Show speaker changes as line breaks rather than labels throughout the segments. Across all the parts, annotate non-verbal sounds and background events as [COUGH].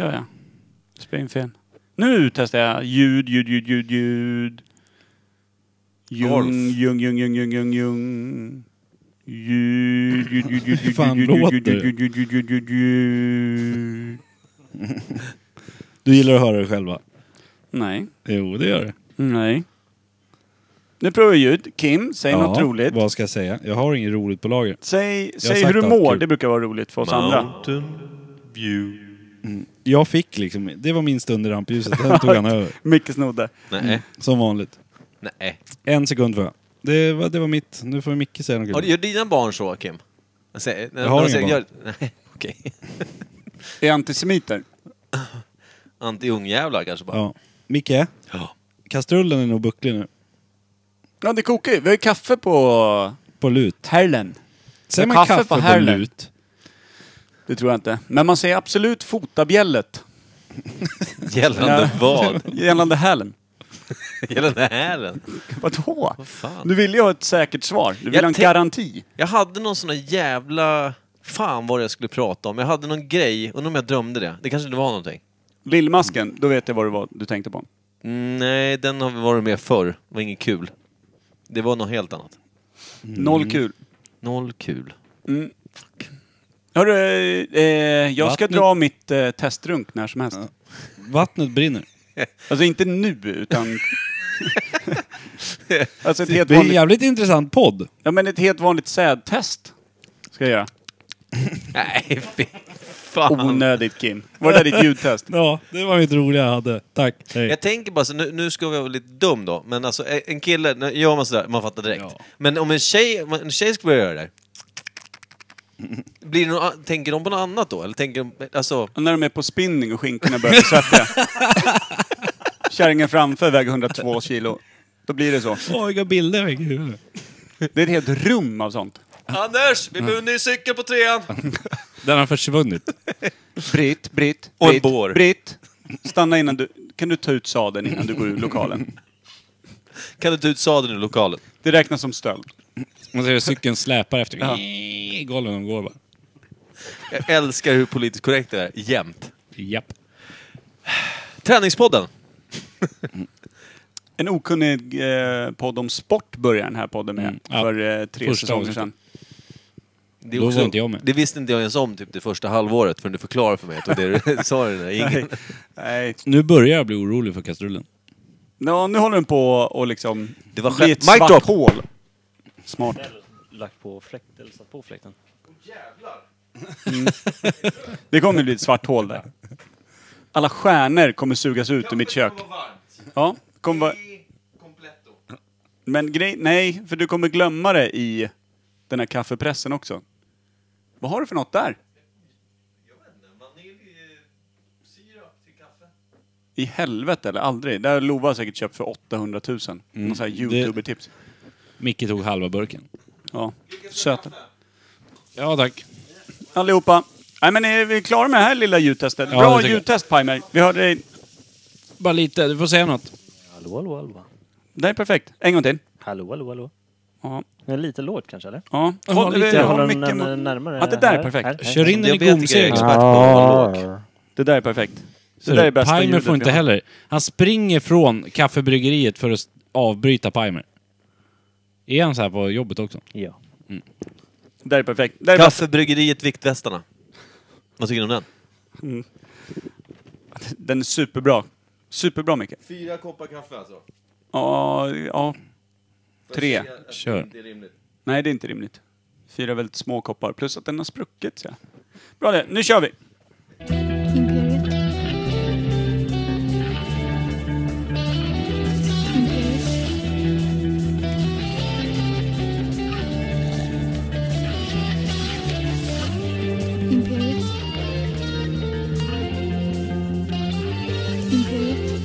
gör jag. Spelar in fel. Nu testar jag ljud, ljud, ljud, ljud, ljud.
Golf.
Ljung, ljung, ljung, ljung, ljung, ljung, ljung. Ljud, ljud, ljud, ljud, ljud,
Fan,
ljud, ljud,
låter
ljud,
det?
ljud, ljud, ljud, ljud, ljud, ljud.
Du gillar att höra dig själva?
Nej,
Jo, det gör det.
nej. Nu provar vi ljud. Kim, säg något roligt.
Vad ska jag säga? Jag har inget roligt på lager.
Säg, säg
sagt
hur du
allt
mår,
kul.
det brukar vara roligt för oss andra.
Mountain view.
Jag fick liksom, det var min stund i rampljuset. Den tog
[LAUGHS]
han över.
Mycket snodde.
Nej.
Som vanligt.
Nej.
En sekund var jag. det var, det var mitt. Nu får Micke säga något
Har,
kul.
gör dina barn så, Kim? Jag, säger, när,
Jag har
när de
inga
säger- [LAUGHS] gör- Nej, okej.
Det är antisemiter.
Anti-ungjävlar kanske bara.
Ja. Micke,
Ja.
kastrullen är nog bucklig nu.
Ja, det kokar ju. Vi har ju kaffe på
På lut.
härlen.
Säger man
Kaffe
kaffe,
på
på,
härlen.
lut?
Det tror jag inte. Men man säger absolut fotabjället.
[LAUGHS] Gällande [LAUGHS] vad?
Gällande hälen.
Gällande hälen?
Vadå?
Vad fan?
Du ville ju ha ett säkert svar. Du ville
Jag
ha en
tänk-
garanti.
Jag hade någon sån där jävla... Fan vad jag skulle prata om. Jag hade någon grej, undrar om jag drömde det. Det kanske inte var någonting.
Lillmasken, då vet jag vad det var du tänkte på.
Mm, nej, den har vi varit med förr. Det var inget kul. Det var något helt annat.
Noll kul.
Noll kul.
Hörru, eh, jag ska
Vattnet-
dra mitt eh, testrunk när som helst.
Vattnet brinner.
Alltså inte nu, utan... alltså ett helt
Det är en
vanligt,
jävligt intressant podd.
ja, men ett helt vanligt sädtest. Ska jag göra.
Nej, fy fan.
Onödigt Kim. Var det där ditt ljudtest?
Ja, det var mitt roliga jag hade. Tack. Hej.
Jag tänker bara så, nu, nu ska jag vara lite dum då, men alltså e- en kille, när gör man sådär, man fattar direkt.
Ja.
Men om en tjej, om en tjej ska börja göra det där, blir det någon, tänker de på något annat då? Eller tänker de, alltså,
Och när de är på spinning och skinkorna börjar bli svettiga. Kärringen framför väger 102 kilo. Då blir det så.
Åh, vilka bilder jag fick i huvudet.
Det är ett helt rum av sånt.
Anders, vi behöver en ny cykel på trean!
Den har försvunnit.
Britt, Britt,
Och en
Britt,
bår.
Britt. Stanna innan du... Kan du ta ut sadeln innan du går ur lokalen?
[LAUGHS] Kan du ta ut sadeln ur lokalen?
Det räknas som stöld.
Man ser hur cykeln släpar efter.
Ja.
I golvet de går bara.
Jag älskar hur politiskt korrekt det är, jämt.
Japp.
Träningspodden!
En okunnig eh, podd om sport börjar den här podden med.
Mm, ja.
För eh, tre
Första
säsonger
avsnittet.
sedan.
Det, är
Då var inte jag med.
det visste inte jag ens om typ det första halvåret förrän du förklarade för mig att det var det du [LAUGHS] sa. Det där.
Nej.
Ingen,
Nej.
Nu börjar jag bli orolig för kastrullen.
Nå, nu håller den på och liksom...
Det var
bli
skämt.
ett
Mic
svart
drop.
hål. Smart.
lagt på fläkt, eller satt på fläkten.
Det kommer bli ett svart hål där. Alla stjärnor kommer sugas ut ur mitt kök. Ja, kommer vara... Men grej, nej, för du kommer glömma det i den här kaffepressen också. Vad har du för något där? I helvete eller aldrig. Det har Lova säkert köpt för 800 000. Någon sån här
Mm. Det-
youtuber-tips.
Micke tog halva burken.
Ja. Söta.
Ja, tack.
Allihopa. Nej men är vi klara med det här lilla ljudtestet?
Ja, det
Bra
tycker jag.
ljudtest Pimer. Vi hörde dig.
Bara lite. Du får säga något.
Hallå, hallå, hallå.
Det är perfekt. En gång till.
Hallå, hallå, hallå.
Ja.
Det är lite lågt kanske, eller?
Ja.
Håll lite-
eh,
håll den
micken
närmare- närmare
Ja, det där är
här.
perfekt.
Här.
Kör in den i gomseglet.
Diabetikerexpert på monolog.
Det där är perfekt. Det
Ser
där
du?
är bästa
Pimer
ljudet
får
vi
inte
har.
heller. Han springer från kaffebryggeriet för att avbryta Pimer. Är han så här på jobbet också?
Ja.
Det där är perfekt. Det där är bäst.
Kaffebryggeriet Viktvästarna. Vad tycker ni om den?
Den är superbra. Superbra Micke.
Fyra koppar kaffe alltså?
Ja, ja. Tre.
Kör.
Det är rimligt.
Nej, det är inte rimligt. Fyra väldigt små koppar. Plus att den har spruckit. Så. Bra det. Nu kör vi.
Imperiet. Imperiet. Imperiet. Imperiet.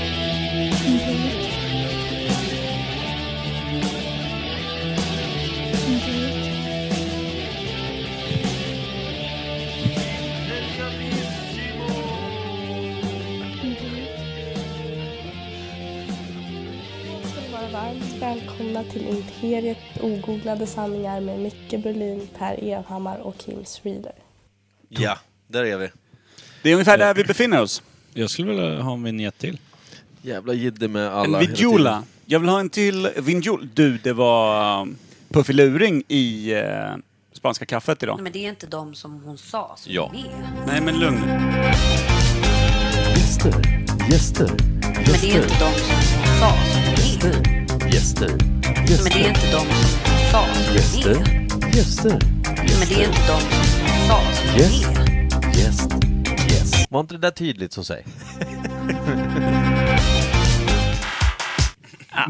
Imperiet. Imperiet. Imperiet. Ska vara varmt välkomna
Välkomna till Imperiet ogooglade sanningar med Micke Berlin, Per Evhammar och Kim Schreeder.
Ja, där är vi.
Det är ungefär där vi befinner oss.
Jag skulle vilja ha en vignett till.
Jävla jidder med
En
alla. hela
Vidjula. Jag vill ha en till Vinjul. Du, det var um, Puffy Luring i eh, Spanska kaffet idag.
Nej, men det är inte de som hon sa som
Ja.
är med.
Nej, men lugn.
Gäster, gäster,
Men det är
gäster,
inte de som hon sa som är med.
gäster,
Men det är
gäster,
inte de som hon sa som är
gäster,
med.
gäster,
Men det är inte de som hon sa som
Yes.
är med.
gäst, gäst.
tiden. Var inte det där tydligt som sig?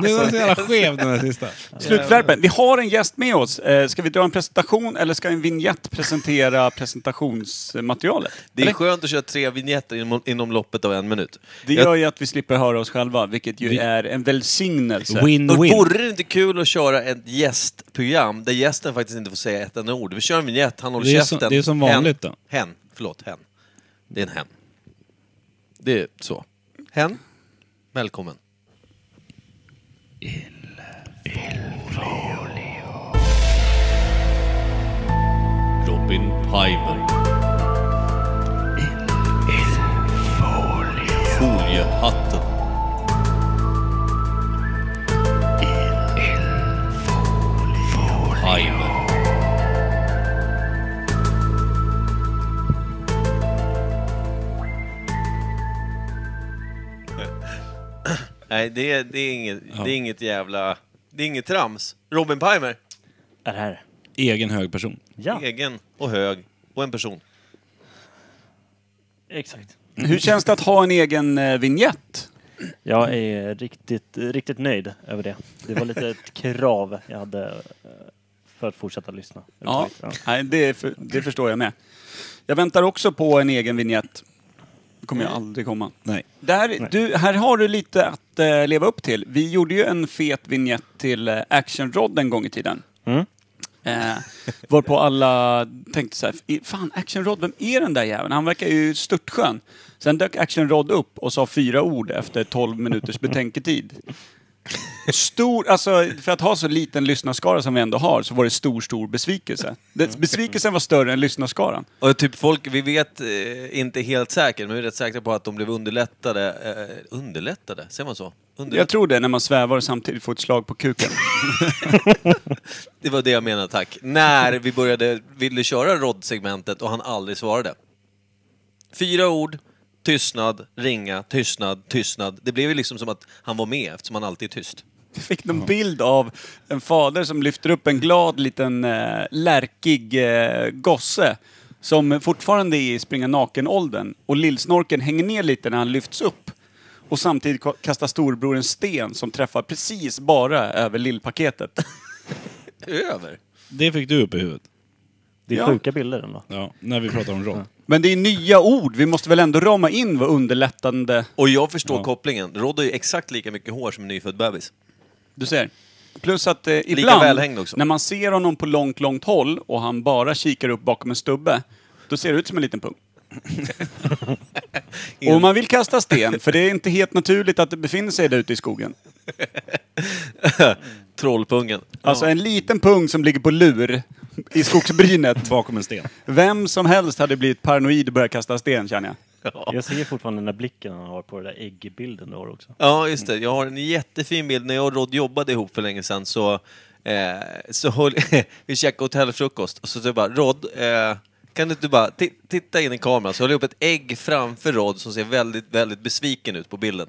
Det var Ah, så jävla skev den där sista.
Slutflärpen. Vi har en gäst med oss. Eh, Ska vi dra en presentation eller ska en vignett [LAUGHS] presentera presentationsmaterialet?
Det är
Eller?
skönt att köra tre vignetter inom, inom loppet av en minut.
Det
Jag-
gör ju att vi slipper höra oss själva, vilket ju
Vi-
är en välsignelse.
Då
Win-win.
vore det inte kul att köra ett gästprogram där gästen faktiskt inte får säga ett enda ord. Vi kör en vignett, han håller
Det är som-
käften.
det är som vanligt
hen,
då.
Hen. Förlåt, hen. Det är en hen. Det är så. Hen. Välkommen. Robin Pimer. Foliehatten. Pimer. Nej, det är, det är, inget, det är inget jävla... Det är inget trams. Robin Pimer.
Är det här?
Egen hög person.
Ja,
Egen och hög och en person.
exakt.
Hur känns det att ha en egen eh, vignett?
Jag är riktigt, riktigt nöjd över det. Det var lite ett krav jag hade eh, för att fortsätta lyssna.
Ja, Nej, det, för, det förstår jag med. Jag väntar också på en egen vignett. Det kommer jag aldrig komma.
Nej.
Där, du, här har du lite att eh, leva upp till. Vi gjorde ju en fet vignett till eh, Action Rod en gång i tiden.
Mm.
Eh, varpå alla tänkte så här, "I- fan Action Rod, vem är den där jäveln? Han verkar ju störtskön. Sen dök Action Rod upp och sa fyra ord efter 12 minuters betänketid. Stor, alltså för att ha så liten lyssnarskara som vi ändå har så var det stor, stor besvikelse. Det, besvikelsen var större än lyssnarskaran.
Och typ folk, vi vet eh, inte helt säkert, men vi är rätt säkra på att de blev underlättade. Eh, underlättade? Säger man så?
Jag
Underlätt...
tror det, när man svävar och samtidigt får ett slag på kuken.
Det var det jag menade, tack. När vi började, ville köra rodd-segmentet och han aldrig svarade. Fyra ord, tystnad, ringa, tystnad, tystnad. Det blev ju liksom som att han var med eftersom han alltid är tyst.
[LAUGHS] Jag fick någon bild av en fader som lyfter upp en glad liten eh, lärkig eh, gosse som fortfarande är i springa naken-åldern och lillsnorken hänger ner lite när han lyfts upp. Och samtidigt ka- kastar storbror en sten som träffar precis bara över lillpaketet.
Över.
Det fick du upp i huvudet.
Det är
Ja.
sjuka bilder ändå.
Ja, när vi pratar om rock.
Men det är nya ord, vi måste väl ändå rama in vad underlättande...
Och jag förstår kopplingen. Rodd har ju exakt lika mycket hår som en nyfödd bebis.
Du ser. Plus att eh, ibland,
välhängd också.
när man ser honom på långt, långt håll och han bara kikar upp bakom en stubbe, då ser det ut som en
[LAUGHS]
liten pung. och man vill kasta sten, för det är inte helt naturligt att det befinner sig där ute i skogen.
Trollpungen.
Alltså en liten pung som ligger på lur i skogsbrynet.
Bakom en sten.
Vem som helst hade blivit paranoid och börjat kasta sten, känner jag.
Jag ser fortfarande den där blicken han har på den där äggbilden du har också.
Ja, just det. Jag har en jättefin bild. När jag och Rod jobbade ihop för länge sedan så, eh, så höll, [LAUGHS] vi käkade hotellfrukost och så sa jag bara Rod, eh, kan du inte bara ti- titta in i kameran? Så höll jag upp ett ägg framför Rod som ser väldigt, väldigt besviken ut på bilden.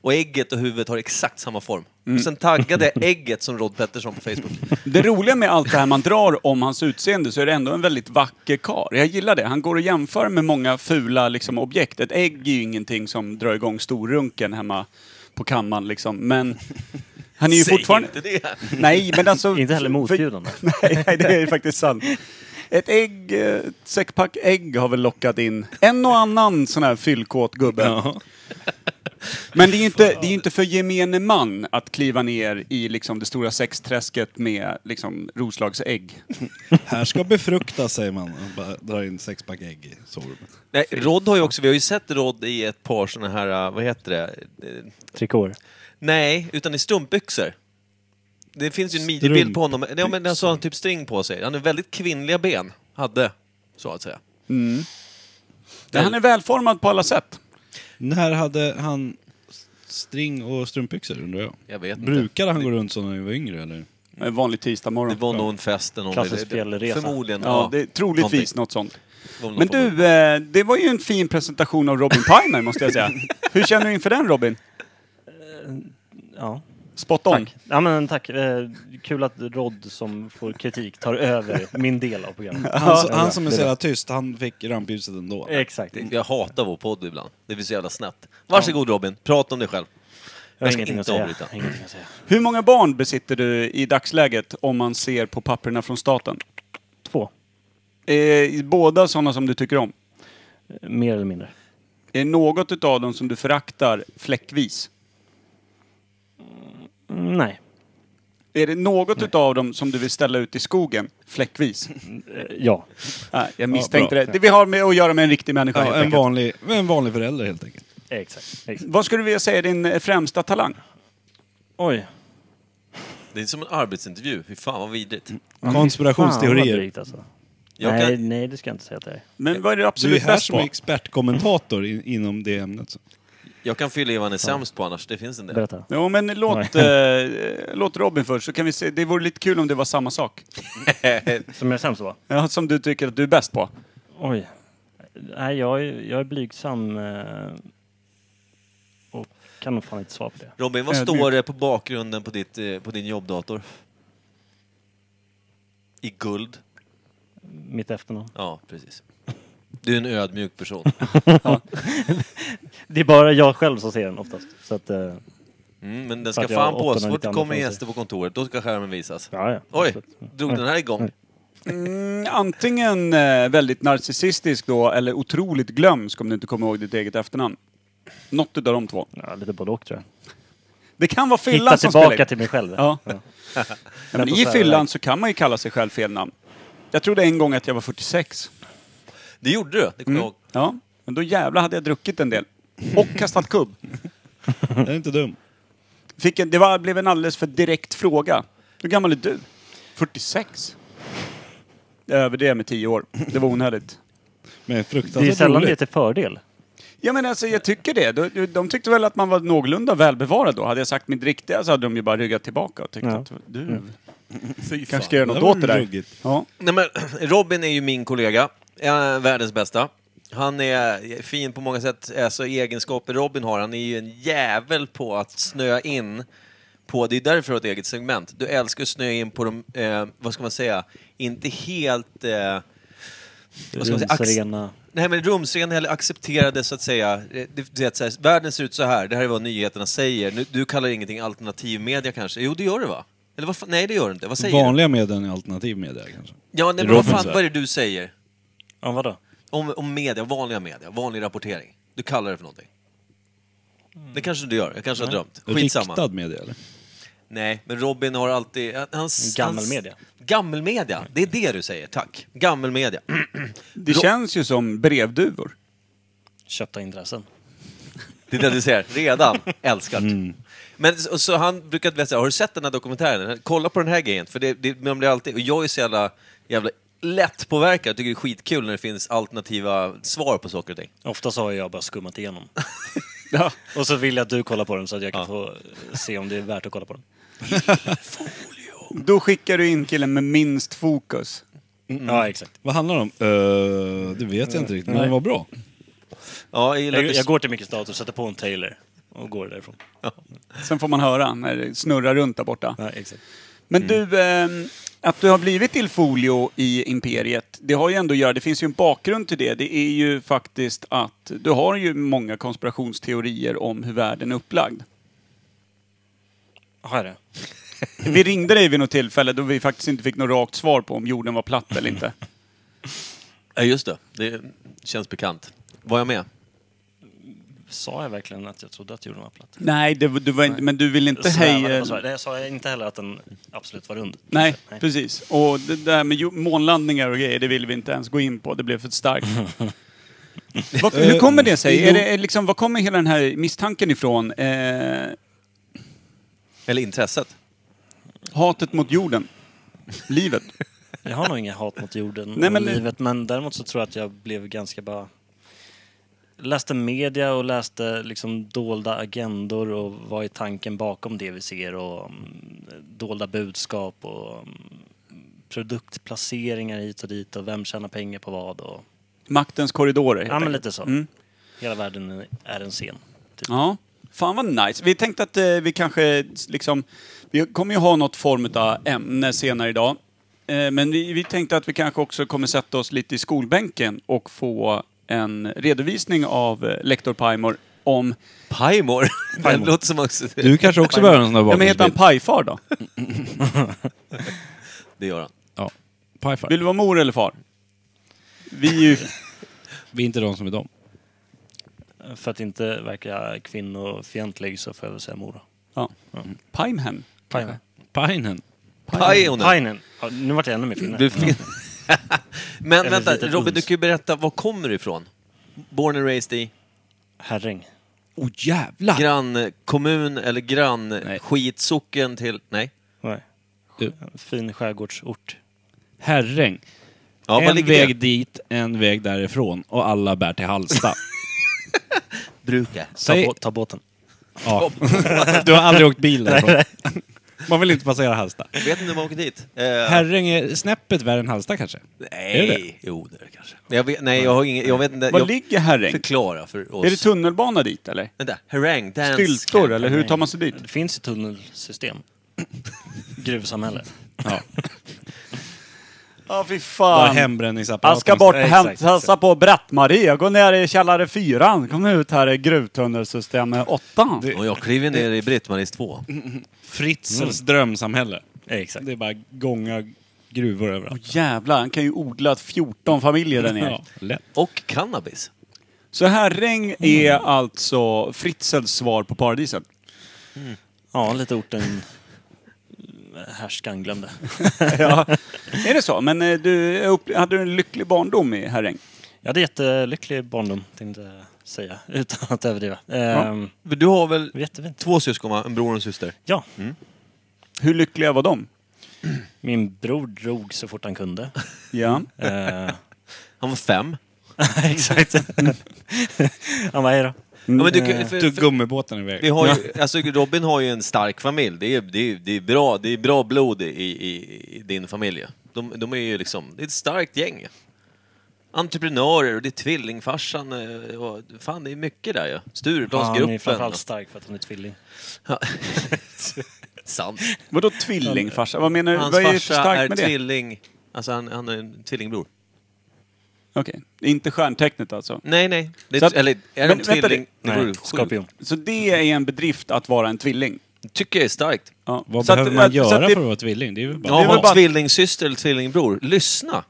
Och ägget och huvudet har exakt samma form. Och sen taggade jag ägget som Rod Pettersson på Facebook.
Det roliga med allt det här man drar om hans utseende så är det ändå en väldigt vacker karl. Jag gillar det. Han går och jämför med många fula liksom, objekt. Ett ägg är ju ingenting som drar igång storrunken hemma på kammaren liksom. Men han är ju
Säg
fortfarande...
inte det!
Nej, men alltså...
[LAUGHS] Inte heller motbjudande.
[LAUGHS] Nej, nej, det är ju faktiskt sant. Ett ägg, eh, ett säckpack ägg har väl lockat in en och annan sån här fyllkåt gubbe.
Ja.
Men det är ju inte, det är ju inte för gemene man att kliva ner i liksom det stora sexträsket med liksom Roslagsägg.
Här ska befrukta säger man. Och bara drar in sexpack ägg i sovrummet.
Nej, Rod har ju också, vi har ju sett Rod i ett par såna här, eh, vad heter det? Eh,
Trikåer.
Nej, utan i strumpbyxor. Det finns ju en
Strumpbyxor.
midjebild på honom. Ja, men alltså, han har typ string på sig. Han har väldigt kvinnliga ben. Hade, så att säga.
Han är välformad på alla sätt.
När hade han string och strumpbyxor undrar jag?
Jag vet inte.
Brukade han gå runt så när han var yngre eller?
En Eh, vanlig tisdag
Det
morgon.
var nog en fest eller någon-
Klassisk fjällresa.
Förmodligen.
Ja, det är troligtvis
någonting.
något sånt.
Det var väl
Men
någon form av-
du, eh, det var ju en fin presentation av Robin Pimer måste jag säga. Hur känner du inför den Robin?
Ja,
Spot on.
tack. Ja, men, tack. Eh, kul att Rod som får kritik tar över min del av programmet.
Han, så-
Ja,
han som är
det
så jävla tyst, han fick rampljuset ändå.
Exakt.
Det- Jag hatar vår podd ibland. Det blir så jävla snett. Varsågod Robin, prata om dig själv.
Jag har
ska
ingenting
inte
att, säga.
avbryta.
ingenting att säga.
Hur många barn besitter du i dagsläget om man ser på papperna från staten?
Två,
Eh, båda sådana som du tycker om.
mer eller mindre.
Är det något utav dem som du föraktar fläckvis?
Mm, nej.
Är det något utav dem som du vill ställa ut i skogen fläckvis?
Eh, ja.
Nej, jag misstänkte
bra.
det. det. Vi har med att göra med en riktig människa helt
Ja, en,
enkelt.
vanlig, en vanlig förälder helt enkelt.
Exakt. Exakt.
Vad skulle du vilja säga är din eh, främsta talang?
Oj.
Det är som en arbetsintervju. Fy fan vad vidrigt.
Fan, vad
Konspirationsteorier.
drygt, alltså.
Jag
nej,
kan-
nej, det ska jag inte säga till dig.
Men vad är du
Du är
absolut
här
bäst
som
på?
expertkommentator in, inom det ämnet. Så.
Jag kan fylla i vad han är sämst på annars. Det finns en del.
Berätta.
Jo, men låt, eh, låt Robin först, så kan vi se. Det vore lite kul om det var samma sak.
Som jag är sämst på?
Ja, som du tycker att du är bäst på.
Oj. Nej, jag är, jag är blygsam. eh, Och kan nog fan inte svara på det.
Robin, vad
Ödmjuk.
står det på bakgrunden på, ditt, eh, på din jobbdator? I guld.
Mitt efternamn.
Ja, precis. Du är en ödmjuk
[LAUGHS]
person.
Det är bara jag själv som ser den oftast. Så att, eh,
Mm, men den
För
ska
att jag har
fan på. Så fort
890
det kommer
andra
gäster på kontoret, då ska skärmen visas.
ja, ja.
Oj,
Absolut. Mm.
drog den här igång?
Mm, antingen eh, väldigt narcissistisk då, eller otroligt glömsk om du inte kommer ihåg ditt eget efternamn. Något utav de två.
Ja, lite både och tror jag.
Det kan vara
Hitta
fyllan som spelar
tillbaka
in.
till mig själv.
Ja.
[LAUGHS]
Ja, men
Lätt att
I
svära
fyllan
iväg.
så kan man ju kalla sig själv fel namn. Jag trodde en gång att jag var 46.
Det gjorde du, det
Mm.
kommer jag ihåg.
Ja, men då jävla hade jag druckit en del.
[LAUGHS]
Och kastat kubb.
Den är inte dum.
Fick en, det var, blev en alldeles för direkt fråga. Hur gammal är du? 46. Jag överdrev med 10 år. Det var onödigt.
Men
Det är ju
fruktansvärt
sällan det är
roligt.
till fördel.
Ja men alltså jag tycker det. De, de tyckte väl att man var någorlunda välbevarad då. Hade jag sagt mitt riktiga så hade de ju bara ryggat tillbaka och tyckt
Ja.
att du
Fy
kanske ska göra
Det
något
var
åt det där.
ruggigt.
Ja.
Nej, men, [CLEARS THROAT] Robin är ju min kollega, är världens bästa. Han är fin på många sätt, alltså egenskaper Robin har. Han är ju en jävel på att snöa in på, det är därför du har ett eget segment. Du älskar att snöa in på de, eh, vad ska man säga, inte helt... Eh, vad ska man säga, ax-
Rumsrena.
Nej, men rumsrena eller accepterade så att säga. eh, Det, det, är så här, världen ser ut så här, det här är vad nyheterna säger. Nu, du kallar ingenting alternativ media kanske? Jo, det gör det va? Eller vad, fan- nej, det gör det inte. Vad säger du?
Vanliga medien är alternativ media kanske.
Ja, nej, men vad
Robins
fan
värld.
vad är det du säger?
Ja, vadå?
Om, om media, vanliga media, vanlig rapportering. Du kallar det för någonting. Det kanske du gör, jag kanske har drömt. Skitsamma.
Riktad media eller?
Nej, men Robin har alltid... han- Hans,
Gammelmedia.
Hans, gammelmedia, det är det du säger, tack. Gammelmedia. [CLEARS THROAT]
Det känns ju som brevduvor.
Köpta intressen.
Det är det du ser,
[LAUGHS]
redan. Älskat.
Mm.
Men så, så han brukar säga, har du sett den här dokumentären? Kolla på den här grejen. För det, det, man blir alltid, och jag är så jävla, jävla lätt påverkad. Jag tycker det är skitkul när det finns alternativa svar på saker och ting.
Oftast har jag bara skummat [LAUGHS] igenom.
Ja.
Och så vill jag att du kollar på den så att jag kan få se om det är värt att kolla på den.
Då skickar du in killen med minst fokus.
Ja, exakt.
Vad handlar det om? Eh, det vet jag inte riktigt, men den var bra.
Ja, jag gillar
Jag,
att du-
jag går till Mickes dator, sätter på en Taylor och går därifrån.
Sen får man höra när det snurrar runt där borta.
Ja, exakt.
Men du, ehm, att du har blivit Il Folio i Imperiet, det har ju ändå att göra, det finns ju en bakgrund till det. Det är ju faktiskt att du har ju många konspirationsteorier om hur världen är upplagd.
Har jag det?
Vi ringde dig vid något tillfälle då vi faktiskt inte fick något rakt svar på om jorden var platt eller inte.
Ja, just det. Det känns bekant. Var jag med?
Sa jag verkligen att jag trodde att jorden var platt?
[LAUGHS] Nej, det, du var, inte- men alltså, du vill inte
Svävade
hej... eh,
på Sverige. Nej, jag sa inte heller att den absolut var rund.
Nej,
Nej.
precis. Och det där med jo- månlandningar och grejer, det vill vi inte ens gå in på. Det blev för
[LAUGHS]
starkt. vad, hur kommer det
Eh,
sig? Är det, är liksom, vad kommer hela den här misstanken ifrån? Eh,
Eller intresset?
Hatet mot jorden.
[LAUGHS]
Livet.
Jag har nog inget hat mot jorden
Nej,
och
men-
livet, men däremot så tror jag att jag blev ganska bara... Läste media och läste liksom dolda agendor och vad är tanken bakom det vi ser och mm, dolda budskap och mm, produktplaceringar hit och dit och vem tjänar pengar på vad och...
Maktens korridorer. helt
Ja, men
enkelt.
lite så.
Mm.
Hela världen är en scen. Typ.
Ja. Fan vad nice. Vi tänkte att eh, vi kanske liksom... Vi kommer ju ha något form av ämne senare idag. Eh, men vi, vi tänkte att vi kanske också kommer sätta oss lite i skolbänken och få en redovisning av eh, lektor Pajmor om...
Pajmor? [LAUGHS] Det låter som också...
Du kanske också behöver en sån där
Ja, men heter han
bakgrundsbild?
Pajfar
[LAUGHS]
då?
Det gör han.
Ja, Pajfar.
Vill du vara mor eller far? Vi är ju...
Vi är inte de som är de.
För att inte verka kvinnofientlig så får jag väl säga Mora.
Ja. Pajmhem.
Pajnen.
Pajnen.
Pajonen.
Pajnen. Ja, nu vart jag ännu mer finne.
Du fin- Men
Eller
vänta,
lite
Robin,
uns.
du kan ju berätta, var kommer du ifrån? Born and raised i
Herräng.
Åh oh,
Ah.
jävlar!
grannkommun eller
Nej.
grannskitsocken till... Nej?
Nej.
Du.
En Fin skärgårdsort.
Herräng.
Ja, var
en
ligger
väg
det?
dit, en väg därifrån och alla bär
[LAUGHS]
till Hallsta.
Brukar.
Ta,
Säg-
bå- ta båten.
ja. Du har aldrig åkt bil därifrån. Man vill inte passera Hallsta.
Vet inte hur man åker dit? Eh,
Herräng är snäppet värre än Hallsta kanske?
nej.
Är det?
Jo, det är det kanske. Jag vet, nej, jag har ingen... Jag vet inte.
Var
jag
ligger Herräng?
Förklara för oss.
Är det tunnelbana dit eller?
Vänta, Harang, dance...
Styltor eller hur
Nej.
tar man sig dit?
Det finns ju tunnelsystem. [LAUGHS] Gruvsamhälle.
Ja.
Ja, fy
Bara
fan.
hembränningsapparaten.
Jag ska bort
Ja,
hem,
exakt.
hälsa på Bratt-Marie. Jag går ner i källare fyran. Kom ut här i gruvtunnelsystem 8.
Och jag kliver ner i Britt-Maries 2.
Fritzels
Mm.
drömsamhälle.
Exakt.
Det är bara gånga gruvor
Åh
överallt.
jävlar, han kan ju odla 14 familjer där nere.
Ja, lätt.
Och cannabis.
Så här, regn är alltså Fritzels svar på
[LAUGHS]
paradiset.
Ja, lite orten härskaren glömde.
ja. Är det så? Men eh, du, jag upp- hade du en lycklig barndom i Herräng?
Jag hade jättelycklig barndom, tänkte jag säga. [LAUGHS] Utan att överdriva. Ehm,
Men Du har väl
det var jättefint.
två syskon, va? En bror och en syster?
Ja,
Mm. Hur lyckliga var de?
min bror drog så fort
[LAUGHS]
han kunde.
Ja.
Mm.
Ehm,
Han var fem.
[LAUGHS] exakt. han bara, hej då.
Ja, men du, kan- för,
Tog
för,
gummibåten iväg.
vi har ju, alltså Robin har ju en stark familj. Det är, det är, det är, bra, det är bra blod i, i, i din familj. ju. De, de är ju liksom... Det är ett starkt gäng. Entreprenörer och det är tvillingfarsan. eh, Och, fan, det är mycket där ju.
Han är
Stureplansgruppen.
framförallt stark för att han är tvilling.
Ja. [LAUGHS] Sant.
Vadå tvillingfarsa? Vad menar du?
Hans
Vad är det för
farsa är
starkt med det?
tvilling... Alltså han, han är en tvillingbror.
Okej, inte stjärntecknet alltså.
Nej, nej. Det
Så
är,
att-
eller är
men vänta
de tvilling...
lite.
det beror
Nej,
ju-
skorpion.
Så det är en bedrift att vara en tvilling?
tycker jag är starkt.
Ja.
Vad
så
behöver
att,
man
att- så
göra
att
för att vara tvilling? Det är väl bara...
Ja,
väl
har
bara-
tvillingsyster eller tvillingbror, lyssna!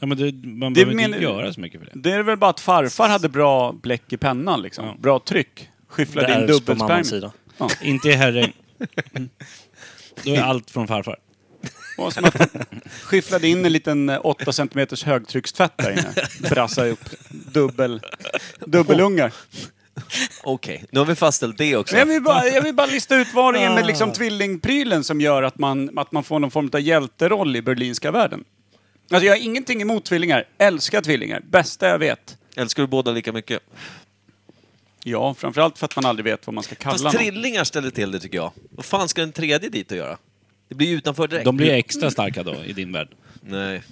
Ja, men det, man
Det
behöver
menar-
inte göra så mycket för det.
Det är väl bara att farfar hade bra bläck i pennan liksom.
Ja.
Bra tryck. Skyfflade in
Där på mammans
dubbelspermie.
sida.
Inte
[LAUGHS]
i herräng. Då är allt från farfar.
Det var som att Skyfflade in en liten eh, 8 cm högtryckstvätt där inne. Brassade upp dubbel, dubbelungar.
Okej, nu har vi fastställt det också.
Men jag, vill bara, jag vill bara lista ut vad det är med liksom tvillingprylen som gör att man, att man får någon form av hjälteroll i berlinska världen. Alltså jag har ingenting emot tvillingar. Älskar tvillingar. Bästa jag vet.
Älskar du båda lika mycket?
Ja, framförallt för att man aldrig vet vad man ska kalla
Fast
någon.
trillingar ställer till det tycker jag. Vad fan ska en tredje dit och göra? Det blir ju utanför direkt.
De blir extra starka då, i din värld.
Nej.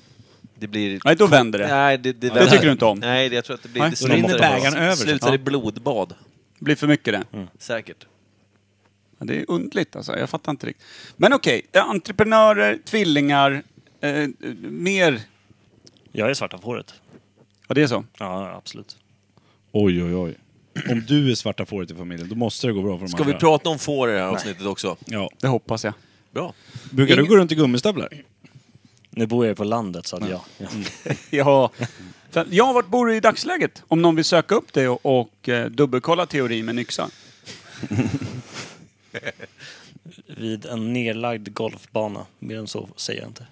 Det blir...
Nej, då vänder det.
Nej, det, det,
Det tycker du inte om?
Nej, det- jag tror att det blir...
Nej,
det
då rinner
slutar-
bägaren över.
Slutar
Ja.
i blodbad.
Det blir för mycket det.
Säkert.
Ja, Det är underligt alltså, jag fattar inte riktigt. Men okej, eh, entreprenörer, tvillingar, eh, eh, mer...
Jag är svart av håret.
Ja, det är så.
Ja, absolut.
Oj, oj, oj. Om du är svarta fåret i familjen, då måste det gå bra för de
Ska vi
andra.
prata om får i det här avsnittet också?
Ja.
Det hoppas jag. [LAUGHS]
Bra.
Brukar du gå runt i gummistövlar?
Nu bor jag ju på landet så att ja. Mm. ja.
Ja, för, ja vart bor du i dagsläget? Om någon vill söka upp dig och, och eh, dubbelkolla teori med en yxa.
Vid en nedlagd golfbana. Mer än så säger jag inte.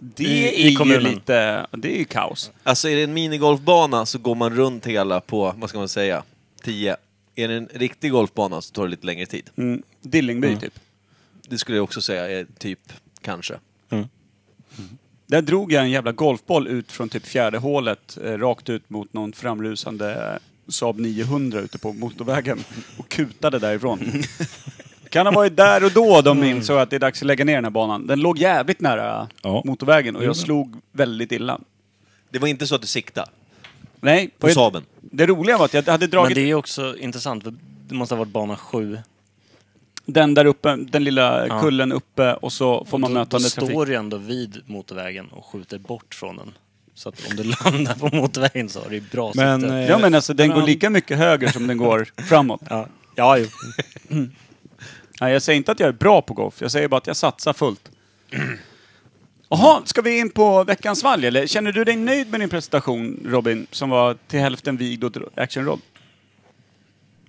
Det
I- i
är ju
kommunen.
lite... Det är ju kaos.
Alltså är det en minigolfbana så går man runt hela på, vad ska man säga, 10. Är det en riktig golfbana så tar det lite längre tid.
Mm. Dillingby typ.
det skulle jag också säga är typ, kanske.
Där drog jag en jävla golfboll ut från typ fjärde hålet, eh, rakt ut mot någon framrusande eh, Saab 900 ute på motorvägen och kutade
[LAUGHS]
därifrån. kan ha varit där och då de
Mm.
insåg att det är dags att lägga ner den här banan. Den låg jävligt nära
Ja.
motorvägen och
Gjorde den.
jag slog väldigt illa.
Det var inte så att du siktade.
Nej,
På
och jag-
Saaben.
Det roliga var att jag hade
Men
dragit
det är också intressant, för det måste ha varit bana sju.
den där uppe, den lilla
Ja.
kullen uppe och så får man
Då- då
mötande trafik.
står du ändå vid motorvägen och skjuter bort från den. Så att om du [LAUGHS] landar på motorvägen så har du bra
Men,
sikte.
Ja men alltså den
Men
går
han-
lika mycket höger som den går framåt.
Ja, ja jo.
Nej, jag säger inte att jag är bra på golf. Jag säger bara att jag satsar fullt. [CLEARS THROAT] Jaha, ska vi in på veckans valj eller? Känner du dig nöjd med din presentation Robin, som var till hälften vigd åt Action Rod?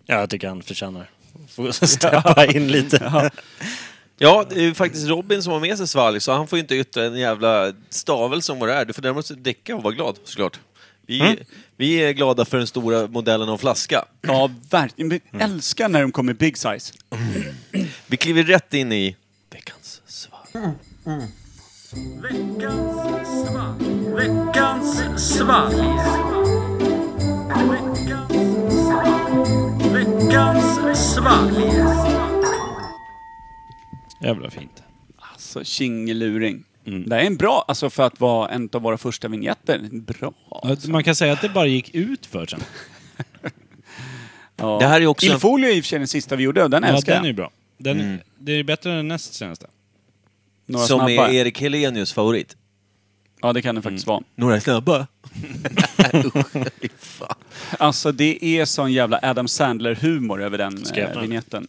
ja, jag tycker han förtjänar Får [LAUGHS] steppa in lite.
Ja, det är ju faktiskt Robin som har med sig svalg, så han får ju inte yttra en jävla stavelse om vad det är. Du får däremot däcka och vara glad, såklart. Vi, vi är glada för den stora modellen av flaska.
Ja, verkligen. Vi älskar när de kommer i big size.
Vi kliver rätt in i veckans svalg.
Jävla fint.
Alltså, tjingeluring. Det här är en bra, alltså för att vara en av våra första vignetter. Bra.
Man kan säga att det bara gick ut för sen.
Ja.
Det här är också en-
Il Folio är i och för sig den sista vi gjorde, och den
Ja,
älskar
den är
jag.
ju bra. Den, Det är bättre än näst senaste.
Några
som
snabba.
är Mm. Erik Helenius favorit.
Ja, det kan den faktiskt vara.
Några snabba.
Alltså, det är sån jävla Adam Sandler-humor över den
Ska jag-
eh, vignetten.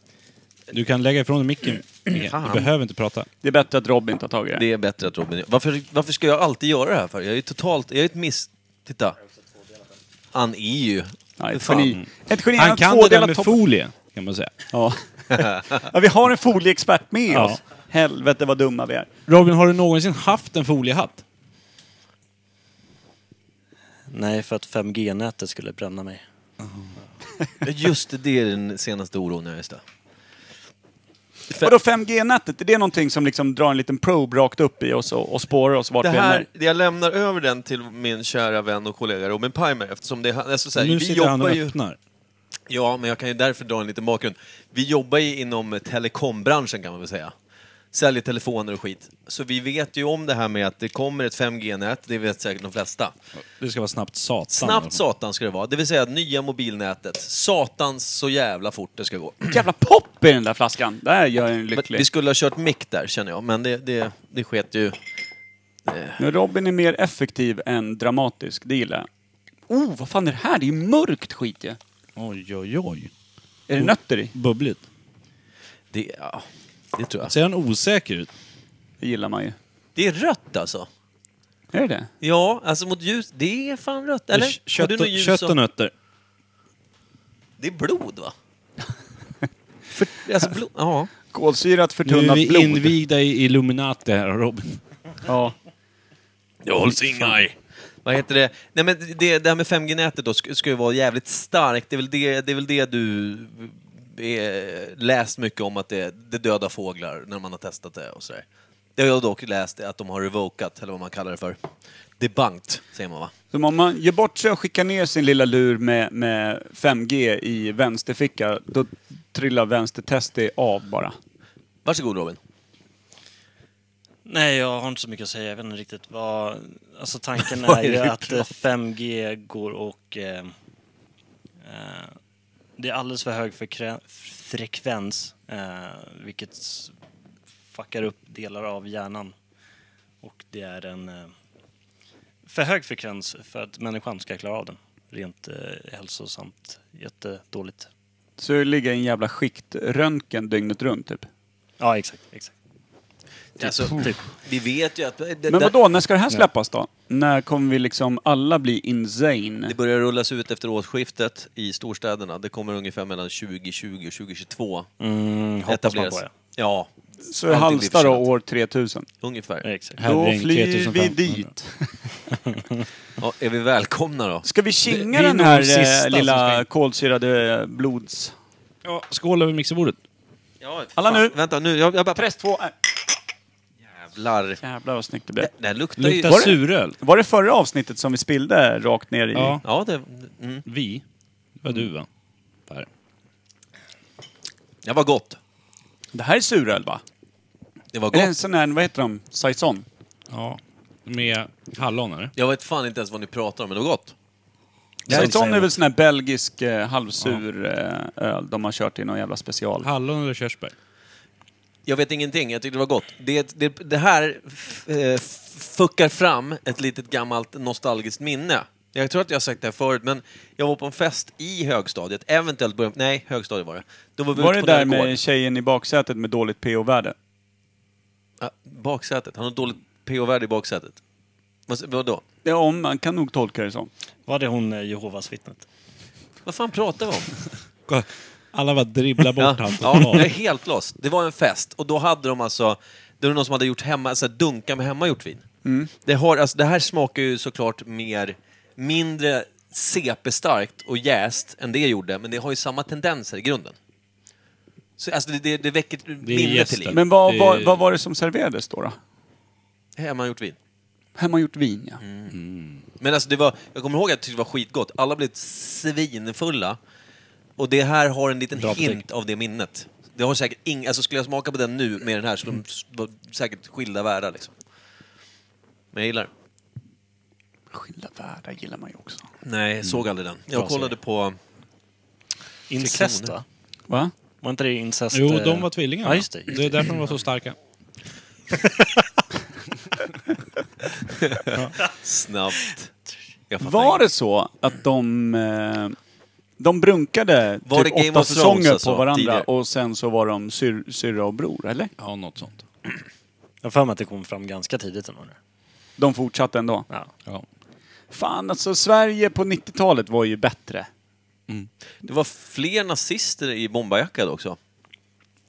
Du kan lägga ifrån dig
Mm.
micken. Micke. Du behöver inte prata.
Det är bättre att Robin tar tag i det.
Det är bättre att Robin varför, varför ska jag alltid göra det här för? Jag är ju totalt... Jag är ett miss... Titta. Han är ju...
Nej, ett
Fan.
geni. Ett geni
Han
har
kan
två
det där
delar
med
topp-
folie, kan man säga.
Ja. [LAUGHS] ja, vi har en folieexpert med
Ja.
oss. Helvete vad dumma vi är.
Robin, har du någonsin haft en foliehatt?
Nej, för att 5G-nätet skulle bränna mig.
Just det, det är den senaste oron, ja, just det.
Vadå 5G-nätet, är det någonting som liksom drar en liten probe rakt upp i oss och, och spårar oss vart
det
vi än
här,
är?
jag lämnar över den till min kära vän och kollega Robin Pimer eftersom det är han- alltså så här,
nu
vi
sitter han
jobbar
och
ju,
öppnar.
Ja, men jag kan ju därför dra en liten bakgrund. Vi jobbar ju inom telekombranschen kan man väl säga. Säljer telefoner och skit. Så vi vet ju om det här med att det kommer ett 5G-nät, det vet säkert de flesta.
Det ska vara snabbt satan.
Snabbt satan ska det vara, det vill säga nya mobilnätet. Satans så jävla fort det ska gå.
Jävla pop i den där flaskan! Där gör jag en
Men
lycklig.
vi skulle ha kört mick där känner jag, men det, det, det sket ju.
Men Robin är mer effektiv än dramatisk, det gillar jag. Oh, vad fan är det här? Det är ju mörkt skit ju.
Oj, oj, oj.
Är det nötter i?
Bubbligt.
Det, ja, det tror jag.
Ser han osäker ut?
Det gillar man ju.
Det är rött alltså.
Är det det?
Ja, alltså mot ljus. Det är fan rött, eller?
Kött,
Har du något
och-
ljus
kött
som-
och nötter.
Det är blod, va? För, alltså, blod, ja.
Kolsyrat
Nu är
förtunnat
vi
blod.
invigda i Illuminati här, Robin.
Ja.
Jag hålls inga Vad heter det? Nej, men det, det här med 5G-nätet då ska, ska ju vara jävligt starkt. Det är väl det, det, är väl det du eh, läst mycket om, att det, det dödar fåglar när man har testat det och sådär. Det har jag dock läst att de har revokat, eller vad man kallar det för. Debunked, säger man va?
Så om man ger bort sig och skickar ner sin lilla lur med, med 5G i vänsterficka, då trillar vänster testi av bara.
Varsågod Robin.
Nej, jag har inte så mycket att säga. Jag vet inte riktigt vad... Alltså
[LAUGHS]
tanken
Vad är
är ju
det du
att eh, 5G går och... Eh, eh, det är alldeles för hög frekre- frekvens, eh, vilket s- fuckar upp delar av hjärnan. Och det är en eh, för hög frekvens för att människan ska klara av den. Rent eh, hälsosamt. Jättedåligt.
Så det ligger en jävla skiktröntgen dygnet runt typ.
Ja, exakt. exakt.
Alltså,
Typ.
vi vet ju att... Det,
Men
där-
vadå, när ska det här släppas då? När kommer vi liksom alla bli insane?
Det börjar rullas ut efter årsskiftet i storstäderna. Det kommer ungefär mellan 2020 och 2022
Mm, hoppas man
etableras.
på, ja.
ja.
Så är
Allting blir
Halmstad då
försenat.
år 3000.
Ungefär.
Exakt.
Då
Herregud,
flyr vi
3500.
dit.
Ja, är vi välkomna då?
Ska vi
Det- det
kinga
är
den
nog
här
de sista
eh,
som ska
lilla
in.
kolsyrade eh, blods...
Ja, skål över mixerbordet.
Ja,
Alla nu.
Vänta, nu. Jag, jag bara...
Press två. Äh,
Jävlar.
Jävlar vad snyggt det blev.
Den luktar ju...
Luktar
Var det-
suröl.
Var det förra avsnittet som vi spillde rakt ner i?
Ja,
Ja, det... Mm.
vi. Det var du va? Per.
Det var gott.
Det här är suröl va?
Det var
Är det en
gott.
sån här, vad heter de? Saison?
Ja. Med hallon eller?
Jag vet fan inte ens vad ni pratar om, men det var gott.
Saison
Saison.
är väl sån här belgisk eh, halvsur eh, öl de har kört i någon jävla special.
Hallon eller körsbär?
Jag vet ingenting, jag tyckte det var gott. Det, det, det här f- eh, f- fuckar fram ett litet gammalt nostalgiskt minne. Jag tror att jag har sagt det här förut, men jag var på en fest i högstadiet, eventuellt början, nej, högstadiet var det. Då var vi
Var
ute
det
på
där
en gård.
med tjejen i baksätet med dåligt pH-värde?
Ja, baksätet, han har dåligt pH-värde i baksätet. Vad, vadå?
Ja, om, man kan nog tolka det som.
Var det hon eh, Jehovas vittnet?
Vad fan pratar vi om?
Alla bara dribblar bort
ja,
han
ja, jag är
totalt.
helt lost. Det var en fest och då hade de alltså, det var någon som hade gjort hemma, alltså dunkar med hemmagjort vin.
Mm.
Det, har, alltså, det här smakar ju såklart mer, mindre CP-starkt och jäst än det gjorde, men det har ju samma tendenser i grunden. Så, alltså, det, det, det väcker minne till
jästen.
liv.
Men vad,
Det-
vad, vad var det som serverades då? då?
Hemmagjort vin.
Hemmagjort vin ja.
Mm. Men alltså det var, jag kommer ihåg att jag tyckte det var skitgott. Alla blev svinfulla. Och det här har en liten
Bra betyg.
hint av det minnet. Det har säkert ing, alltså skulle jag smaka på den nu med den här så de s- var säkert skilda världar liksom. Men jag gillar den.
Skilda världar gillar man ju också.
Nej, jag såg aldrig den. Mm. Jag
Bra
kollade
serie.
på...
Incest
Cykloner.
va?
Va?
Var inte det incest?
Jo,
eh,
de var tvillingar.
Ja,
va?
just det. Just
det är därför de var så starka.
Snabbt. Jag fattar
Var
inte.
det så att de... Eh, de brunkade
Var
typ
det Game
åtta
of Thrones
säsonger
alltså,
på varandra
tidigare?
och sen så var de syr, syrra och bror, eller?
Ja, något sånt.
Jag har för mig att det kom fram ganska tidigt ändå. nu.
De fortsatte ändå.
Ja.
Ja.
Fan alltså, Sverige på 90-talet var ju bättre.
det var fler nazister i bombarjacka då också.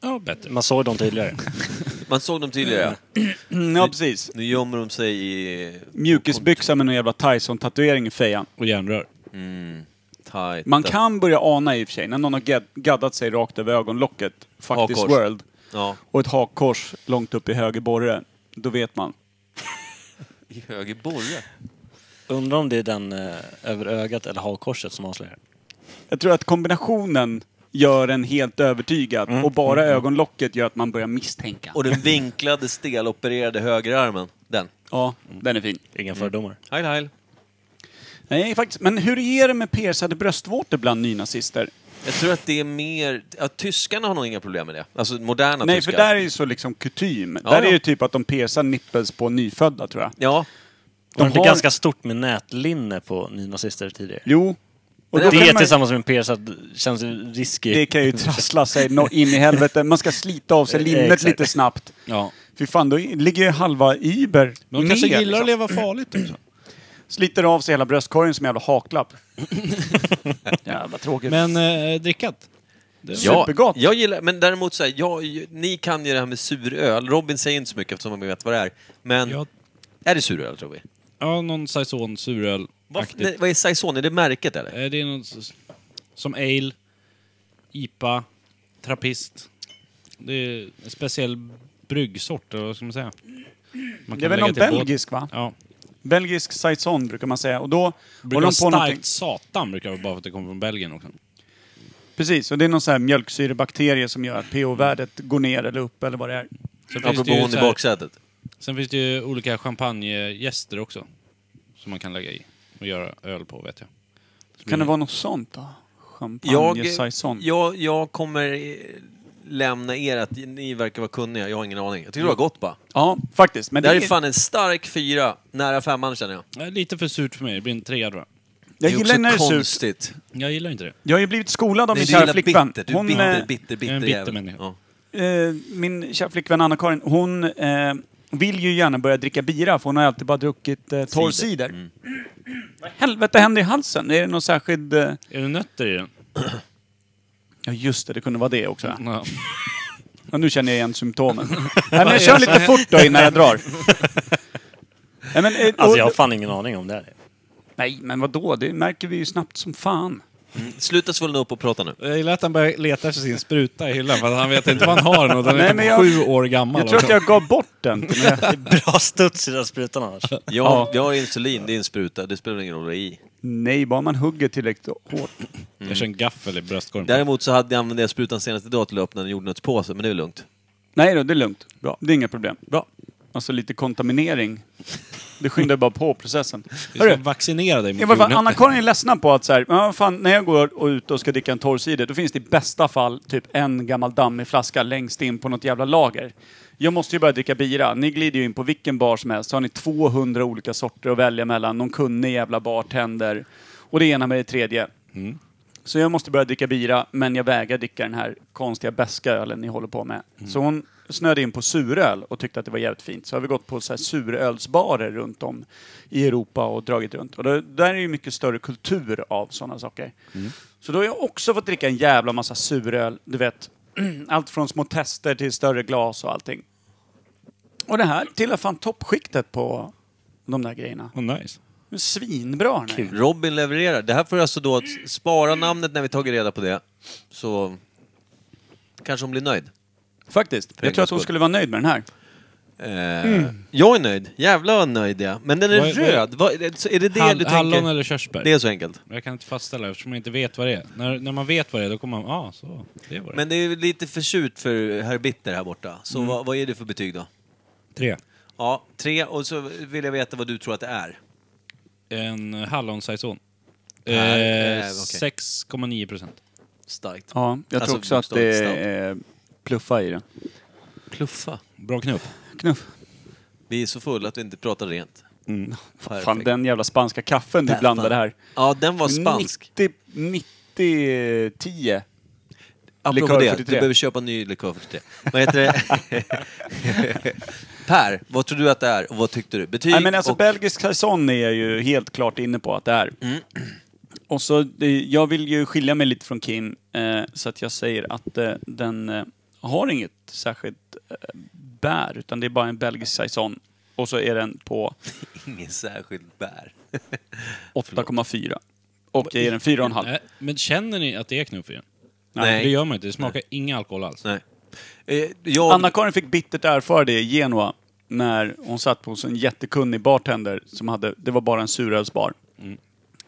Ja, bättre.
Man såg dem tydligare.
Man såg dem tidigare.
Mm, ja, precis.
Nu gömmer de sig i...
Mjukisbyxa med någon jävla Tyson-tatuering i fejan.
[LAUGHS] Och järnrör.
Mm, tajta.
Man kan börja ana i och för sig, när någon har gad- gaddat sig rakt över ögonlocket, fuck
Hakkors.
this world,
Ja,
och ett hakkors långt upp i höger borre, då vet man.
i höger borre.
Undrar om det är den eh, över ögat eller hakkorset som avslöjar.
Jag tror att kombinationen gör en helt övertygad och bara ögonlocket gör att man börjar misstänka.
Och den vinklade stelopererade högerarmen. Den.
Ja, den är fin.
Inga fördomar.
Heil, heil.
Nej, faktiskt. Men hur är det med persade bröstvårtor bland nynazister?
Jag tror att det är mer... Ja, tyskarna har nog inga problem med det. Alltså moderna
Nej,
tyskar.
för där är ju så liksom kutym.
Ja,
där
ja.
är ju typ att de persar nippels på nyfödda, tror jag.
Ja.
De var det
har-
inte ganska stort med nätlinne på nynazister tidigare?
Jo. Och då
det
kan man-
tillsammans med en persad känns ju riskig.
Det
[LAUGHS]
kan ju trassla sig nå- in i helvete. Man ska slita av sig
Eh,
linnet
exakt.
lite snabbt.
Ja.
Fy fan, då i- ligger ju halva Iber
Men de
ner,
kanske gillar att
liksom.
leva farligt också.
Sliter av sig hela bröstkorgen som en jävla
[LAUGHS]
haklapp. Jävla tråkigt.
Men eh, drickat?
Ja,
Supergott.
Jag gillar... Men däremot så här, jag, ni kan ju det här med suröl. Robin säger inte så mycket eftersom han vet vad det är. Men
Ja,
är det suröl, tror vi?
ja någon saison suröl
Vad, nej, vad är saison? Är det märket, eller?
Eh, Det är något s- som ale, IPA, trappist. Det är en speciell bryggsort, eller vad ska man säga? Man
det är väl
lägga
någon
till båt-
belgisk, va?
Ja.
Belgisk saison brukar man säga. Och då
Brukar
håller
vara
de på
starkt
någonting.
satan, brukar det vara bara för att det kommer från Belgien också.
Precis, och det är någon sån här mjölksyrebakterie som gör att pH-värdet går ner eller upp eller vad det är.
Sen finns, det
Apropå
ju
hon
så
i
här,
baksätet.
sen finns det ju olika champagnegäster också. Som man kan lägga i och göra öl på, vet jag.
Kan det vara något sånt då? Champagne
Jag,
saison?
jag, jag kommer eh, lämna er att ni verkar vara kunniga. Jag har ingen aning. Jag tycker det var gott bara.
Ja, faktiskt. Men
Det
det
här är
är,
fan en stark fyra. Nära femman känner jag.
Eh, Lite för surt för mig, det blir en trea tror jag.
jag gillar när det är surt.
konstigt.
Jag gillar inte det.
Jag har ju blivit skolad av
Nej,
min
du gillar
kära flickvän.
Bitter. Du är bitter,
eh,
bitter, bitter
är en bitter
jävel.
människa.
Ja.
Eh, min kära flickvän Anna-Karin, hon eh, vill ju gärna börja dricka bira för hon har alltid bara druckit eh, torr
Cider. Mm.
cider. Vad i helvete händer i halsen? Är det någon särskild... Eh...
Är det nötter i den?
Ja just det, det kunde vara det också. Ja.
Ja.
nu känner jag igen
[LAUGHS]
symptomen. Nej, men jag kör lite fort då innan jag drar. Nej men, eh,
Alltså
och,
Alltså,
jag har fan ingen aning om det här.
nej, men vadå? Det märker vi ju snabbt som fan.
Sluta svullna upp och prata nu.
Jag gillar att han börjar leta efter sin spruta i hyllan, för att han vet inte vad han har den och den är
Nej,
typ
men jag-
sju år gammal.
Jag tror att jag gav bort den till mig.
Bra studs i den här sprutan
[LAUGHS]
annars.
Jag,
Ja.
jag har insulin, det är en spruta. Det spelar ingen roll vad det är i.
Nej, bara man hugger tillräckligt hårt.
Jag kör en gaffel i bröstkorgen.
Däremot så hade jag använt den sprutan senast idag till att öppna en jordnötspåse, men det är lugnt.
Nej då, det är lugnt. Bra. Det är inga problem. Bra. Alltså lite kontaminering. Det skyndar bara på processen.
Du ska
Hörru,
vaccinera dig mot
i varje fall,
jordnötter.
Anna-Karin är ledsen på att så här, "Ja, fan, när jag går och ut och ska dricka en torrsider, då finns det i bästa fall typ en gammal dammig flaska längst in på något jävla lager. Jag måste ju börja dricka bira. Ni glider ju in på vilken bar som helst, så har ni 200 olika sorter att välja mellan. Någon kunnig jävla bartender. Och det ena med det tredje. Så jag måste börja dricka bira, men jag vägrar dricka den här konstiga beska ölen ni håller på med. Så hon snöade in på suröl och tyckte att det var jävligt fint. Så har vi gått på så här surölsbarer runt om i Europa och dragit runt. Och det, där är ju mycket större kultur av sådana saker. Så då har jag också fått dricka en jävla massa suröl, du vet. [CLEARS THROAT] Allt från små tester till större glas och allting. Och det här tillhör fan toppskiktet på de där grejerna.
Oh, nice.
Det är Svinbra den här.
Robin levererar. Det här får alltså då att spara namnet när vi tagit reda på det. Så kanske hon blir nöjd.
Faktiskt. Jag
en
tror att
gångs
hon
skull.
skulle vara nöjd med den här.
Eh,
Mm.
Jag är nöjd. Jävlar vad nöjd jag är. Men den är
Vad är- vad är-
röd. Vad, är det- så är det det
Hall-
du
hallon
tänker?
eller körsbär?
Det är så enkelt.
Jag kan inte fastställa eftersom jag inte vet vad det är. När, när man vet vad det är, då kommer man... Ja, ah, så. Det var det.
Men det är ju lite för surt för herr Bitter här borta. Så
Mm.
vad, vad är det för betyg då?
Tre.
Ja, tre. Och så vill jag veta vad du tror att det är.
En hallonsaison. Eh,
Per, eh, okej.
6,9 procent.
Starkt.
Ja, jag
Alltså,
tror också att det
bokstavligt
är pluffa i den.
Kluffa.
Bra knuff.
Knuff.
Vi är så fulla att vi inte pratar rent. Mm. Perfekt.
Fan, den jävla spanska kaffen du
Den
blandade
fan.
här.
Ja, den var spansk.
90, 90 10.
Apropå
Likör
det, du
43.
behöver köpa ny likör 43. Vad heter det? [LAUGHS] per, vad tror du att det är och vad tyckte du? Betyg
Nej, men alltså
och... Mm.
belgisk saison är jag ju helt klart inne på att det är. Och så, det- jag vill ju skilja mig lite från Kim, eh, så att jag säger att eh, den eh, har inget särskilt eh, bär, utan det är bara en belgisk saison. Och så är den på
Ingen särskild bär.
8,4. Och jag ger den 4,5.
Nej, men känner ni att det är knuff igen?
Nej.
Det gör man inte. Det smakar ingen alkohol alls.
Nej. Eh, jag...
Anna-Karin fick bittert erfara det i Genua när hon satt hos en jättekunnig bartender som hade, det var bara en surölsbar.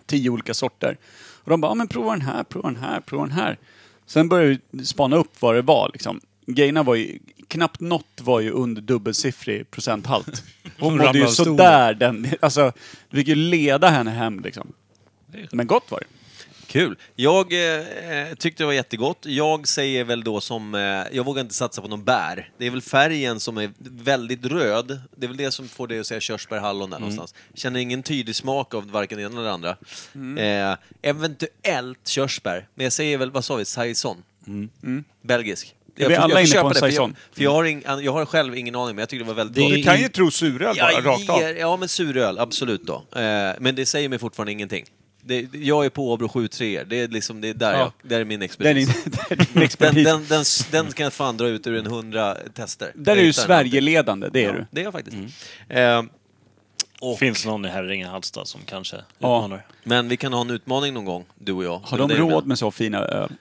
Tio olika sorter. Och de bara, ja men prova den här, prova den här, prova den här. Sen började vi spana upp vad det var liksom. Grejerna var ju, knappt något var ju under dubbelsiffrig [LAUGHS] procenthalt. Hon mådde
ramlade
ju
av stolen.
sådär den, alltså, vi fick ju leda henne hem liksom. Men gott var det.
Kul. Jag eh, tyckte det var jättegott. Jag säger väl då som... Eh, jag vågar inte satsa på någon bär. Det är väl färgen som är väldigt röd. Det är väl det som får det att säga körsbär, hallon
Mm.
där någonstans. Känner ingen tydlig smak av varken det ena eller det andra.
Mm.
Eh, eventuellt körsbär. Men jag säger väl, vad sa vi, saison? Belgisk.
Mm. Är vi
får-
alla
får
inne på
köpa
en
det, för
saison?
Jag, för jag, har ing, jag har själv ingen aning, men jag tyckte det var väldigt gott.
Du kan ju tro suröl bara,
Jag
rakt av.
ger- Ja, men suröl, absolut då. Eh, men det säger mig fortfarande ingenting. Det, jag är på Åbro 73 det är liksom, det är där,
Ja.
jag, där är min
Det är [LAUGHS] din,
expertis.
det är din
Den,
expertis.
den, den, s- den kan jag fan dra ut ur en hundra tester.
Där är du
Utan-
Sverigeledande, det är
Ja,
du. Mm.
det är jag faktiskt. Eh, och,
Finns någon i Herringe Halsta som kanske
Ja.
utmanar?
men vi kan ha en utmaning någon gång, du och jag.
Har
Det
de
är det jag
råd
menar.
med så fina eh, öl?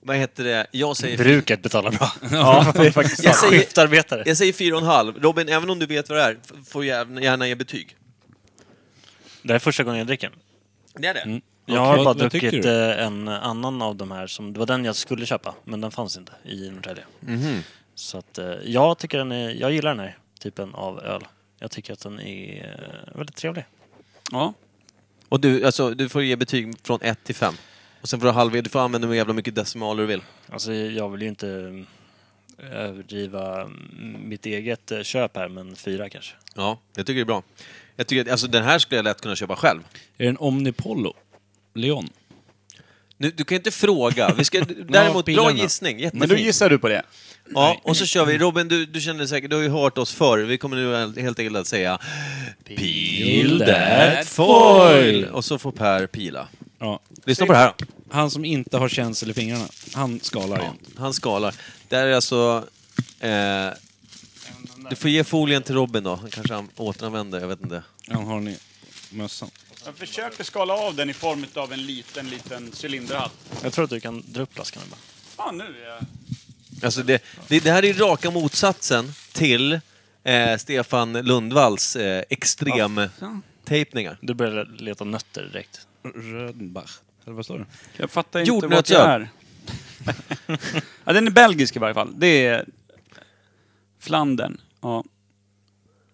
Vad heter det? Jag säger,
Bruket betalar bra.
[LAUGHS]
[LAUGHS]
Ja, det är faktiskt
Jag
sant.
säger-
Skiftarbetare.
jag säger fyra och en halv. Robin, även om du vet vad det är, f- får gärna, gärna ge betyg.
Det här är första gången jag dricker den.
Det är det?
Mm.
Jag har
Vad-
bara
vad tycker
druckit
du?
eh, en annan av de här som, det var den jag skulle köpa, men den fanns inte i Norrtälje.
Mhm.
Så att eh, jag tycker den är, jag gillar den här typen av öl. Jag tycker att den är eh, väldigt trevlig.
Ja.
Och du, alltså, du får ge betyg från 1 till 5. Och sen får du halv, du får använda hur jävla mycket decimaler du vill.
Alltså jag vill ju inte mm, överdriva mm, mitt eget eh, köp här, men fyra kanske.
Ja, jag tycker det är bra. Jag tycker, att- alltså, den här skulle jag lätt kunna köpa själv.
Är det en Omnipollo? Leon?
Nu, du kan inte fråga. Vi ska, [LAUGHS] däremot, bra
bilarna.
gissning.
Men då
Jättefin.
gissar du på det.
Ja, och så kör vi. Robin, du, du känner säkert, du har ju hört oss förr. Vi kommer nu helt enkelt att säga Peel that foil! Och så får Per pila.
Ja.
Lyssna på det här då.
Han som inte har känsel i fingrarna, han skalar igen.
Han skalar. Det här är alltså... Eh, du får ge folien till Robin då. Han kanske an- återanvänder, jag vet inte.
Han har den i mössan.
Jag försöker skala av den i form av en liten, liten cylinderhatt.
Jag tror att du kan dra upp flaskan bara.
Fan, nu är jag...
Alltså det, det, det här är ju raka motsatsen till eh, Stefan Lundvalls eh, extremtejpningar.
Du börjar leta nötter direkt.
Rödenbach. Eller vad står det?
Jag fattar inte vart
Jordnötsöl.
jag är. [LAUGHS] ja, den är belgisk i varje fall. Det är Flandern. Ja.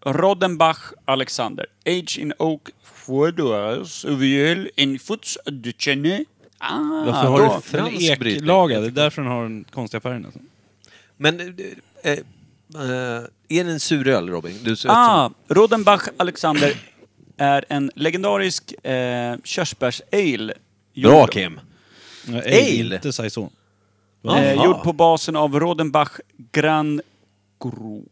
Roddenbach Alexander. Age in Oak. Foidoirs. Uviel. En Futs. Du känner. Ah,
Varför har
då-
du
Den
fransk
är
brytning?
eklagad. Det är därför den har den konstiga färgen. Alltså.
Men eh, eh, är det en suröl, Robin? Du ser ut som-
Ah, Rodenbach Alexander är en legendarisk eh, körsbärs-ale. gjord-
Bra, Kim!
Nej,
Ale?
Inte saison.
Eh,
Jaha.
gjord på basen av Rodenbach Grand Gro.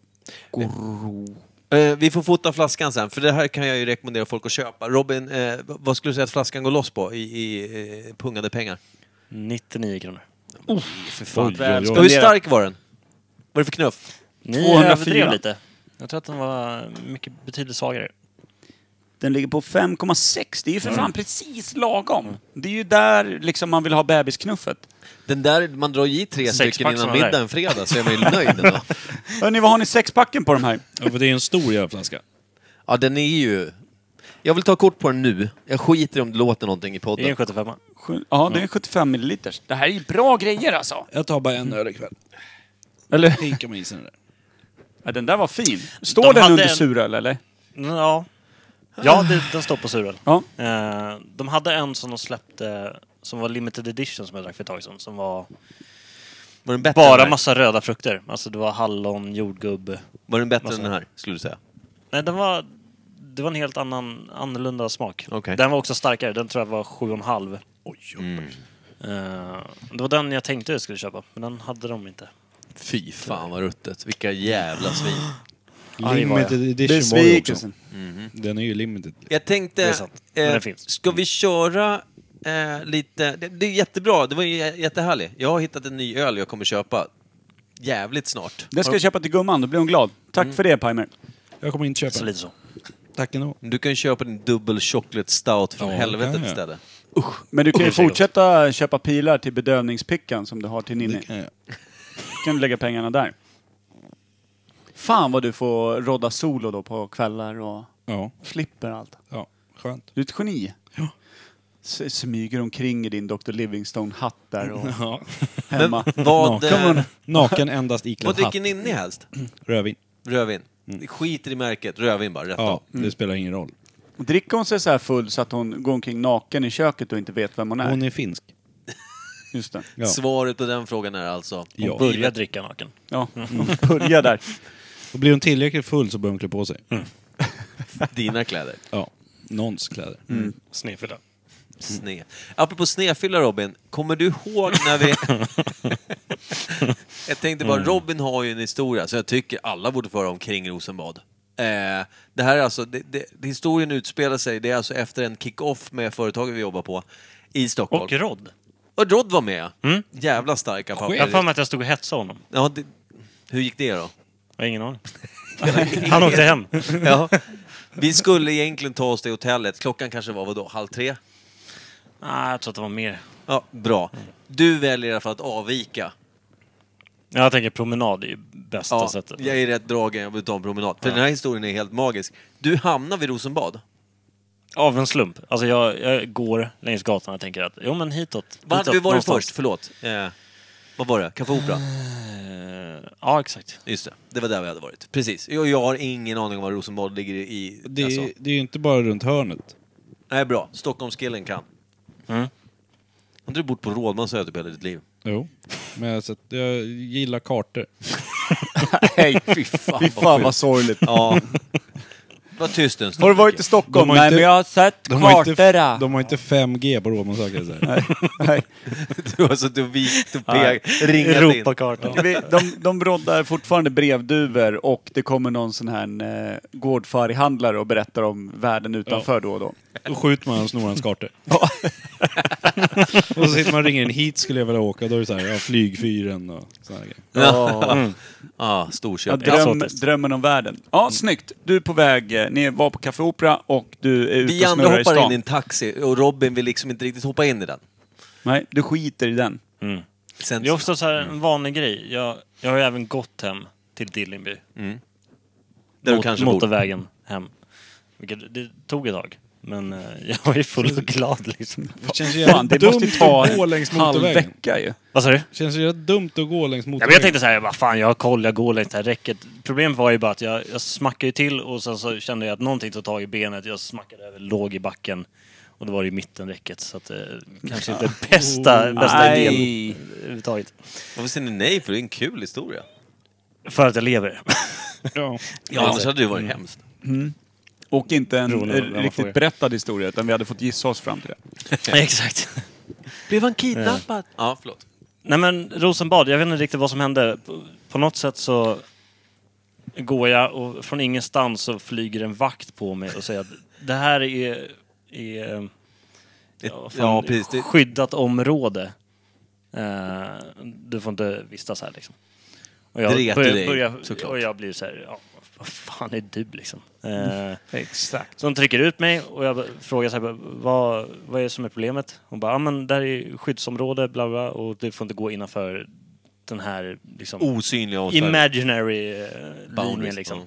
Gro.
Eh, vi får fota flaskan sen, för det här kan jag ju rekommendera folk att köpa. Robin, eh, vad skulle du säga att flaskan går loss på i, i eh, pungade pengar?
99 kronor.
Oj, oj,
Och hur
oj.
stark var den? Vad är det för knuff?
Ni
204.
överdrev lite. Jag tror att den var mycket betydligt svagare.
Den ligger på 5,6. Det är ju
Mm.
för fan precis lagom. Det är ju där liksom man vill ha bebisknuffet.
Den där, man drar i tre
Sexpack
stycken
som
innan
den där.
middagen fredag så är man ju nöjd ändå.
Hörni, vad har ni sexpacken på de här?
Ja, för det är en stor jävla flaska.
Ja, den är ju... Jag vill ta kort på den nu. Jag skiter i om det låter någonting i
Det är en
podden.
75
Sju- Ja,
Mm.
det är 75 milliliters. Det här är ju bra grejer alltså.
Jag tar bara en
[LAUGHS]
öl ikväll.
Eller?
Pinka med isen i det där.
Ja, den där var fin. Står den
hade
under
en-
suröl eller?
Ja. Ja, det, den står på suröl.
Ja.
Eh, de hade en som de släppte som var limited edition som jag drack för ett tag sedan. Som var
Var den bättre, än den
bara
här?
massa röda frukter. Alltså det var hallon, jordgubb.
var den, bättre än den här, skulle du säga?
Nej, den var... Det var en helt annan, annorlunda smak.
Okej.
Den var också starkare. Den tror jag var 7,5. Eh, det var den jag tänkte jag skulle köpa, men den hade de inte.
Fy fan vad ruttet. Vilka jävla svin.
Arg var jag.
edition var ju också. Mm. Den är ju limited.
Jag
Det
tänkte, eh,
är sant. Men den finns.
ska vi köra eh, lite... Det, det är jättebra, det var ju jä- jättehärligt. Jag har hittat en ny öl jag kommer köpa jävligt snart.
Det ska jag köpa till gumman, då blir hon glad. Tack
Mm.
för det Pimer.
Jag kommer inte köpa
Så
den.
lite så.
Tack ändå.
Du kan ju köpa din dubbel chocolate stout från
Ja,
helvetet
kan jag.
istället.
Men du kan ju
Det är gott.
fortsätta köpa pilar till bedövningspickan som du har till Ninni.
Det kan jag.
kan du lägga pengarna där. Fan vad du får rodda solo då på kvällar och
Ja,
flipper och allt.
ja. Skönt.
Du är ett geni.
Ja.
S- smyger omkring i din Dr. Livingstone-hatt där [LAUGHS] och
Ja. [LAUGHS]
hemma.
Vad, eh,
Naken endast iklädd
vad
hatt.
dricker Ninni helst?
Rödvin.
Rödvin. Skiter i märket, rödvin bara, rätt av.
Ja, det spelar ingen roll.
Dricker hon sig så här full så att hon går omkring naken i köket och inte vet vem hon är?
Hon är finsk.
Just det.
Ja.
Svaret på den frågan är alltså...
Ja.
Börja dricka naken.
Ja, hon börjar
[LAUGHS]
där.
Och blir hon tillräckligt full så börjar hon klä på sig.
Mm. Dina kläder.
Ja. Någons kläder.
Snedfylla.
Sne. Apropå snefylla Robin, kommer du ihåg när vi...
[LAUGHS]
jag tänkte bara,
Mm.
Robin har ju en historia som jag tycker alla borde få höra om kring Rosenbad. Eh, det här är alltså, det, det, historien utspelar sig, det är alltså efter en kick-off med företaget vi jobbar på i Stockholm.
Och rodd.
Och Rod var med! Jävla starka
Jag har för
papper.
mig att jag stod och hetsade honom.
Ja, det, hur gick det då?
Jag har
[LAUGHS]
ingen aning. Han åkte hem.
Ja. Vi skulle egentligen ta oss till hotellet, klockan kanske var vadå, halv tre?
Nej, jag tror att det var mer.
Ja, bra. Du väljer i alla fall att avvika.
Jag tänker promenad är ju bästa
Ja,
sättet.
jag är rätt dragen, jag vill ta en promenad. För den här historien är helt magisk. Du hamnar vid Rosenbad.
Av en slump. Alltså jag, jag går längs gatan och tänker att, jo men hitåt.
Vart,
hitåt
vi var det
någonstans.
först? Förlåt. Eh, vad var det? Café Opera?
Eh, ja, exakt.
Just det, det var där vi hade varit. Precis. Jag, jag har ingen aning om var Rosenbad ligger i.
Det,
alltså.
är- det är ju inte bara runt hörnet.
Nej, bra. Stockholmskillen kan.
Mm.
Har inte du bott på Rådmansö typ hela ditt liv?
Jo. Men jag, har sett- jag gillar kartor.
Nej, fy fan, fy fan vad sorgligt.
Ja. Var tyst en stund.
Har du varit i
Micke.
Stockholm?
De har
Nej,
inte-
men jag har sett
De har, inte,
kartorna.
de har inte 5G på Rådmansö kan jag säga.
Nej.
[LAUGHS] Du har suttit och vikt och pe- ringat in.
Europakartan.
Vi- De, de roddar fortfarande brevduvor och det kommer någon sån här eh, gårdfarihandlare och berättar om världen utanför då och då.
Då skjuter man och snor hans kartor. [LAUGHS] och så sitter man och ringer in hit skulle jag vilja åka. Då är det så här, ja, flygfyren och sådana grejer.
Ja, ah,
Ja,
Storköping.
dröm, drömmen om världen.
Mm.
Ja, snyggt. Du är på väg. eh, Ni var på Café Opera och du är ute
Vi
och
andra
snurrar i
hoppar in
stan.
i en taxi och Robin vill liksom inte riktigt hoppa in i den.
Nej, du skiter i den.
Sen,
Mm. Det är ofta så här en vanlig grej. Jag, jag har ju även gått hem till Dillingby.
Mm. där du
Mot-
kanske bor.
motorvägen hem. Vilket det tog ett tag. Men eh, [LAUGHS] jag var ju full och glad liksom.
Det känns ju
Fan, det
dumt
måste ju ta
att gå
en
längs
halv
motorvägen.
vecka ju.
Vad sa du?
Det känns ju dumt att gå längs
Ja, men jag
motorvägen.
tänkte så här, vad fan, jag har koll, jag går längs det här räcket. Problemet var ju bara att jag, jag smackade ju till och sen så kände jag att någonting tog tag i benet. Jag smackade över, låg i backen. Och då var det ju mittenräcket, så att eh, kanske inte bästa, bästa idén
Nej.
överhuvudtaget.
Varför säger ni nej? För det är en kul historia.
För att jag lever.
Ja.
Ja, Mm. annars hade det varit hemskt.
Och inte en
Beroende på
eh,
vem man
riktigt
frågar.
berättad historia, utan vi hade fått gissa oss fram till det.
Exakt.
Blev han kidnappad? Ja, förlåt.
Nej men Rosenbad, jag vet inte riktigt vad som hände. På, på något sätt så går jag och från ingenstans så flyger en vakt på mig och säger att det här är, är eh, ja, vad fan,
ja, precis. Det,
skyddat område. Eh, du får inte vistas här liksom. Och jag,
Det retar
börjar-
dig,
börjar-
såklart.
och jag blir så här, ja, vad fan är du liksom? Eh,
Exakt.
så de trycker ut mig och jag frågar så här, vad, vad är det som är problemet? Hon bara, ja men där är skyddsområde, bla bla, och du får inte gå innanför den här liksom,
osynliga åtgärder.
imaginary eh, linjen
Oh, Boundaries,
liksom.
ja.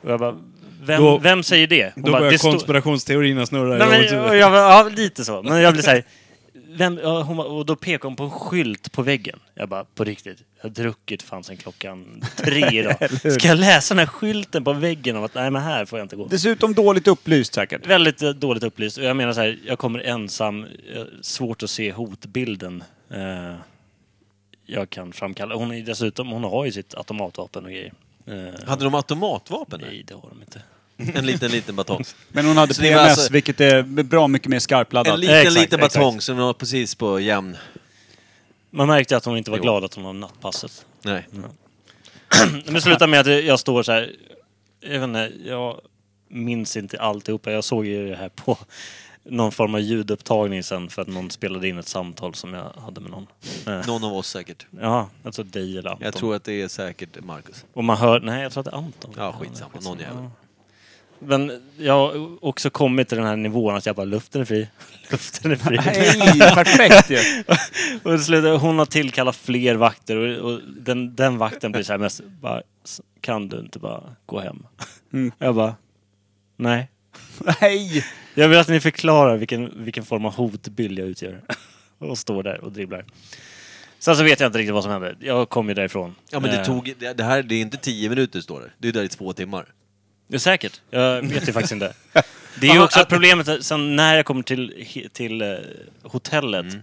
Och jag bara, vem,
Då-
vem säger det? Hon
Då
bara,
börjar
"Det står-"
konspirationsteorierna snurra i
Nej, men,
Roberts
jag,
huvud.
jag, bara, ja, lite så. Men jag blir så här, vem, ja, hon bara, och då pekar hon på en skylt på väggen. Jag bara, på riktigt, jag har druckit fan sen klockan tre [LAUGHS] idag. Ska jag läsa den här skylten på väggen om att, nej men här får jag inte gå?
Dessutom dåligt upplyst säkert.
Väldigt eh, dåligt upplyst. Och Jag menar så här, jag kommer ensam. eh, Svårt att se hotbilden eh, jag kan framkalla. Hon är dessutom, hon har ju sitt automatvapen och grejer. Eh,
Hade de automatvapen? där?
nej, det har de inte.
En liten, liten [LAUGHS] batong.
Men hon hade
Så det
PMS,
var alltså-
vilket är bra mycket mer
En
skarpladdat.
liten,
Exakt,
liten
exakt.
batong som var precis på jämn...
Man märkte att hon inte var
Jo.
glad att hon har nattpasset.
Nej.
Men det slutar med att jag står så här. Jag vet inte, jag minns inte alltihopa. Jag såg ju det här på någon form av ljudupptagning sen för att någon spelade in ett samtal som jag hade med någon. Eh,
Någon av oss säkert.
Ja, alltså dig eller Anton.
Jag tror att det är säkert Marcus.
Och man hör, nej jag tror att det är Anton.
Ja, skitsamma. Någon jävel.
Men jag har också kommit till den här nivån att jag bara, luften är fri. [LAUGHS] Luften är
[LAUGHS]
fri.
Nej, perfekt ju!
och det slutar, hon har tillkallat fler vakter och, och den, den vakten blir så här mest, bara, "S- kan du inte bara gå hem?
Mm.
[LAUGHS] Jag bara, nej.
Nej!
Jag vill att ni förklarar vilken, vilken form av hotbild jag utgör. [LAUGHS] och står där och dribblar. Sen så vet jag inte riktigt vad som hände. Jag kom ju därifrån.
Ja, men det
Eh,
tog... Det det här, det är inte tio minuter står det. Det är där i två timmar.
Ja, säkert. Jag vet ju
[LAUGHS]
faktiskt inte. Det är ju
Aha,
också
att-
problemet, att sen när jag kommer till, till eh, hotellet
Mm.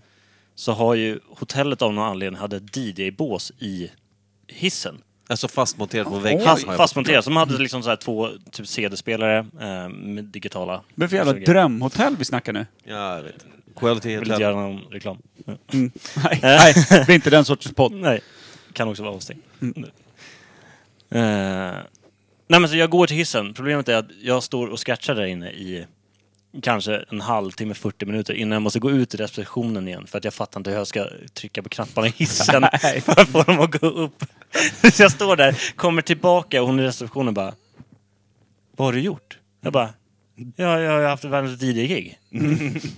så har ju hotellet av någon anledning hade ett DJ-bås i hissen.
Alltså fastmonterat på väggen.
Fast,
har jag
fastmonterat. Så de hade liksom så här två typ CD-spelare eh, med digitala.
Men för jävla
Jag
drömhotell vi snackar nu.
fått. Ja, jag vet. Quality
vill inte göra någon reklam. Ja.
Nej, Mm. [LAUGHS] nej, det är inte den sortens podd.
Nej, kan också vara avstängd. Eh, nej men så jag går till hissen. Problemet är att jag står och scratchar där inne i kanske en halvtimme, 40 minuter innan jag måste gå ut i receptionen igen för att jag fattar inte hur jag ska trycka på knapparna i hissen [LAUGHS] för att få dem att gå upp. [LAUGHS] så jag står där, kommer tillbaka och hon i receptionen bara Vad har du gjort? Jag bara Ja, jag har ju haft världens DJ-gig.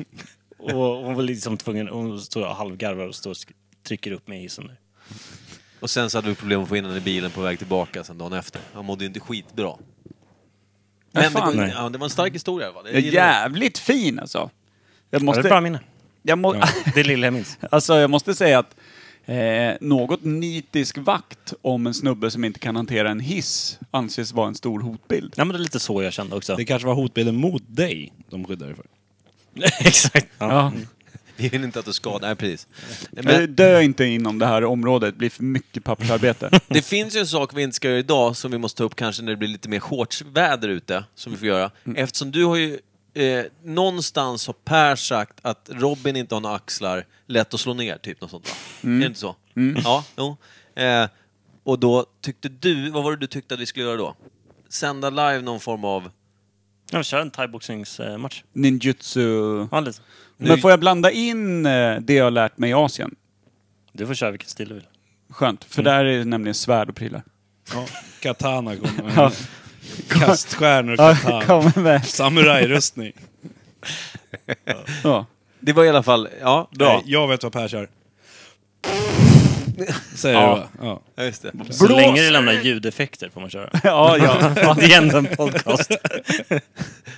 [LAUGHS] och hon var liksom tvungen, hon står och halvgarvar och står och sk- trycker upp mig i hissen. där.
Och sen så hade vi problem att få in den i bilen på väg tillbaka sen dagen efter. Han mådde ju inte skitbra. Men
Nej,
det,
fan.
går- ja, det var en stark historia i alla fall.
Det är
Jag gillar det.
jävligt fin alltså. Jag
Ja, Det är ett bra
måste,
minne.
jag må,
Det är lilla jag minns.
[LAUGHS] alltså, jag måste säga att eh, något nitisk vakt om en snubbe som inte kan hantera en hiss anses vara en stor hotbild.
Nej, men det är lite så jag kände också.
Det kanske var hotbilden mot dig de skyddade för.
[LAUGHS] Exakt. Ja.
Ja.
Vi [LAUGHS] vill inte att du skadar... Nej, precis. Men
Men... Dö inte inom det här området, det blir för mycket pappersarbete.
[LAUGHS] det finns ju en sak vi inte ska göra idag som vi måste ta upp kanske när det blir lite mer shortsväder ute, som vi får göra.
Mm.
Eftersom du har ju... Eh, någonstans har Per sagt att Robin inte har några axlar, lätt att slå ner, typ något sånt va?
Mm.
Är det inte så? Ja, jo. Eh, och då tyckte du... Vad var det du tyckte att vi skulle göra då? Sända live någon form av
Ja, kör en thaiboxningsmatch.
Ninjutsu.
Ja, lite.
Men får jag blanda in eh, det jag har lärt mig i Asien?
Du får köra vilken stil du vill.
Skönt, för där är det nämligen svärd och prylar.
Ja, katana kommer.
Ja.
Kaststjärnor och
Ja,
katana.
[LAUGHS] kommer med.
Samurajrustning.
Ja.
Det var i alla fall, ja,
Nej,
bra.
Jag vet vad Per kör. Säger
Ja.
du va? Ja.
Ja, just det.
Så
Blås!
länge du lämnar ljudeffekter får man köra.
[LAUGHS] Ja, ja.
Fan, det är ändå en podcast.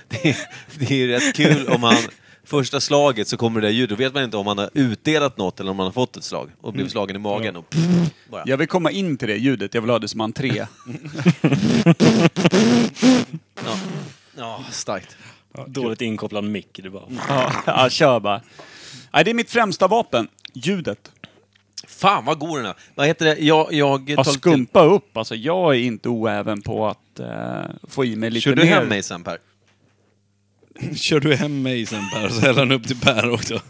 Det, det är ju rätt kul om han... Första slaget så kommer det där ljudet. Då vet man inte om han har utdelat något eller om han har fått ett slag och blivit slagen i magen. Och pff, bara.
Jag vill komma in till det ljudet, jag vill ha det som entré.
Ja. ja, starkt.
Dåligt inkopplad mick. Du bara...
Ja, ja kör bara. Nej, det är mitt främsta vapen. Ljudet.
Fan vad god den är. Vad heter det? Jag, jag
Ja,
tar lite-
skumpa upp. Alltså, jag är inte oäven på att eh, få i mig lite
Kör
mer.
du hem mig sen Per?
Kör du hem mig sen Per, så häller han upp till Per också.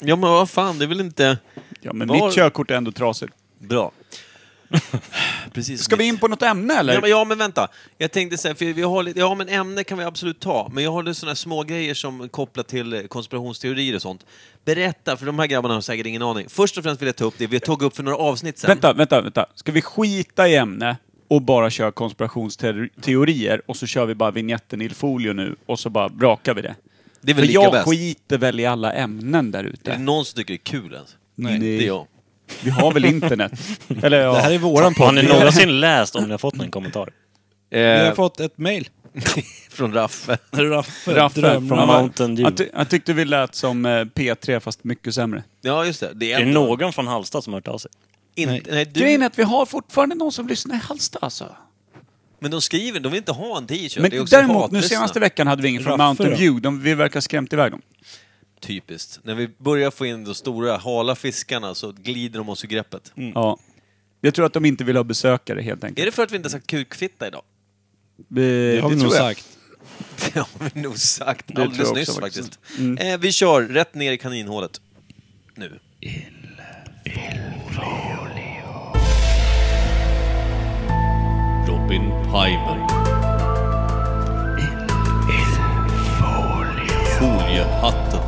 Ja men vad fan, det är väl inte...
Ja, men
Var-
mitt körkort är ändå trasigt.
Bra. Precis.
Ska vi in på något ämne eller?
Ja men, ja men vänta. Jag tänkte säga, för vi har lite, ja men ämne kan vi absolut ta, men jag har lite sådana här små grejer som kopplat till eh, konspirationsteorier och sånt. Berätta, för de här grabbarna har säkert ingen aning. Först och främst vill jag ta upp det vi tog upp för några avsnitt sen.
Vänta, vänta, vänta. Ska vi skita i ämne och bara köra konspirationsteorier och så kör vi bara vignetten Il Folio nu och så bara brakar vi det?
Det är väl
För
lika
jag
bäst.
skiter väl i alla ämnen där
Är det
ute.
någon som tycker det är kul ens?
Nej.
Det är jag. [LAUGHS]
Vi har väl
[LAUGHS]
internet? Eller ja.
Det här är våran
Har
podd.
[LAUGHS] ni
Vi har-
någonsin läst om ni har fått en kommentar?
vi har
Eh,
fått ett mail.
från Raffe.
Raffe,
Raffe från
Ja,
drömmarna.
Malmö.
Mountain Dew.
Jag, ty- jag tyckte vi lät som eh, P3 fast mycket sämre.
Ja, just det. Det är,
Är det
ändå
någon från Halmstad som har hört av sig?
inte... Nej.
Nej.
du,
Grejen är att vi har fortfarande någon som lyssnar i Halmstad alltså.
Men de skriver, de vill inte ha en t-shirt.
Men
det är också
däremot, nu
hatlyssna.
senaste veckan hade vi ingen från
Raffe
Mountain
då?
View. De, vi verkar ha skrämt iväg dem.
Typiskt. När vi börjar få in de stora, hala fiskarna så glider de oss ur greppet.
Ja. Jag tror att de inte vill ha besökare helt enkelt.
Mm. Är det för att vi inte har sagt kukfitta idag?
Det har vi nog sagt.
[LAUGHS] Det har vi nog sagt
tror
alldeles
jag
nyss
också
faktiskt.
faktiskt. Mm.
Eh, vi kör rätt ner i kaninhålet. Nu.
Robin Pimer. Foliehatten.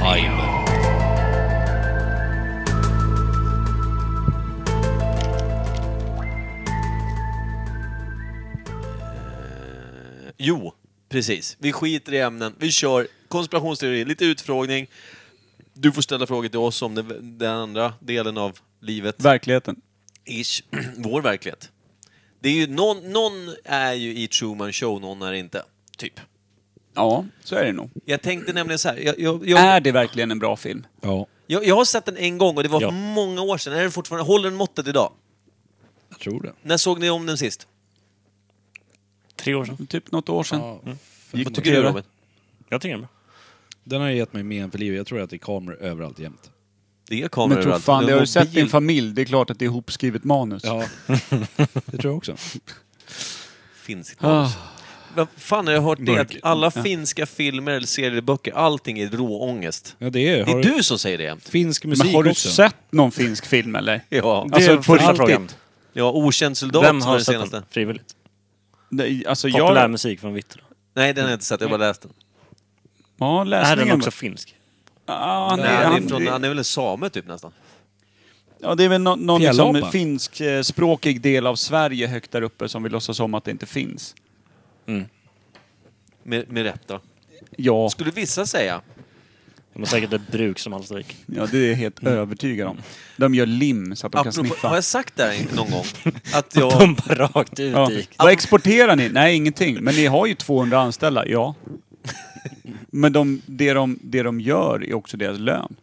Pimer.
Jo, precis. Vi skiter i ämnen. Vi kör konspirationsteori, lite utfrågning. Du får ställa frågor till oss om den, den andra delen av livet.
Verkligheten.
Ish. [CLEARS THROAT] Vår verklighet. Det är ju någon, någon är ju i Truman Show, någon är inte. Typ.
Ja, så är det nog.
Jag tänkte nämligen så här. Jag, jag, jag,
Är det verkligen en bra film?
Ja,
jag, jag har sett den en gång och det var
Ja.
för många år sedan. Är den fortfarande, håller den måttet idag?
jag tror det.
När såg ni om den sist?
Tre år sedan.
Typ något år sedan. Gick
Vad
på
tycker du
TV?
Robin?
Jag tycker det är bra.
Den har gett mig men för livet. Jag tror att det är kameror överallt jämt.
Det är
Men
kameror
jag tror
överallt.
fan,
Det
det
är
har du sett
mobil.
din familj. Det är klart att det är ihopskrivet manus.
Ja, [LAUGHS] det tror jag också.
finns inte.
Ah.
Vad fan har jag hört det? Att
Mörk.
alla finska filmer eller serieböcker, allting är råångest.
Ja, det är,
Det
har
är
du...
du som säger det jämt.
finsk musik
Men har du
också.
sett någon finsk film eller?
Ja.
Alltså,
det är
på
första
riktigt.
frågan.
ja, Okänd soldat
Vem
som är
har
den
sett
senaste.
den frivilligt?
Nej, Alltså,
Populär
jag...
musik från Vittro.
Nej, den har jag inte sett. Jag har bara läst den.
Ja,
Är den
läsningen.
också finsk?
Ja, han,
Nej, han, är
han-
från, han är väl en same typ nästan.
Ja, det är väl nå- någon
Fjällapa.
liksom finskspråkig del av Sverige högt där uppe som vi låtsas om att det inte finns.
Med, med rätta.
Ja,
Skulle vissa säga.
De har säkert ett bruk som Hallstavik.
ja det är jag helt
Mm.
övertygad om. De gör lim så att de kan
Apropå,
sniffa.
har jag sagt det här någon gång?
[LAUGHS]
Att
[LAUGHS] De
jag...
Pumpar rakt ut
Ja.
i...
Vad exporterar ni? Nej, ingenting. Men ni har ju 200 anställda,
[LAUGHS]
ja. Men de, det, de, det de gör är också deras lön.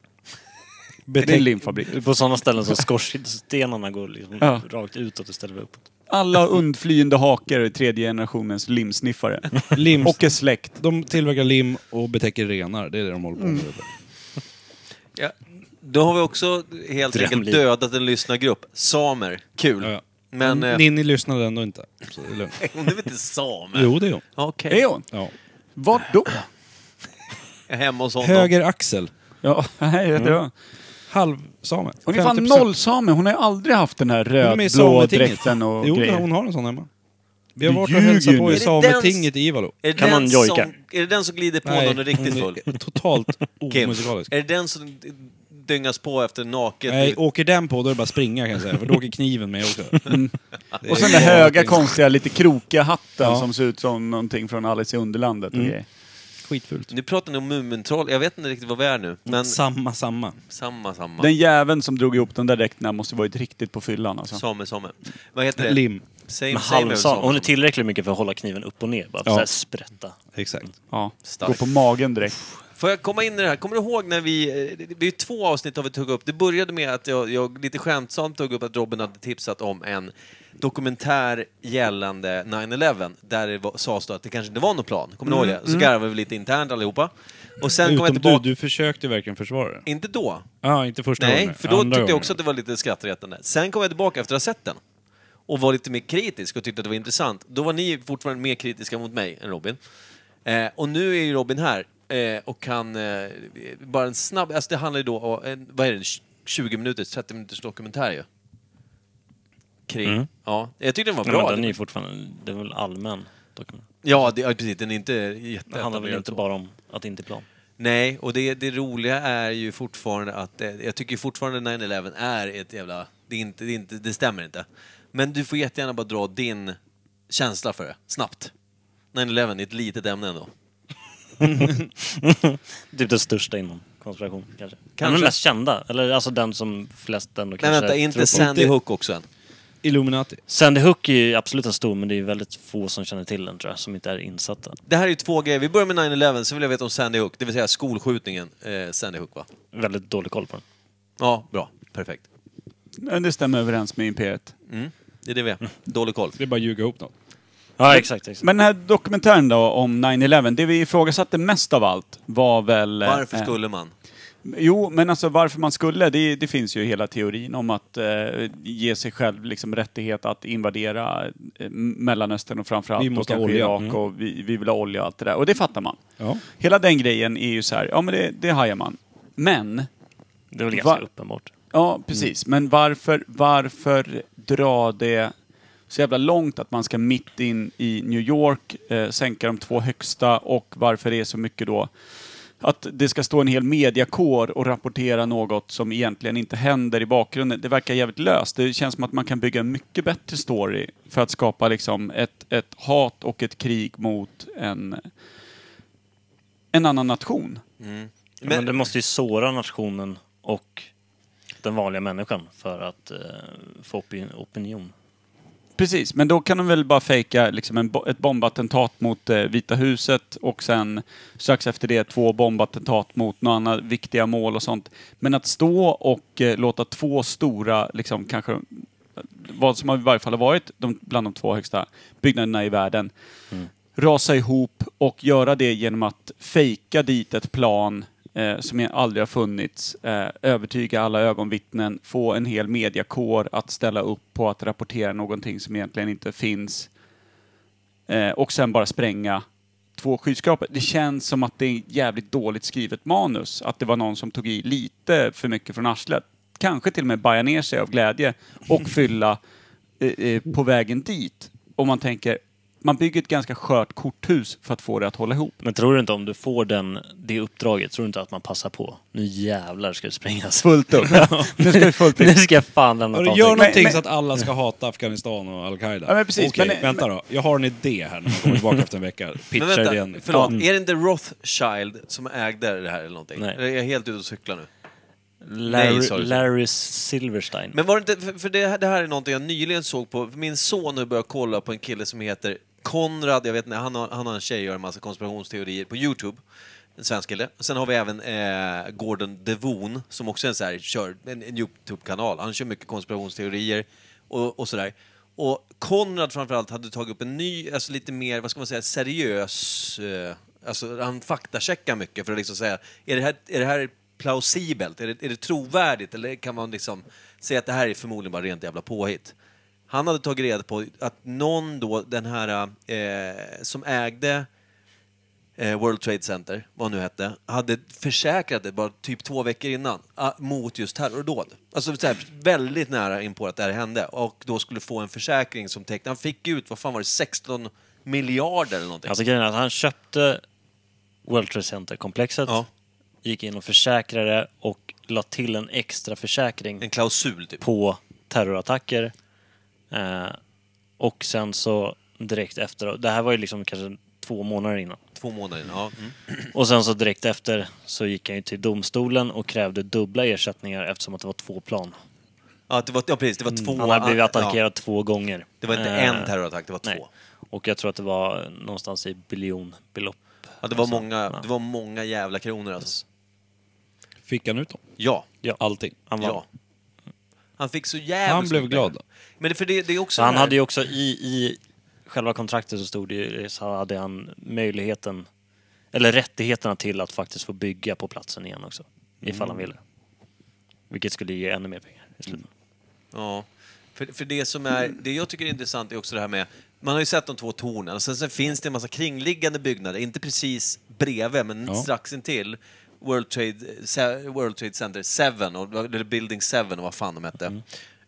Det är en limfabrik.
På sådana ställen som skorstenarna går liksom
Ja.
rakt utåt istället för uppåt.
Alla undflyende hakar är tredje generationens limsniffare.
[LAUGHS]
Lim,
Och är släkt.
de tillverkar lim och betäcker renar. Det är det de håller på med. där uppe.
Ja, då har vi också helt enkelt
Drömliv.
dödat en lyssnargrupp. Samer. Kul.
Ja, ja.
Mm.
Men [LAUGHS] eh,
Ninni lyssnade ändå inte. Så det
[LAUGHS]
är lugnt.
hon är väl inte samer?
Jo, det är hon.
Okej.
Är hon?
Ja.
Vart då?
Hemma hos honom.
Höger axel.
Ja, nej, vet du vad?
Halvsame.
Mm. Hon är fan
50%.
nollsame. Hon har ju aldrig haft den här
Hon är med
rödblå
i Sametinget.
dräkten och
Jo,
grejer.
hon har en sån hemma. Vi
Du
har varit och
ljuger
hälsat
ju
på
nu.
i
Är det
Sametinget i Ivalo.
Är det
Kan
den
man jojka?
Som, är det den som glider på någon och är riktigt
hon
full?
är [LAUGHS]
[LAUGHS]
Totalt
Kim,
Mm. omusikalisk.
är det den som dyngas på efter naket?
Nej, åker den på då är det bara springa kan jag säga, för då åker kniven med
[LAUGHS]
också.
Mm.
Och sen den
Ja,
höga,
det-
konstiga, lite krokiga hatten
Ja.
som ser ut som någonting från Alice i Underlandet och grejer.
Skitfult.
Nu pratar ni om Mumintroll, jag vet inte riktigt vad vi är nu. Men
Samma, samma.
samma, samma.
Den jäveln som drog ihop den där dräkterna måste varit riktigt på fyllan alltså.
Same, same. Vad heter det?
Lim.
Same,
Men
same,
halvsam.
same.
Hon är tillräckligt mycket för att hålla kniven upp och ner. Bara
Ja.
ja. sprätta.
Exakt.
Ja. Gå
Stark.
på magen direkt.
Får jag komma in i det här? Kommer du ihåg när vi... eh, det- Det är ju två avsnitt har vi tog upp. Det började med att jag, jag lite skämtsamt tog upp att Robin hade tipsat om en dokumentär gällande 9-11 där det var, sades då att det kanske inte var något plan. Kommer
Mm.
ni ihåg det? Så garvade vi lite internt allihopa. Och sen kom jag
Utom du,
tillbaka...
du försökte ju verkligen försvara det.
Inte då.
Ja, ah, inte första
Nej,
gången.
för då
Andra
tyckte jag
gången.
också att det var lite skrattretande. Sen kom jag tillbaka efter att ha sett den och var lite mer kritisk och tyckte att det var intressant. Då var ni fortfarande mer kritiska mot mig än Robin. Eh, och nu är ju Robin här eh, och kan... Eh, bara en snabb... Alltså det handlar ju då om... En, vad är det? 20 minuters, 30 minuters dokumentär ju. Kring... Ja, jag tyckte den var
Mm. Ja,
bra.
men den är ju fortfarande... Den är väl allmän. dokumentär.
Ja, det, ja, precis. Den är inte
Det handlar väl
jätteetablerad
inte
så.
bara om att det inte är plan.
Nej, och det, det roliga är ju fortfarande att eh, jag tycker fortfarande 9-11 är ett jävla... Det, är inte, det, är inte, det stämmer inte. Men du får jättegärna bara dra din känsla för det, snabbt. 9-11 är ett litet ämne ändå.
Typ den största inom konspiration, kanske.
Kanske.
kanske. Den mest kända, eller alltså den som flest ändå
Nej,
kanske
vänta, är
tror på.
inte Sandy Hook också än?
Illuminati.
Sandy Hook är ju absolut en stor, men det är ju väldigt få som känner till den, tror jag, som inte är insatta.
Det här är ju två grejer. Vi börjar med 9-11, så vill jag veta om Sandy Hook, det vill säga skolskjutningen eh, Sandy Hook, va?
Väldigt dålig koll på den.
Ja, bra. Perfekt.
Men Det stämmer överens med Imperiet.
Mm. Det är det vi är. Dålig koll.
Det är bara att ljuga ihop något.
Ja, exakt. exakt.
Men den här dokumentären då om 9-11, det vi ifrågasatte mest av allt var väl... eh,
Varför skulle man?
Jo, men alltså varför man skulle, det, det finns ju hela teorin om att eh, ge sig själv liksom rättighet att invadera eh, Mellanöstern och framförallt
Vi måste
och
ha
kanske
olja.
Irak
Mm.
och vi, vi vill ha olja och allt det där. Och det fattar man.
Ja.
Hela den grejen är ju så här, ja men det, det hajar man. Men,
det är väl ganska
Va-
uppenbart.
ja precis, men varför, varför dra det så jävla långt att man ska mitt in i New York, eh, sänka de två högsta och varför det är så mycket då att det ska stå en hel mediakår och rapportera något som egentligen inte händer i bakgrunden. Det verkar jävligt löst. Det känns som att man kan bygga en mycket bättre story för att skapa liksom ett, ett hat och ett krig mot en, en annan nation.
Mm.
Men, det måste ju såra nationen och den vanliga människan för att eh, få opin- opinion.
Precis, men då kan de väl bara fejka liksom en, bo- ett bombattentat mot eh, Vita huset och sen strax efter det två bombattentat mot några andra viktiga mål och sånt. Men att stå och eh, låta två stora, liksom kanske vad som i varje fall har varit de, bland de två högsta byggnaderna i världen, rasa ihop och göra det genom att fejka dit ett plan eh, som aldrig har funnits, eh, övertyga alla ögonvittnen, få en hel mediakår att ställa upp på att rapportera någonting som egentligen inte finns eh, och sen bara spränga två skyskrapor. Det känns som att det är jävligt dåligt skrivet manus, att det var någon som tog i lite för mycket från arslet. Kanske till och med baja ner sig av glädje [LAUGHS] och fylla eh, eh, på vägen dit. Om man tänker, man bygger ett ganska skört korthus för att få det att hålla ihop.
Men tror du inte om du får den, det uppdraget, tror du inte att man passar på? Nu jävlar ska det sprängas.
Fullt
[LAUGHS]
upp. nu ska vi [LAUGHS] fullt
Nu
upp.
ska jag fan lämna
Och
tavlan.
gör någonting
men-
så att alla ska hata Afghanistan och Al-Qaida.
Ja, men precis,
Okej,
men-
vänta då. Jag har en idé här när man kommer tillbaka efter en vecka.
Men
Pitchar
vänta,
idén.
förlåt. Är det inte Rothschild som ägde det här eller någonting?
Nej.
Eller är jag helt ute och cyklar nu?
Larry,
Nej, sorry.
Larry Silverstein.
Men var det inte, för- för det, här- det här är någonting jag nyligen såg på, för min son har börjat kolla på en kille som heter Konrad, jag vet inte, han har, han har en tjej och gör en massa konspirationsteorier på Youtube. En svensk kille. Sen har vi även eh, Gordon Devon som också är en, så här, kör, en, en Youtube-kanal. Han kör mycket konspirationsteorier och, och sådär. Och Konrad framförallt hade tagit upp en ny, alltså lite mer, vad ska man säga, seriös... Eh, alltså han faktacheckar mycket för att liksom säga, är det här, är det här plausibelt? Är det, är det trovärdigt? Eller kan man liksom säga att det här är förmodligen bara rent jävla påhitt? Han hade tagit reda på att någon då, den här eh, som ägde eh, World Trade Center, vad nu hette, hade försäkrat det bara typ två veckor innan ah, mot just terrordåd. Alltså så här, väldigt nära in på att det här hände och då skulle få en försäkring som täckte, han fick ut, vad fan var det, 16 miljarder eller någonting.
Alltså grejen är att han köpte World Trade Center-komplexet,
Ja.
gick in och försäkrade och la till en extra försäkring
en klausul typ.
på terrorattacker. Eh, och sen så direkt efter, det här var ju liksom kanske två månader innan.
Två månader innan. Ja. Mm.
Och sen så direkt efter så gick han ju till domstolen och krävde dubbla ersättningar eftersom att det var två plan.
Ja, det var, ja, precis. Det var två...
Mm.
ah,
Han hade blivit
Ja,
attackerad två gånger.
det var inte
Eh,
en terrorattack, det var två.
Nej. Och jag tror att det var någonstans i biljonbelopp.
Ja, det, var
Alltså,
många,
ja.
det var många jävla kronor alltså.
Fick han ut dem?
Ja.
Ja.
Allting.
Han, var,
Ja. Han fick så jävla
Han blev
mycket
glad.
pengar. Men det, för det, det är också
så han
det här-
hade ju också i, i själva kontraktet så stod det ju, så hade han möjligheten, eller rättigheterna till att faktiskt få bygga på platsen igen också. Ifall
Mm.
han ville. Vilket skulle ge ännu mer pengar i slutändan.
Ja. För, för det som är, det jag tycker är intressant är också det här med, man har ju sett de två tornen, och sen, sen finns det en massa kringliggande byggnader, inte precis bredvid men
Ja.
strax intill World Trade, eh, Se- World Trade Center 7, och, eller Building 7 och vad fan de hette.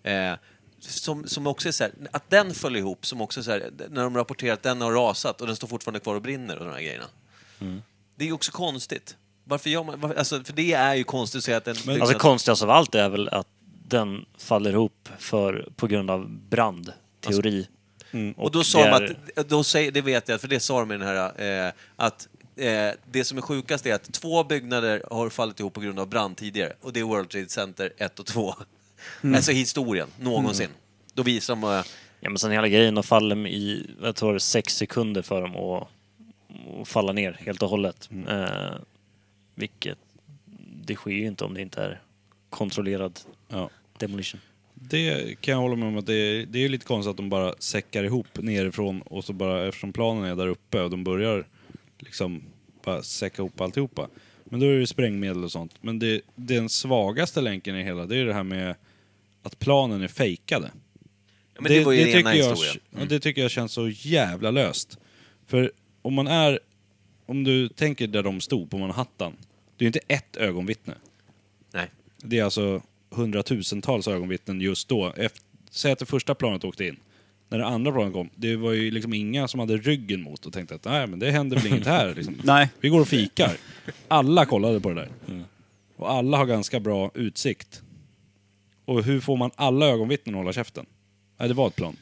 Eh, som, som också är så här, att den föll ihop, som också är så här, när de rapporterar att den har rasat och den står fortfarande kvar och brinner och de här grejerna. Det är ju också konstigt. Varför gör man, varför, alltså, för det är ju konstigt att säga att den... byggnad-
Alltså konstigast av allt är väl att den faller ihop för, på grund av brandteori.
Alltså, mm. Och, då sa de
det är-
att, då säger, det vet jag, för det sa de i den här, eh, att eh, det som är sjukast är att två byggnader har fallit ihop på grund av brand tidigare. Och det är World Trade Center 1 och 2. Alltså historien, någonsin. Då visar de... Eh,
Ja, men sen hela grejen, och faller med i, jag tror det är sex sekunder för dem att, att falla ner helt och hållet.
Mm.
Eh, vilket, det sker ju inte om det inte är kontrollerad
Ja.
demolition.
Det kan jag hålla med om att det är, det är lite konstigt att de bara säckar ihop nerifrån och så bara, eftersom planen är där uppe och de börjar liksom bara säcka ihop alltihopa. Men då är det ju sprängmedel och sånt. Men det, den svagaste länken i hela, det är det här med att planen är fejkade.
ja, men det, var ju det ena
tycker jag,
historien. Mm.
ja, Det tycker jag känns så jävla löst. För om man är, om du tänker där de stod på Manhattan, det är ju inte ett ögonvittne.
Nej.
Det är alltså hundratusentals ögonvittnen just då. Eft- Säg att det första planet åkte in. När det andra planet kom, det var ju liksom inga som hade ryggen mot och tänkte att nej men det händer väl inget här. Liksom.
Nej.
Vi går och fikar. Alla kollade på det där. Och alla har ganska bra utsikt. Och hur får man alla ögonvittnen att hålla käften? Nej, det var ett plan.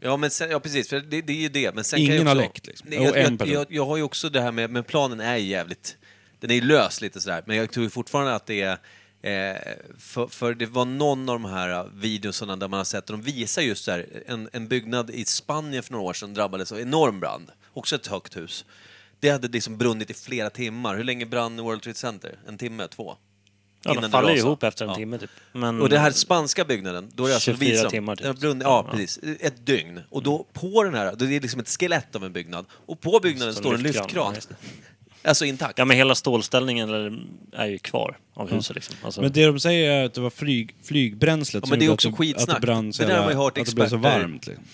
Ja, men sen, ja precis, för det, det är ju det. Men sen
Ingen
kan jag
har
också,
läckt, liksom.
Nej,
Och
jag,
en
jag,
person.
jag, jag har ju också det här med, men planen är ju jävligt, den är ju lös lite sådär, men jag tror ju fortfarande att det är Eh, för, för det var någon av de här eh, videorna där man har sett, de visar just där en, en byggnad i Spanien för några år sedan drabbades av enorm brand, också ett högt hus. Det hade liksom brunnit i flera timmar. Hur länge brann World Trade Center? En timme? Två?
Ja,
Innan
den
det
faller ju
rasar.
ihop efter en
Ja.
timme typ. Men,
Mm. Och den här spanska byggnaden, då är det alltså
24
visum.
timmar typ.
Den har brunnit- ja, precis. Ett dygn. Och då på den här, då är det liksom ett skelett av en byggnad. Och på byggnaden
Så
står en
lyftkran.
lyftkran. Alltså intakt.
Ja men hela stålställningen eller, är ju kvar av
Mm.
huset liksom. Alltså,
Men det de säger är att det var flyg, flygbränslet
Ja,
som
men det är
gjorde
också
att, det,
skitsnack.
att det brann så
Det där har man ju
jävla-
hört
att det blev så
experter.
varmt. Liksom.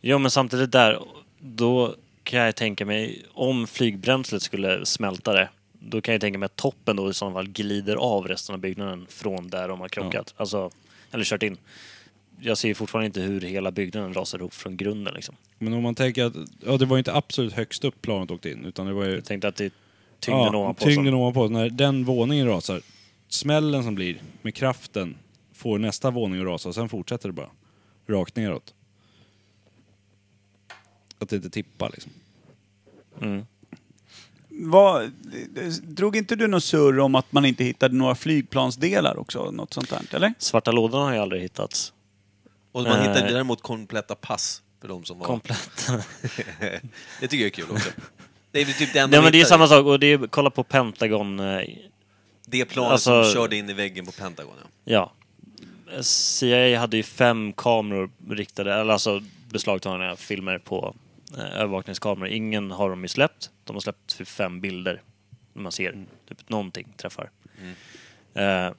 Jo men samtidigt där, då kan jag tänka mig, om flygbränslet skulle smälta det, då kan jag tänka mig att toppen då i så fall glider av resten av byggnaden från där de har krockat. Alltså, eller kört in. Jag ser ju fortfarande inte hur hela byggnaden rasar ihop från grunden liksom.
Men om man tänker att, ja det var ju inte absolut högst upp planet åkte in, utan det var ju
Jag tänkte att det är tyngden
ja,
ovanpå.
Tyngden
som,
ovanpå. När den våningen rasar, smällen som blir med kraften får nästa våning att rasa och sen fortsätter det bara. Rakt neråt. Att det inte tippar liksom.
Vad, drog inte du något surr om att man inte hittade några flygplansdelar också? Något sånt där, eller?
Svarta lådan har ju aldrig hittats.
Och man hittar
Eh.
däremot kompletta pass för de som var...
Komplett.
[LAUGHS] det tycker jag är kul också. Det är väl typ det enda
Nej
de
men det är
hittar.
samma sak, och det är, kolla på Pentagon eh,
Det planet som
Alltså-
körde in i väggen på Pentagon. Ja.
Ja. CIA hade ju fem kameror riktade, eller alltså beslagtagna filmer på eh, övervakningskameror. Ingen har de ju släppt. De har släppt
Mm.
typ fem bilder. Man ser typ någonting träffar. Eh,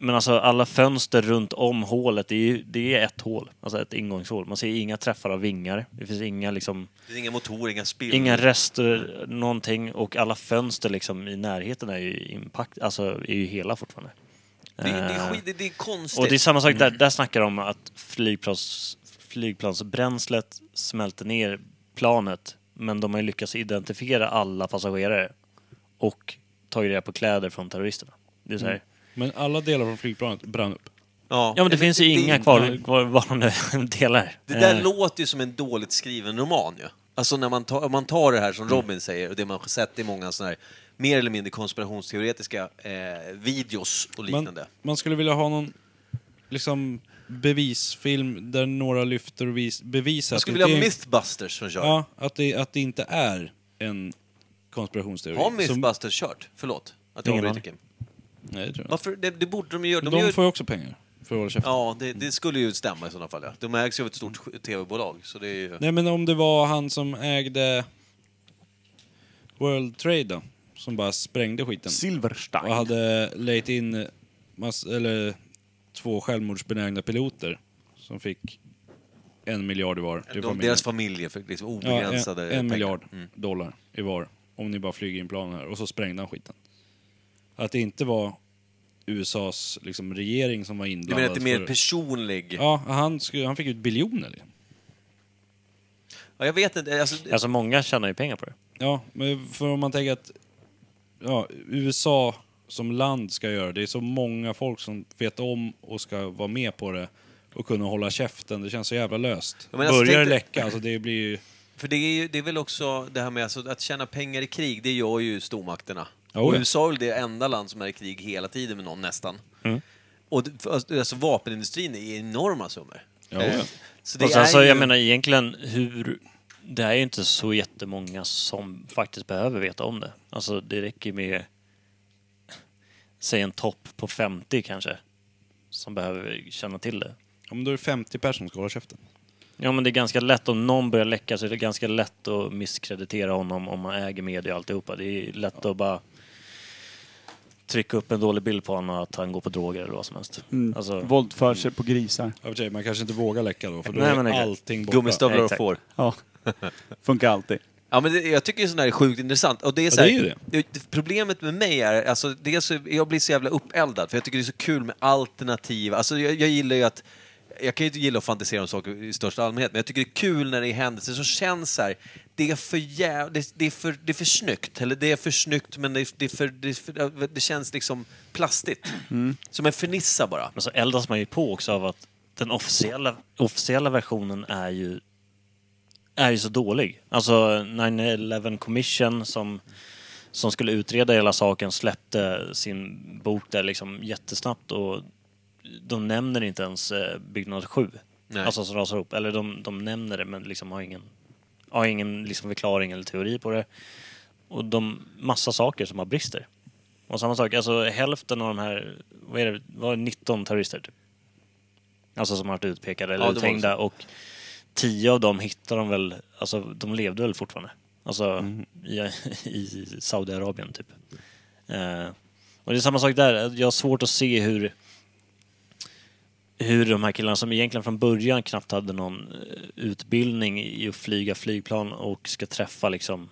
Men alltså alla fönster runt om hålet, det är, ju, det är ett hål. Alltså ett ingångshål. Man ser inga träffar av vingar. Det finns inga liksom,
Det är inga motorer, inga spill.
inga rester, någonting. Och alla fönster liksom i närheten är ju impact, alltså är ju hela fortfarande.
det, det, är
Eh,
skit, det, det är konstigt.
och det är samma sak där. Där snackar de om att flygplans, flygplansbränslet smälter ner planet. Men de har ju lyckats identifiera alla passagerare. Och tagit reda på kläder från terroristerna. Det är så här.
Men alla delar från flygplanet brann upp.
Mm. Ja, men det finns ju inga kvar,
nej.
kvarvarande [LAUGHS] delar.
Det där
Eh,
låter ju som en dåligt skriven roman ju. Alltså när man tar, om man tar det här som
Mm.
Robin säger och det man har sett i många sådana här mer eller mindre konspirationsteoretiska eh, videos och
Man,
liknande.
man skulle vilja ha någon liksom, bevisfilm där några lyfter och vis, bevisar
jag
att, det
skulle vilja ha
inte är-
Mythbusters som kör.
ja, att, det, att det inte är en konspirationsteori.
Har
Som-
Mythbusters kört? Förlåt att jag
Ingen
avbryter Kim.
Nej, det tror jag.
Varför? Det, det borde de ju göra.
De,
De, gör,
får ju också pengar för att hålla käften.
Ja, det, det skulle ju stämma i sådana fall. Ja. De ägs ju av ett stort sk- tv-bolag. Så det är ju...
Nej men om Mm. det var han som ägde World Trade då, som bara sprängde skiten.
Silverstein.
Och hade lejt in mass, eller, två självmordsbenägna piloter som fick en miljard i var. till
De,
familjen.
deras familjer fick liksom
ja, en,
obegränsade
en
pengar.
miljard
Mm.
dollar i var. Om ni bara flyger in planen här. Och så sprängde han skiten. Att det inte var USAs liksom, regering som var
Du
inblandad.
menar att det är mer
för-
personlig... Ja.
Ja, han, skulle, han fick ut biljoner. Liksom.
jag vet inte. Alltså,
Alltså många tjänar ju pengar på det.
Ja, men för om man tänker att ja, USA som land ska göra det. Det är så många folk som vet om och ska vara med på det och kunna hålla käften. Det känns så jävla löst.
Ja, men alltså,
Börjar det
tänk dig-
läcka, alltså det blir ju...
För det är, ju, det är väl också det här med alltså, att tjäna pengar i krig, det gör ju stormakterna.
Oh,
Ja,
och
ja.
USA är väl det enda land som är i krig hela tiden med någon nästan.
Mm.
Och det, för- alltså, vapenindustrin är enorma summor. Eh,
Ja, ja.
Så
oh, och sen så,
ju-
jag menar egentligen hur... Det är ju inte så jättemånga som faktiskt behöver veta om det. Alltså det räcker med... Säg en topp på 50 kanske. Som behöver känna till det.
Om då är det 50 personer som ska hålla käften.
Ja men det är ganska lätt, om någon börjar läcka så är det ganska lätt att misskreditera honom om man äger media och alltihopa. Det är lätt att bara trycka upp en dålig bild på honom att han går på droger eller vad som helst.
Mm.
Alltså,
Våldför sig på grisar.
Ja, för sig, man kanske inte vågar läcka då, för då
Nej, men
är
exakt.
allting borta.
Gummistövlar och
Exakt.
får.
[LAUGHS] Ja. Funkar alltid.
Ja, men det, jag tycker ju sånt här är sjukt intressant. Och det är så
Ja,
här,
det är ju
det- Problemet med mig är, alltså, dels så, jag blir så jävla uppeldad, för jag tycker det är så kul med alternativ. Alltså, jag, jag gillar ju att, jag kan ju inte gilla att fantisera om saker i största allmänhet, men jag tycker det är kul när det är händelser som känns så här, det är för jäv, det, det, är för, det är för snyggt, eller det är för snyggt men det, är- det, är för, det, är för, det känns liksom plastigt.
Mm.
Som en fernissa bara.
Men så eldas man ju på också av att den officiella, officiella versionen är ju, är ju så dålig. Alltså 9-11 Commission som, som skulle utreda hela saken släppte sin bok där liksom jättesnabbt och de nämner inte ens eh, byggnad 7.
Nej.
Alltså som rasar ihop. Eller de, de nämner det men liksom har ingen, har ingen liksom förklaring eller teori på det. Och de massa saker som har brister. Och samma sak, alltså hälften av de här, vad är det, var det 19 terrorister typ? Alltså som har varit utpekade eller
Ja, det var
uthängda och 10 av dem hittade de väl, alltså de levde väl fortfarande. Alltså
Mm.
i, [LAUGHS] i Saudiarabien typ. Eh, och det är samma sak där, jag har svårt att se hur hur de här killarna som egentligen från början knappt hade någon eh, utbildning i att flyga flygplan och ska träffa liksom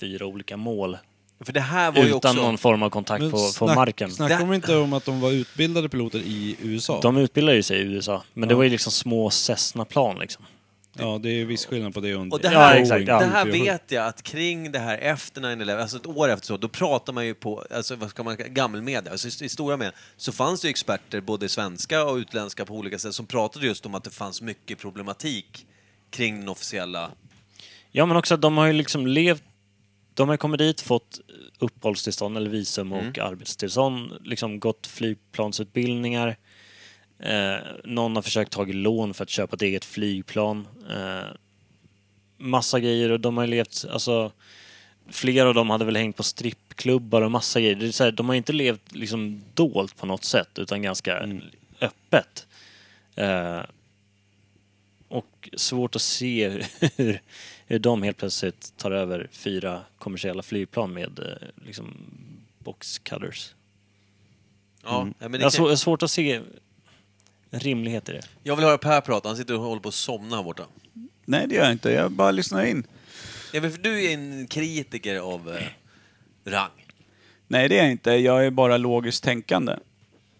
fyra olika mål
För det här var ju
utan
också...
någon form av kontakt
Men
på, på
snack-
marken.
Snackar de inte om att de var utbildade piloter i USA?
De utbildar ju sig i USA, men det var ju liksom små Cessna-plan liksom.
Ja, det är viss skillnad på det och
Och det här,
Ja, exakt, ja.
det här vet jag att kring det här efter 9-11, alltså ett år efter så, då pratar man ju på, alltså vad ska man kalla gammelmedia, alltså i stora medier, så fanns det ju experter, både svenska och utländska på olika sätt, som pratade just om att det fanns mycket problematik kring den officiella...
Ja, men också att de har ju liksom levt... De har ju kommit dit, fått uppehållstillstånd eller visum och arbetstillstånd, liksom gått flygplansutbildningar. Eh, någon har försökt ta lån för att köpa ett eget flygplan. Eh, massa grejer och de har ju levt, alltså flera av dem hade väl hängt på strippklubbar och massa grejer. Det är så här, de har inte levt liksom dolt på något sätt utan ganska öppet. Eh, och svårt att se [LAUGHS] hur, hur de helt plötsligt tar över fyra kommersiella flygplan med eh, liksom box cutters.
Ja, nej, men
Jag har
det kan...
svå- svårt att se en rimlighet i det.
Jag vill höra Per prata, han sitter och håller på att somna här borta.
Nej, det gör jag inte. Jag bara lyssnar in.
Ja, men för du är en kritiker av eh, rang.
Nej, det är jag inte. Jag är bara logiskt tänkande.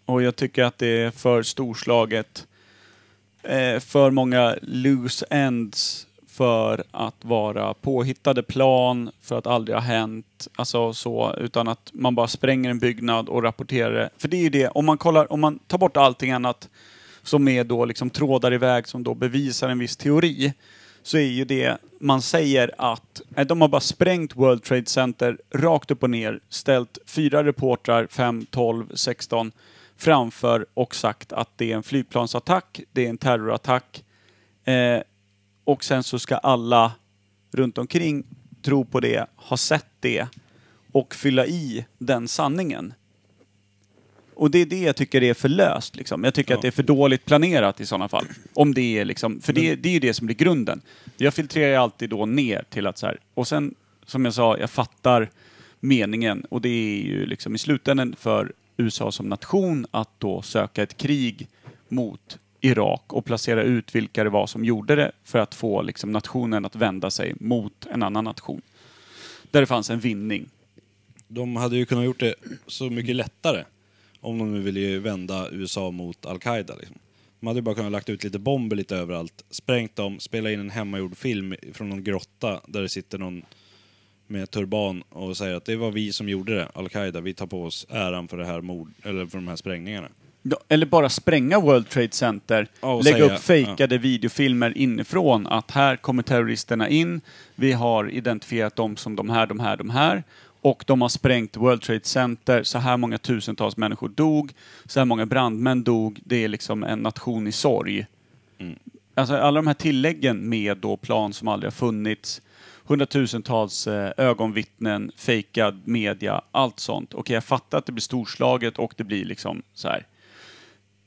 Och jag tycker att det är för storslaget. Eh, för många loose ends för att vara påhittade plan, för att aldrig ha hänt, alltså så, utan att man bara spränger en byggnad och rapporterar det. För det är ju det, om man kollar, om man tar bort allting annat som är då liksom trådar iväg som då bevisar en viss teori, så är ju det man säger att eh, de har bara sprängt World Trade Center rakt upp och ner, ställt fyra reportrar, 5, 12, 16 framför och sagt att det är en flygplansattack, det är en terrorattack eh, och sen så ska alla runt omkring tro på det, ha sett det och fylla i den sanningen. Och det är det jag tycker är för löst. Liksom. Jag tycker att det är för dåligt planerat i sådana fall. Om det är liksom, för det, det är ju det som blir grunden. Jag filtrerar ju alltid då ner till att så här, och sen som jag sa, jag fattar meningen och det är ju liksom i slutändan för USA som nation att då söka ett krig mot Irak och placera ut vilka det var som gjorde det för att få liksom nationen att vända sig mot en annan nation. Där det fanns en vinning.
De hade ju kunnat gjort det så mycket lättare om de nu ville ju vända USA mot Al-Qaida. Liksom. De hade ju bara kunnat lagt ut lite bomber lite överallt, sprängt dem, spela in en hemmagjord film från någon grotta där det sitter någon med turban och säger att det var vi som gjorde det, Al-Qaida, vi tar på oss äran för, det här mord, eller för de här sprängningarna.
Ja, Eller bara spränga World Trade Center,
Ja, och
lägga
säga-
upp fejkade videofilmer inifrån att här kommer terroristerna in, vi har identifierat dem som de här, de här, de här och de har sprängt World Trade Center, så här många tusentals människor dog, så här många brandmän dog, det är liksom en nation i sorg.
Mm.
Alltså alla de här tilläggen med då plan som aldrig har funnits, hundratusentals eh, ögonvittnen, fejkad media, allt sånt. Okej, jag fattar att det blir storslaget och det blir liksom så här.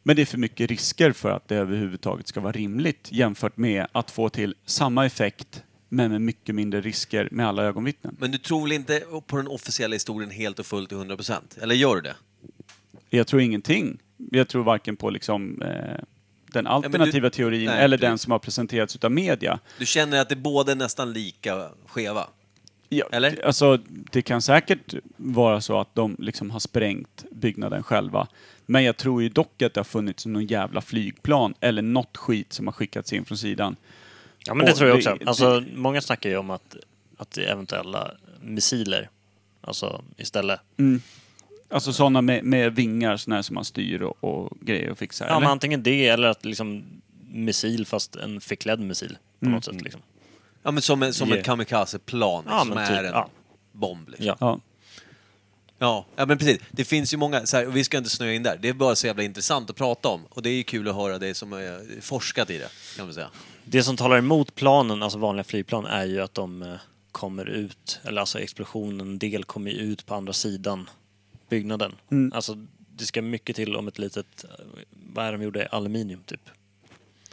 Men det är för mycket risker för att det överhuvudtaget ska vara rimligt jämfört med att få till samma effekt men med mycket mindre risker med alla ögonvittnen.
Men du tror väl inte på den officiella historien helt och fullt till 100%? Eller gör du det?
Jag tror ingenting. Jag tror varken på liksom, eh, den alternativa teorin
nej,
eller
precis.
den som har presenterats utav media.
Du känner att det är båda nästan lika skeva?
Ja,
Eller?
d- Alltså, det kan säkert vara så att de liksom har sprängt byggnaden själva. Men jag tror ju dock att det har funnits någon jävla flygplan eller något skit som har skickats in från sidan.
Ja, men det
Och
tror jag
det-
också. Alltså, många snackar ju om att, att det är eventuella missiler, alltså istället.
Alltså sådana med, med vingar, sådana här som man styr och, och grejer och fixar.
Ja,
eller?
men antingen det eller att liksom missil fast en förklädd missil på något sätt. Liksom.
Ja, men som, en- som
Ja.
ett kamikazeplan
Ja,
som
men
är
typ,
en
ja.
bomb. Liksom.
Ja.
ja.
Ja, ja, men precis. Det finns ju många, så här, och vi ska inte snöa in där, det är bara så jävla intressant att prata om. Och det är ju kul att höra dig som har eh, forskat i det, kan man säga.
Det som talar emot planen, alltså vanliga flygplan, är ju att de eh, kommer ut, eller alltså explosionen, en del kommer ju ut på andra sidan byggnaden. Alltså, det ska mycket till om ett litet, eh, vad är det de gjorde, aluminium typ.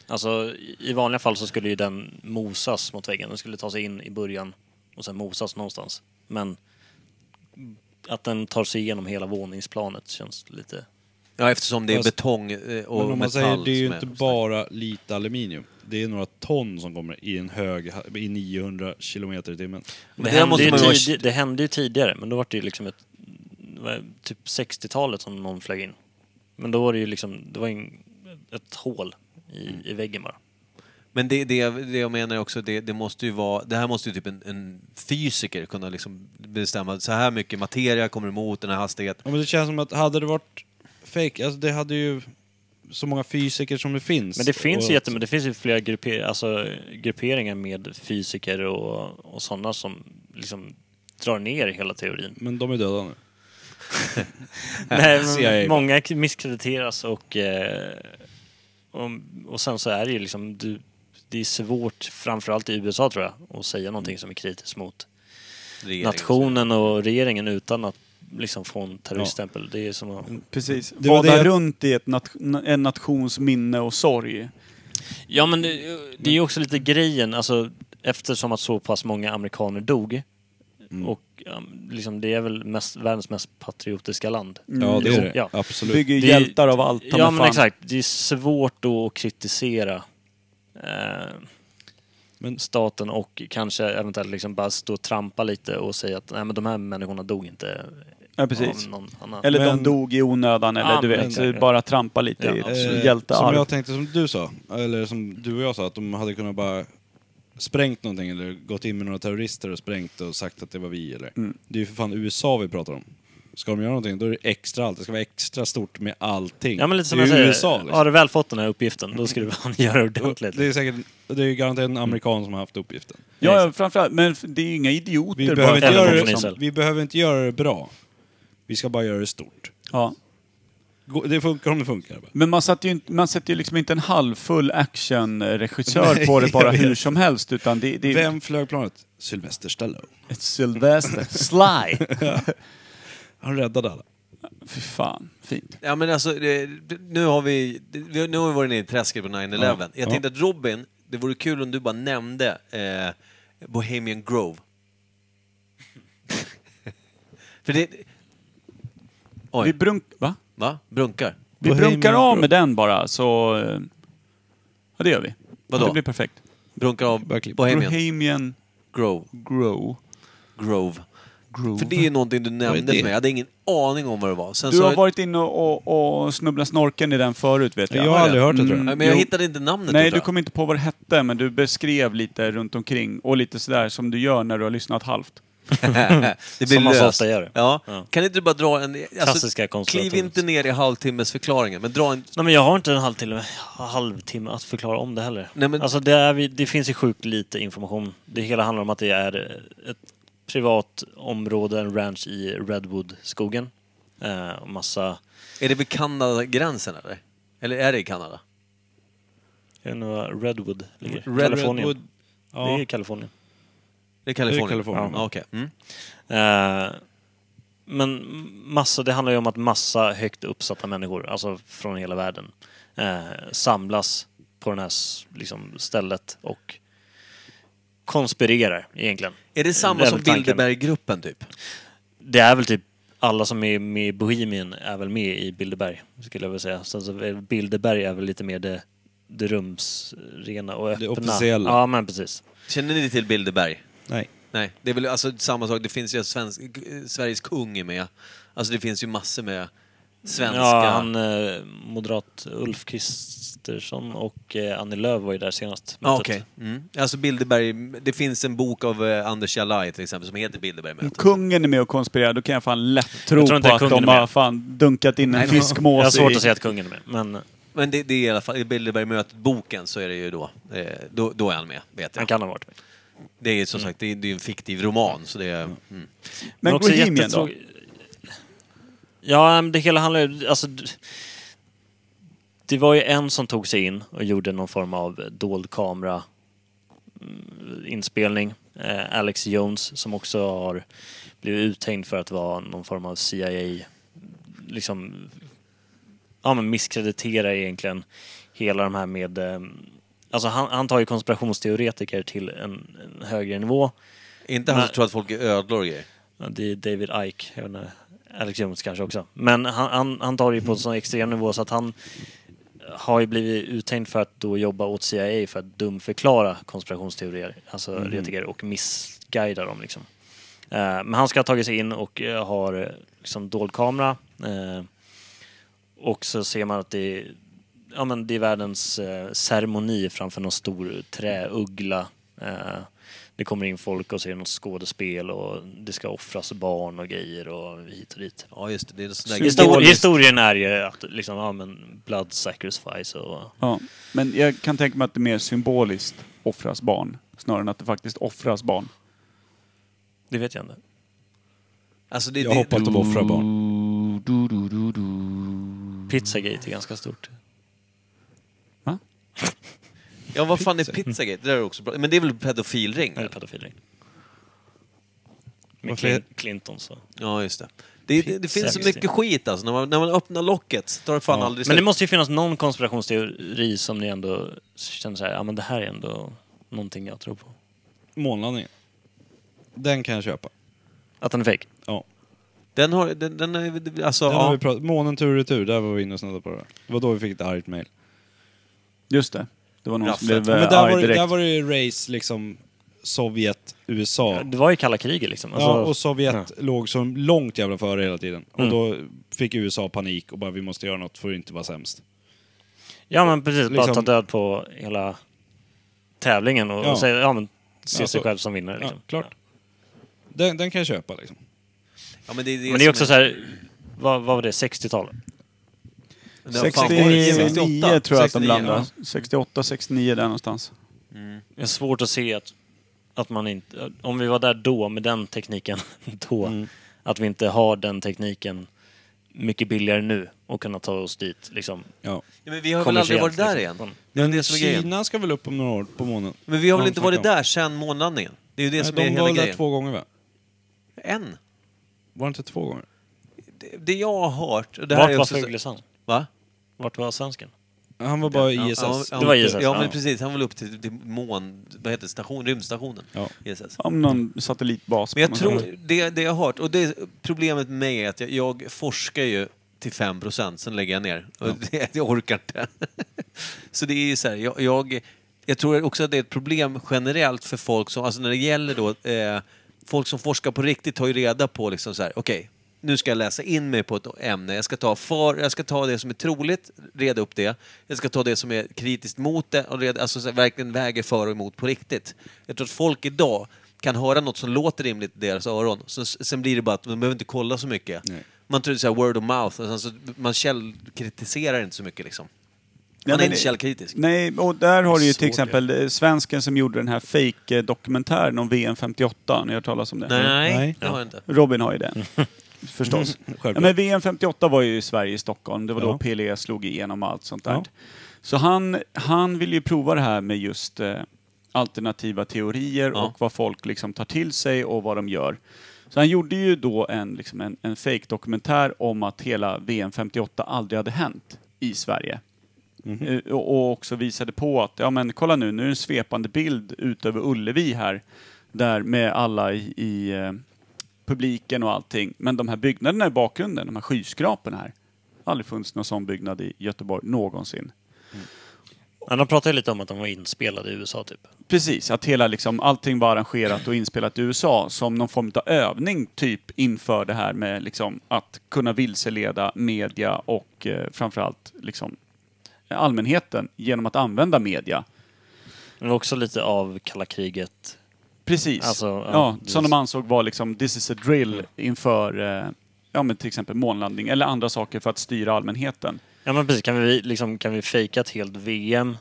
Alltså i- i vanliga fall så skulle ju den mosas mot väggen, den skulle ta sig in i början och sen mosas någonstans. Men att den tar sig igenom hela våningsplanet känns lite...
Ja, eftersom det är
Fast-
betong eh, och
Men om man
metall
säger, det är ju
som
inte bara lite aluminium. Det är några ton som kommer i en hög, i 900 kilometer i timmen.
Men det
Det
här
hände,
måste
ju
man ju vara-
tid, det hände ju tidigare, men då var det ju liksom ett, vad- typ 60-talet som någon flög in. Men då var det ju liksom, det var en, ett hål i, i väggen bara.
Men det, det, det jag menar är också, det, det måste ju vara, det här måste ju typ en, en fysiker kunna liksom bestämma, så här mycket materia kommer emot den här hastigheten.
Ja, men det känns som att hade det varit fake, alltså det hade ju så många fysiker som det finns.
Men det finns
Och-
ju, jättem- det finns ju flera grupper, alltså, grupperingar med fysiker och, och sådana som liksom drar ner
[LAUGHS]
hela teorin.
Men de är döda nu.
Nej,
CIA.
men många k- misskrediteras och, eh, och, och sen så är det ju liksom, du, det är svårt, framförallt i USA tror jag, att säga någonting som är kritiskt mot
Regering.
nationen och regeringen utan att liksom få en terroriststämpel. Det är som att,
Precis.
Det var
Vada
det jag-
runt i ett nat- en nations minne och sorg.
ja men det, det är ju också lite grejen, alltså eftersom att så pass många amerikaner dog
Mm.
Och ja, liksom, det är väl mest, världens mest patriotiska land.
Ja, det är det.
Ja.
Absolut.
Mm. Bygger ju
Det-
hjältar av allt. ta mig
Ja men
fan.
exakt, det är svårt då att kritisera eh,
Men-
staten och kanske eventuellt liksom bara stå och trampa lite och säga att nej men de här människorna dog inte
Ja, precis.
av någon annan.
Eller
Men-
de dog i onödan eller
Ja,
du
men
vet,
exakt.
bara trampa lite
Ja,
i
absolut.
ett
Som
hjältearv.
jag tänkte, som du sa, eller som du och jag sa, att de hade kunnat bara sprängt någonting eller gått in med några terrorister och sprängt och sagt att det var vi eller.
Mm.
Det är ju för fan USA vi pratar om. Ska de göra någonting, då är det extra allt. Det ska vara extra stort med allting.
Ja men lite som
det är
jag
ju
säger,
USA liksom.
har du väl fått den här uppgiften då ska du fan [LAUGHS] göra ordentligt. liksom. Mm.
Det är säkert, det är ju garanterat en amerikan som har haft uppgiften.
Ja, ja, framförallt. Men f- det är ju inga idioter
Vi
bara
behöver,
för
inte
att
Eller
göra
de
någon från
det,
liksom-
Israel.
vi behöver inte göra det bra. Vi ska bara göra det stort.
Ja.
Gå- Det funkar om det funkar. Bara.
Men man sätter, ju inte, man sätter ju liksom inte en halvfull
[LAUGHS]
actionregissör på det bara hur som helst utan det,
Mm.
det är
Vem flög planet? Sylvester Stallone.
ett Sylvester
[LAUGHS]
Sly.
Han räddade alla.
Fy fan, fint.
Ja, men alltså, det, nu, har vi, vi- nu har vi varit nere i träsket på 9-11. Jag tänkte att Robin, det vore kul om du bara nämnde eh, Bohemian Grove. [LAUGHS] För det... Oj,
Vi, brunk, va?
va? Brunkar?
vi
Bohemian
brunkar av
Grove.
med den bara så... eh, Ja, det gör vi.
Vadå?
Det blir perfekt.
Brunkar av
Verkligen.
Bohemian
Bohemian
Grove.
Grow.
Grove.
Grove.
För det är någonting du
är
nämnde
det?
för mig. Jag hade ingen aning om vad det var. Sen
Du
så-
har varit inne och, och, och snubblat snorken i den förut vet jag. Mm,
Jag har aldrig hört det tror jag.
Nej, Men jag
Jo.
hittade inte namnet
Nej,
typ
tror
du
jag.
kom inte på vad det hette, men du beskrev lite runt omkring och lite sådär som du gör när du har lyssnat halvt.
[LAUGHS] det
Som man så
löst.
ofta gör.
Ja.
Ja.
Kan inte du bara dra en... alltså,
Klassiska
kliv
konspiratoriska.
inte ner i halvtimmesförklaringen, men dra en...
Nej men jag har inte en halvtimme, halvtimme att förklara om det heller.
Nej, men-
Alltså det, är, vi- det finns ju sjukt lite information. Det hela handlar om att det är ett privat område, en ranch i Redwood-skogen. Eh, och massa,
Är det vid Kanadagränsen eller? Eller är det i Kanada?
jag vet inte var Redwood ligger.
Redwood,
Kalifornien.
ja.
Det är Kalifornien.
Det är Kalifornien?
Det är Kalifornien.
Ja, okej. Mm.
Eh, men massa, det handlar ju om att massa högt uppsatta människor, alltså från hela världen, eh, samlas på det här s- liksom, stället och konspirerar egentligen.
Är det samma
Det är
som
väl tanken.
Bilderberggruppen typ?
Det är väl typ alla som är med i Bohemien är väl med i Bilderberg, skulle jag vilja säga. Sen så är Bilderberg är väl lite mer det, det rumsrena och öppna.
officiella.
Ja, men precis.
Känner ni till Bilderberg?
Nej.
Nej, det är väl alltså samma sak. Det finns ju svensk, eh, Sveriges kung är med. Alltså det finns ju massor med svenska...
Ja, han, eh, moderat Ulf Kristersson och eh, Annie Lööf var ju där senast.
Ja, okej. Mm. Alltså Bilderberg, det finns en bok av eh, Anders Jalaj till exempel som heter
Om
Bilderbergmötet.
kungen är med och konspirerar, då kan jag fan lätt tro
Jag tror
på
inte
att
kungen
de
är
har
med.
fan dunkat in en
Jag har
fiskmås
svårt att
i...
säga att kungen är med, men
Men det, det är i alla fall, i Bilderbergmötet-boken så är det ju då, eh, då, då är han med, vet jag.
han kan ha varit med.
Det är ju som sagt, det är, det är ju en fiktiv roman så det är... Mm.
Men
också
Bohemian då?
jättetråkig- Ja, men det hela handlar ju... Alltså, d- det var ju en som tog sig in och gjorde någon form av dold kamera mm, inspelning. Eh, Alex Jones som också har blivit uthängd för att vara någon form av CIA, liksom, ja men misskrediterar egentligen hela de här med, eh, alltså han, han tar ju konspirationsteoretiker till en, en högre nivå.
Inte han som
Nej.
tror att folk är ödlor och grejer.
Ja, det är David Ike, jag vet inte, Alex Jones kanske också. Men han, han, han tar det ju på en sån extrem nivå så att han har ju blivit uttänkt för att då jobba åt CIA för att dumförklara konspirationsteorier, alltså teoretiker, och missguida dem liksom. Eh, Men han ska ha tagit sig in och eh, har eh, liksom dold kamera. eh, Och så ser man att det är, ja, men det är världens eh, ceremoni framför någon stor träuggla. Eh, det kommer in folk och ser något skådespel och det ska offras barn och grejer och hit och dit.
Ja just det, det är en sån där
Histori-
Historiskt.
historien är ju att liksom, ja men blood sacrifice och...
Ja. Men jag kan tänka mig att det är mer symboliskt offras barn, snarare än att det faktiskt offras barn.
Det vet jag inte.
Alltså det,
Jag
det,
hoppas de offrar barn.
Pizzagate är ganska stort.
ja vad fan är Pizzagate? Det där är också bra. Men det är väl pedofilring?
Eller pedofili. Med
Varför
Clin-
är-
Clinton så.
Ja just det. Det, det, det finns så mycket skit alltså. När man, när man öppnar locket så tar det fan aldrig
Men det
slut.
måste ju finnas någon konspirationsteori som ni ändå känner så här, ja men det här är ändå någonting jag tror på.
Månlandningen. Den kan jag köpa.
Att han är fake?
Ja.
Den har... Den, den, är- alltså,
Den har
ja.
vi pratat, månen tur och retur, där var vi inne och snuddade på det. Det var då vi fick ett argt mejl.
Just det. Det var någon som
Raffet.
blev
Ja,
Men
eh,
där
arg
var, det,
direkt.
där var det ju race liksom Sovjet, USA.
Det var ju kalla kriget liksom. Alltså,
ja, och Sovjet låg så långt jävla före hela tiden. Och
Mm.
då fick USA panik och bara vi måste göra något för att inte vara sämst.
ja men precis, bara
liksom-
ta död på hela tävlingen och,
Ja.
och säga, ja men, se
Ja,
sig
så-
själv som vinnare. Liksom.
Ja, klart. Den, den kan jag köpa liksom.
ja, men det är det
Men det är också
som
så här, vad, vad var det, 60-talet?
Den har fan varit-
69 tror jag att de
69,
landade.
ja.
68, 69 där någonstans.
Det är svårt att se att, att man inte, om vi var där då med den tekniken [LAUGHS] då,
Mm.
att vi inte har den tekniken mycket billigare nu och kunna ta oss dit liksom.
Ja.
Ja, men vi har väl aldrig varit
kommersiellt,
där
liksom.
igen? Det är
Men
det som är grejen.
Kina ska väl upp om några år på månen?
Men vi har väl
Ja,
inte varit
tvärtom.
där sedan månlandningen? Det är ju det som är
Nej, de
hela
var väl där
grejen.
två gånger va?
En.
Var det inte två gånger?
Det, det jag har hört... och Det här
Vart
är
var
också så-
Fuglesang?
Va?
Vart var svensken?
Han var bara
Ja,
ISS.
han- han-
Det var ISS,
Ja,
ja.
men precis. Han var upp till, till mån... Vad heter det? Station, rymdstationen.
Ja.
ISS.
Om någon satellitbas.
Men jag
på något sätt.
tror, det, det jag har hört, och det problemet med mig är att jag, jag forskar ju till 5 procent, sen lägger jag ner. Och det, [LAUGHS] jag orkar inte. så det är ju så här, jag, jag, jag tror också att det är ett problem generellt för folk som, alltså när det gäller då, eh, folk som forskar på riktigt tar ju reda på liksom så här, okej, nu ska jag läsa in mig på ett ämne. Jag ska, ta för, jag ska ta det som är troligt, reda upp det. Jag ska ta det som är kritiskt mot det och reda, alltså så här, verkligen väger för och emot på riktigt. Jag tror att folk idag kan höra något som låter rimligt i deras öron. Så, sen blir det bara att man behöver inte kolla så mycket.
Nej.
Man tror det är så här word of mouth, och sen så, man källkritiserar inte så mycket liksom. Man
Ja,
är
men-
inte källkritisk.
Nej, och där har du ju
Såg
till exempel eh, svensken som gjorde den här fake-dokumentären om VM 58. Ni har hört talas om det?
Nej,
Nej.
det har jag inte.
Robin har ju
[LAUGHS]
den. Förstås.
Mm, Självklart.
Ja, men VM 58 var ju i Sverige, i Stockholm. Det var då
Ja.
Pelé slog igenom och allt sånt där.
Ja.
Så han, han ville ju prova det här med just eh, alternativa teorier
Ja.
och vad folk liksom tar till sig och vad de gör. Så han gjorde ju då en, liksom en, en fake-dokumentär om att hela VM 58 aldrig hade hänt i Sverige.
Mhm.
Eh, Och och också visade på att, ja men kolla nu, nu är det en svepande bild ut över Ullevi här. Där med alla i, i eh, publiken och allting. Men de här byggnaderna i bakgrunden, de här skyskraporna här. Aldrig funnits någon sån byggnad i Göteborg någonsin.
Ja, de pratade ju lite om att de var inspelade i USA typ.
Precis, att hela liksom, allting var arrangerat och inspelat i USA som någon form av övning typ inför det här med liksom, att kunna vilseleda media och eh, framförallt liksom, allmänheten genom att använda media.
Men också lite av kalla kriget.
Precis.
Alltså,
ja,
ja,
som
just-
de ansåg var liksom this is a drill inför eh, ja, men till exempel månlandning eller andra saker för att styra allmänheten.
Ja men precis, kan vi, liksom, kan vi fejka ett helt VM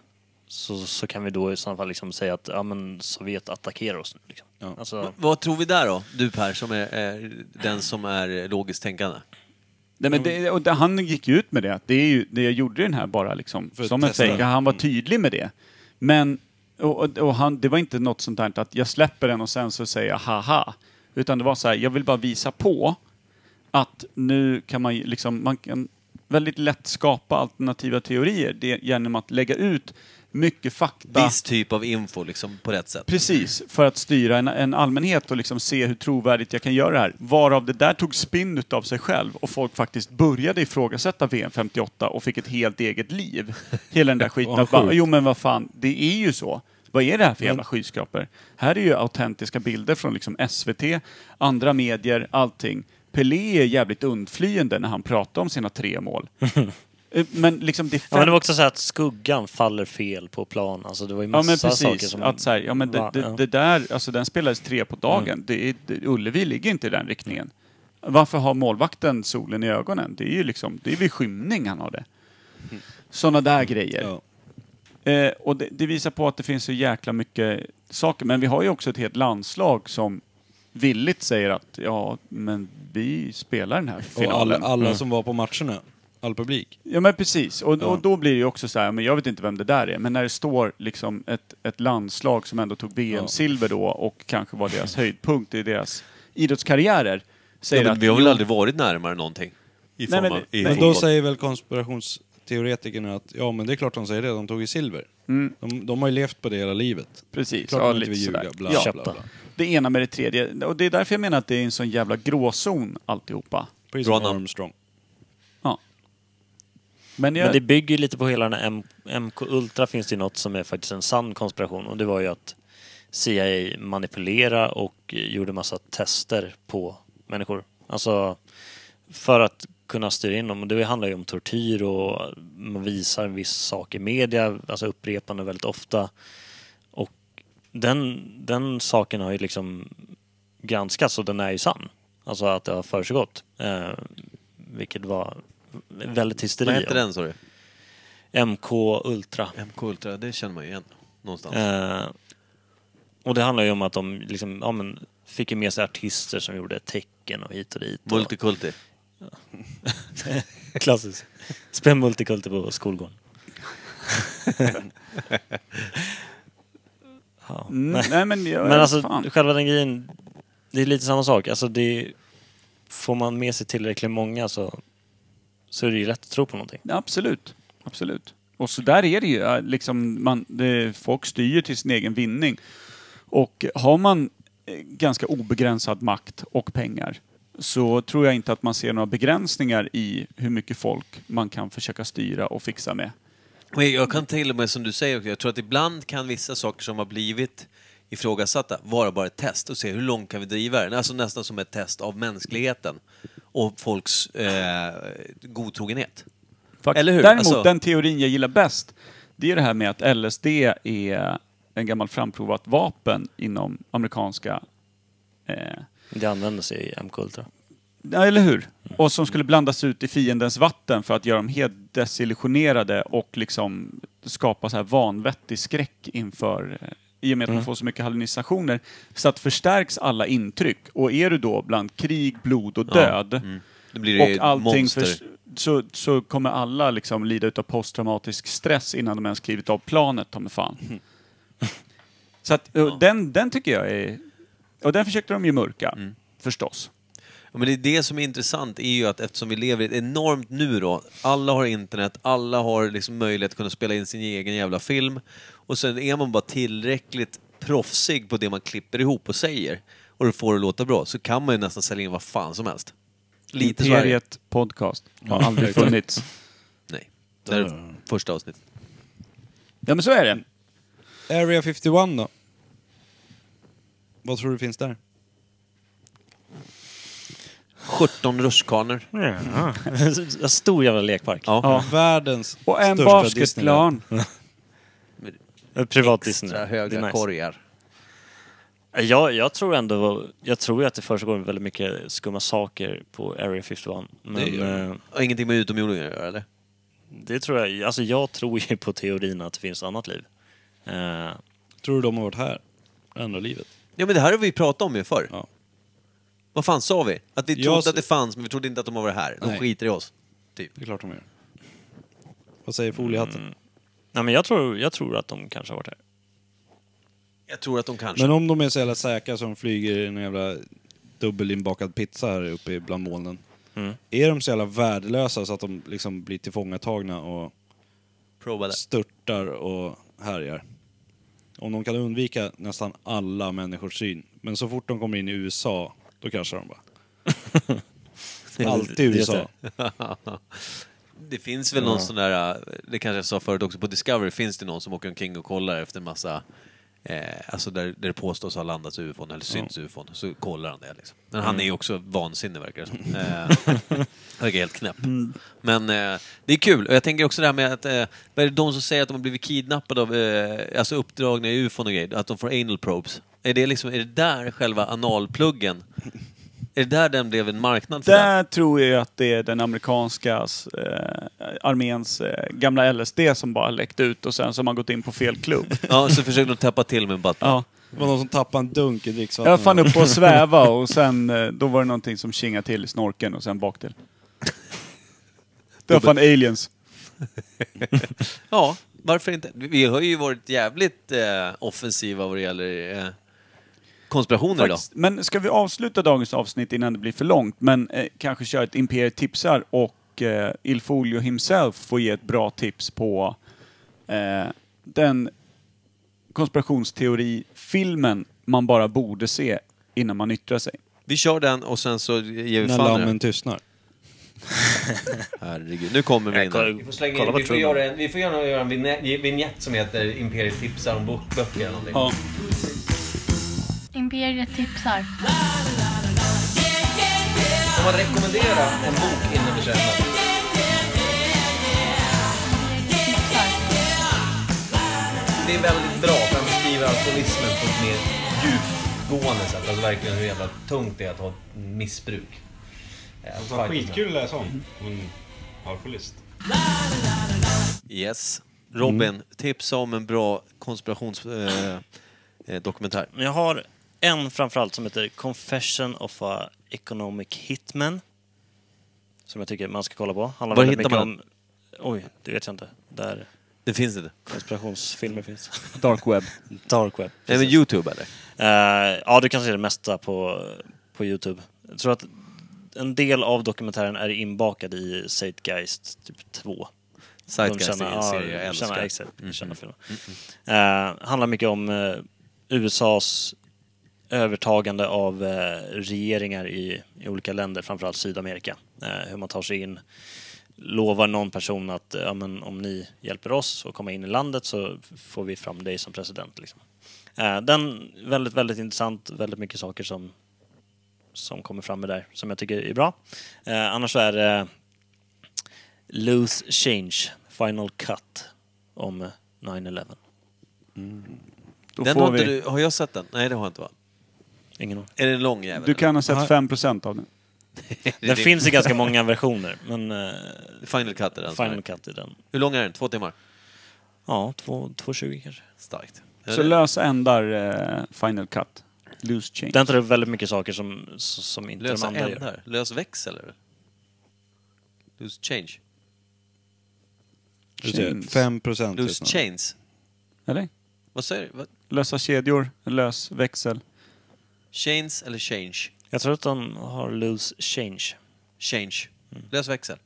så, så kan vi då i så fall liksom säga att ja, men Sovjet attackerar oss nu. Liksom.
Ja.
Alltså,
Vad tror vi där då? Du Per, som är, är den som är logiskt tänkande.
Nej, men
Mm.
det, och det, han gick ju ut med det, att det, är ju, det jag gjorde den här bara liksom,
För att
som en
testa. Mm.
fake. Han var tydlig med det. Men, och, och- och han, det var inte något sånt där att jag släpper den och sen så säger jag haha. Utan det var så här, jag vill bara visa på att nu kan man ju liksom, man kan väldigt lätt skapa alternativa teorier det, genom att lägga ut mycket fakta.
Viss typ av info liksom, på rätt sätt.
Precis, för att styra en, en allmänhet och liksom se hur trovärdigt jag kan göra det här. Varav det där tog spinn av sig själv och folk faktiskt började ifrågasätta VM 58 och fick ett helt eget liv. Hela den där skiten.
Vad
Att bara,
sjukt.
jo men vad fan, det är ju så. Vad är det här för jävla skyskrapor? Här är ju autentiska bilder från liksom SVT, andra medier, allting. Pelé är jävligt undflyende när han pratar om sina tre mål. Eh, men liksom det är
ja, men det var också så här att skuggan faller fel på plan. Alltså, det var ju
Ja
massa
men
saker
precis.
som...
Att så här, ja, men det,
Va-
det,
ja.
det där, alltså den spelades tre på dagen. Det är, det, Ullevi ligger inte i den riktningen. Varför har målvakten solen i ögonen? Det är ju liksom, det är vid skymning han har det. Sådana där grejer.
Ja.
Eh, och det, det visar på att det finns så jäkla mycket saker. Men vi har ju också ett helt landslag som villigt säger att ja, men vi spelar den här
Och
finalen.
alla, alla
Mm.
som var på matcherna. All publik.
Ja men precis, och,
Ja.
och då blir det ju också så här, men jag vet inte vem det där är, men när det står liksom ett, ett landslag som ändå tog VM-silver då och kanske var deras höjdpunkt i deras idrottskarriärer.
Ja,
Säger
men
att,
vi har väl aldrig varit närmare någonting? I
Nej,
form
men-
av, i
men
Men
fotboll.
då säger väl konspirationsteoretikerna att ja men det är klart de säger det,
Mm.
de tog ju silver. De, de har ju levt på det hela livet.
Precis,
Klart
ja,
de inte
lite
vill ljuga,
sådär.
bla
Ja.
bla bla.
det ena med det tredje. Och det är därför jag menar att det är en sån jävla gråzon alltihopa.
Precis
Bra
som
namn.
Armstrong.
Ja. Men, jag,
Men det bygger ju lite på hela den här M- MK Ultra finns det ju något som är faktiskt en sann konspiration och det var ju att CIA manipulerade och gjorde massa tester på människor. Alltså för att kunna styra in dem. Och Det handlar ju om tortyr och man visar en viss sak i media, alltså upprepande väldigt ofta. Och den, den saken har ju liksom granskats och den är ju sann. Alltså att det har försiggått. Eh, vilket var väldigt hysteri.
Vad hette
om.
den sa du?
MK Ultra.
MK Ultra, det känner man ju igen någonstans.
Eh, och det handlar ju om att de liksom, ja, men, fick ju med sig artister som gjorde tecken och hit och dit. Och
Multikulti.
[LAUGHS] Klassiskt. Spela multikulti på skolgården. ja,
mm,
nej.
nej, men, jag,
Men alltså
fan.
själva den grejen, det är lite samma sak. Alltså, det, får man med sig tillräckligt många så, så är det ju lätt att tro på någonting.
Ja, Absolut. Absolut. Och så där är det ju. eh, Liksom man, det, folk styr ju till sin egen vinning. Och har man eh, ganska obegränsad makt och pengar så tror jag inte att man ser några begränsningar i hur mycket folk man kan försöka styra och fixa med.
Och jag- jag kan till och med, som du säger, också, jag tror att ibland kan vissa saker som har blivit ifrågasatta vara bara ett test och se hur långt kan vi driva den? Alltså nästan som ett test av mänskligheten och folks eh, godtrogenhet.
Fakt.
Eller hur?
Däremot,
Alltså-
den teorin jag gillar bäst, det är ju det här med att LSD är en gammal framprovat vapen inom amerikanska... Eh,
Det använder sig i MK Ultra.
ja, eller hur? Och som skulle blandas ut i fiendens vatten för att göra dem helt desillusionerade och liksom skapa så här vanvettig skräck inför eh, i och med att
Mm.
man får så mycket hallucinationer, så att förstärks alla intryck. Och är du då bland krig, blod och död,
Mm. Då blir det
och allting
monster.
förs- så, så kommer alla liksom lida utav posttraumatisk stress innan de ens klivit av planet, ta mig fan.
Mm.
Så att, och den, den tycker jag är... Och den försökte de ju mörka,
Mm.
förstås.
Ja, men det är det som är intressant, är ju att eftersom vi lever i ett enormt nu då, alla har internet, alla har liksom möjlighet att kunna spela in sin egen jävla film och sen är man bara tillräckligt proffsig på det man klipper ihop och säger och det får det låta bra, så kan man ju nästan sälja in vad fan som helst. Lite Sverige.
Imperiet podcast har aldrig funnits.
Nej. Det här är första avsnittet.
Ja, men så är det.
Area 51 då? Vad tror du finns där?
17 rutschkanor.
[LAUGHS] Ja. Stor jävla lekpark.
Ja.
Ja.
Världens
Och en
största Disneyland.
basketplan.
En Eh, Privat
Så
Disney.
här
Det
höga
är nice. Eh,
korgar.
Jag, jag tror ändå, jag tror ju att det försiggår väldigt mycket skumma saker på Area 51. Men
Det
det,
gör det.
eh,
Och ingenting med utomjordingar att göra eller?
det tror jag, alltså jag tror ju på teorin att det finns annat liv. Eh,
Tror du de har varit här? Andra livet?
Ja men det här har vi pratat om ju förr.
Ja.
Vad fan sa vi? Att vi
Jag
trodde
s-
att det fanns, men vi trodde inte att de var här. De
Nej.
skiter i oss. Typ.
Det är klart de gör. Vad säger foliehatten?
nej men jag tror, jag tror att de kanske har varit här.
Jag tror att de kanske...
Men om de är så jävla säkra som flyger i en jävla dubbelinbakad pizza här uppe i bland molnen. Är de så jävla värdelösa så att de liksom blir tillfångatagna och
Prova det.
störtar och härjar? Om de kan undvika nästan alla människors syn. Men så fort de kommer in i USA, då kraschar de bara. Alltid
Det- det-
USA.
Det finns väl någon sån där, eh, det kanske jag sa förut också, på Discovery finns det någon som åker omkring och kollar efter en massa, eh, alltså där, där det påstås ha landats ufon eller synts ufon, så kollar han det liksom. Men han är
Mm.
ju också vansinnig verkar
[LAUGHS]
det som. Eh, Verkar helt knäpp.
Mm.
Men eh, det är kul, och jag tänker också det här med att, eh, vad är det de som säger att de har blivit kidnappade av, eh, alltså uppdragna i ufon och grejer, att de får anal probes. Är det liksom, är det där själva analpluggen, är det där den blev en marknad för den?
[LAUGHS] Där tror jag att det är den amerikanska eh, arméns eh, gamla LSD som bara läckt ut och sen så har man gått in på fel klubb.
Ja, så försöker de täppa till med en butt.
Ja.
Det var någon som tappade en dunk i dricksvattnet.
Jag fann upp på att sväva och sen eh, då var det någonting som kingade till i snorkeln och sen bak till. Det var fan aliens.
Ja, varför inte? Vi har ju varit jävligt eh, offensiva vad det gäller eh, konspirationer idag.
Faktiskt. Men ska vi avsluta dagens avsnitt innan det blir för långt, men eh, kanske köra ett Imperiet tipsar och eh, Ilfolio himself får ge ett bra tips på eh, den konspirationsteori-filmen man bara borde se innan man yttrar sig.
Vi kör den och sen så ger vi
När
fan i
lammen
den.
tystnar.
Herregud, nu kommer vi in
kolla-
här. Vi får, slänga
kolla
in.
på
Vi får,
trumman.
göra en, vi får gärna göra en vinä- vignett som heter Imperiet tipsar om bok- böcker eller någonting.
Imperiet tipsar.
Får man rekommendera en bok innan vi kör den? Det är väldigt bra för han beskriver alkoholismen på ett mer djupgående sätt. Alltså verkligen hur jävla tungt det är att ha ett missbruk. Eh, Mm. fighten.
Alltså, att läsa om. En alkoholist.
Yes. Robin, tipsa om en bra konspirationsdokumentär. Eh, eh, dokumentär.
Men jag har en framförallt som heter Confession of a Economic Hitman. Som jag tycker man ska kolla på. Handlar
Var
väldigt
hittar
mycket
man
om... Oj, det vet jag inte. Där
det finns inte.
konspirationsfilmer finns.
Dark web.
Dark web.
Nej, men Youtube eller?
Eh, ja, du kan se det mesta på, på Youtube. Jag tror att en del av dokumentären är inbakad i Zeitgeist typ 2.
Zeitgeist är en
ja,
serie jag
de
älskar.
känner, exakt, de känner filmen. Eh, handlar mycket om eh, USAs övertagande av eh, regeringar i, i olika länder, framförallt Sydamerika. Eh, hur man tar sig in, lovar någon person att eh, ja, men om ni hjälper oss att komma in i landet så f- får vi fram dig som president. Liksom. Eh, den väldigt, väldigt intressant, väldigt mycket saker som, som kommer fram med där som jag tycker är bra. Eh, annars så är det Loose Change, Final Cut om eh, 9-11.
Då
Den
får
har, inte
vi...
du, har jag sett den? Nej, det har jag inte va?
Ingen aning.
Är det en lång jävel?
Du kan ha
Nej.
sett 5% av den.
Den
det-
finns i ganska många versioner, men eh,
Final Cut är [LAUGHS] den. som
Final
är.
Cut i den.
Hur lång är den? Två timmar?
Ja, två- 2.20 kanske.
Starkt.
Så
Eller-
lösa ändar eh, Final Cut. Loose change.
Den tar upp väldigt mycket saker som, s- som inte
Lösa
de andra gör.
ändar? Lös växel eller? Loose change?
Du ser,
Chains.
5 procent
Loose
tystnar.
chains?
Eller?
Vad säger du? Vad?
Lösa kedjor, lös växel.
Chains eller change?
Jag tror att de har Loose Change.
Change. Lös växel.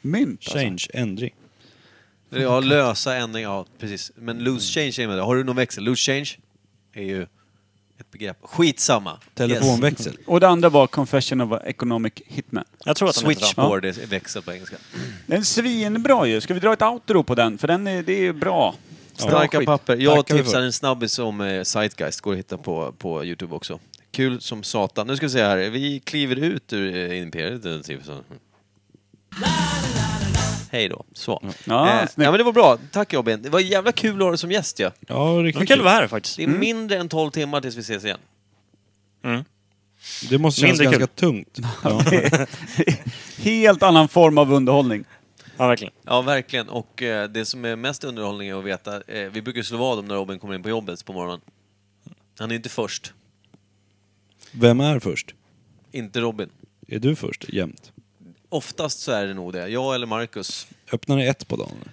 Mynt alltså.
Change, ändring.
Eller, Ja, lösa ändringar. Ja, precis. Men loose change är med det. Har du någon växel? Loose change är ju ett begrepp. Skitsamma.
Telefonväxel.
Och det andra var Confession of an Economic Hitman.
Jag tror att
Yes.
de heter dem.
Switchboard är växel på engelska.
Den är svinbra ju. Ska vi dra ett outro på den? För den är, det är ju bra.
Starka
skit.
papper. Jag
Tackar vi
tipsar
för.
en snabbis om eh, Zeitgeist. Går att hitta på, på Youtube också. Kul som satan. Nu ska vi se här. Vi kliver ut ur eh, Imperiet. eh, typ så. Mm. Hej då. Så.
Ja,
eh,
snyggt.
ja, men det var bra. Tack Robin. Det var jävla kul att ha dig som gäst ja.
Ja,
Det var
riktigt
kul att
kul.
vara här faktiskt. Mm.
Det är
Mm.
mindre än 12 timmar tills vi ses igen. Mm.
Det måste kännas
Mindre kul.
[LAUGHS]
ganska tungt. Ja.
Helt annan form av underhållning.
Ja, verkligen.
Ja, verkligen. Och eh, det som är mest underhållning är att veta, eh, vi brukar slå vad om när Robin kommer in på jobbet på morgonen. Han är inte först.
Vem är först?
Inte Robin.
Är du först jämt?
Oftast så är det nog det. Jag eller Marcus.
Öppnar det ett på dagen? eller?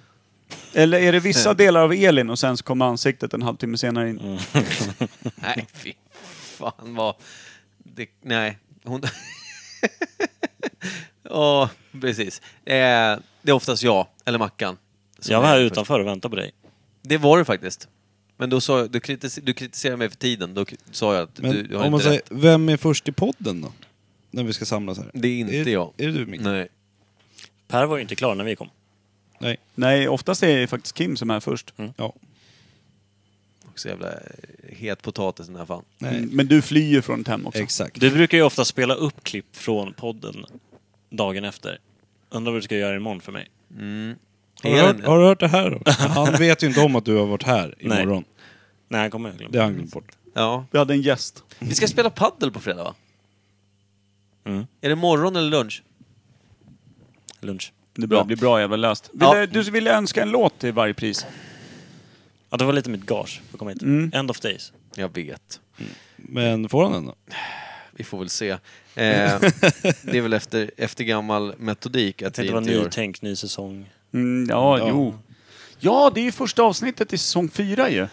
Eller är det vissa delar av Elin och sen så kommer ansiktet en halvtimme senare in?
Nej,
[LAUGHS]
fy fan vad... Det, nej, hon... [LAUGHS] Ja, precis. Eh, det är oftast jag, eller Mackan. som
Jag var
är
här
först.
utanför och väntade på dig.
Det var det faktiskt. Men då sa jag, du, kritiser, du kritiserade mig för tiden. Då k- sa jag att
Men
du, du har
om man
inte
säger,
rätt.
vem är först i podden då? När vi ska samlas här.
Det är inte jag.
Är det du Micke?
Nej.
Per var ju inte klar när vi kom.
Nej.
Nej, oftast är det faktiskt Kim som är först.
Ja.
Så jävla eh, het potatis den här fan.
Nej.
Mm, Men du flyr ju från ett hem också.
Exakt.
Du brukar ju ofta spela upp klipp från podden dagen efter. Undrar vad du ska göra imorgon för mig.
Har du,
Är
hört,
den-
har du hört det här
[LAUGHS]
då? Han vet ju inte om att du har varit här
Nej.
imorgon.
Nej, han kommer jag glömma.
Det har han glömt bort.
Ja.
Vi hade en gäst.
Vi ska spela paddel på fredag va?
Mm.
Är det morgon eller lunch?
Lunch.
Det
Bra.
blir bra jävla löst. Vill
Ja.
du- Du ville önska en låt till varje pris.
Ja, det var lite mitt gage för att komma hit. End of days.
Jag vet.
Men får han den då?
Vi får väl se. Eh, det är väl efter, efter gammal metodik att
Tänkte
vi
det var
inte gör...
nytänk, ny säsong.
Mm, ja,
Ja.
jo. Ja, det är ju första avsnittet i säsong fyra ju.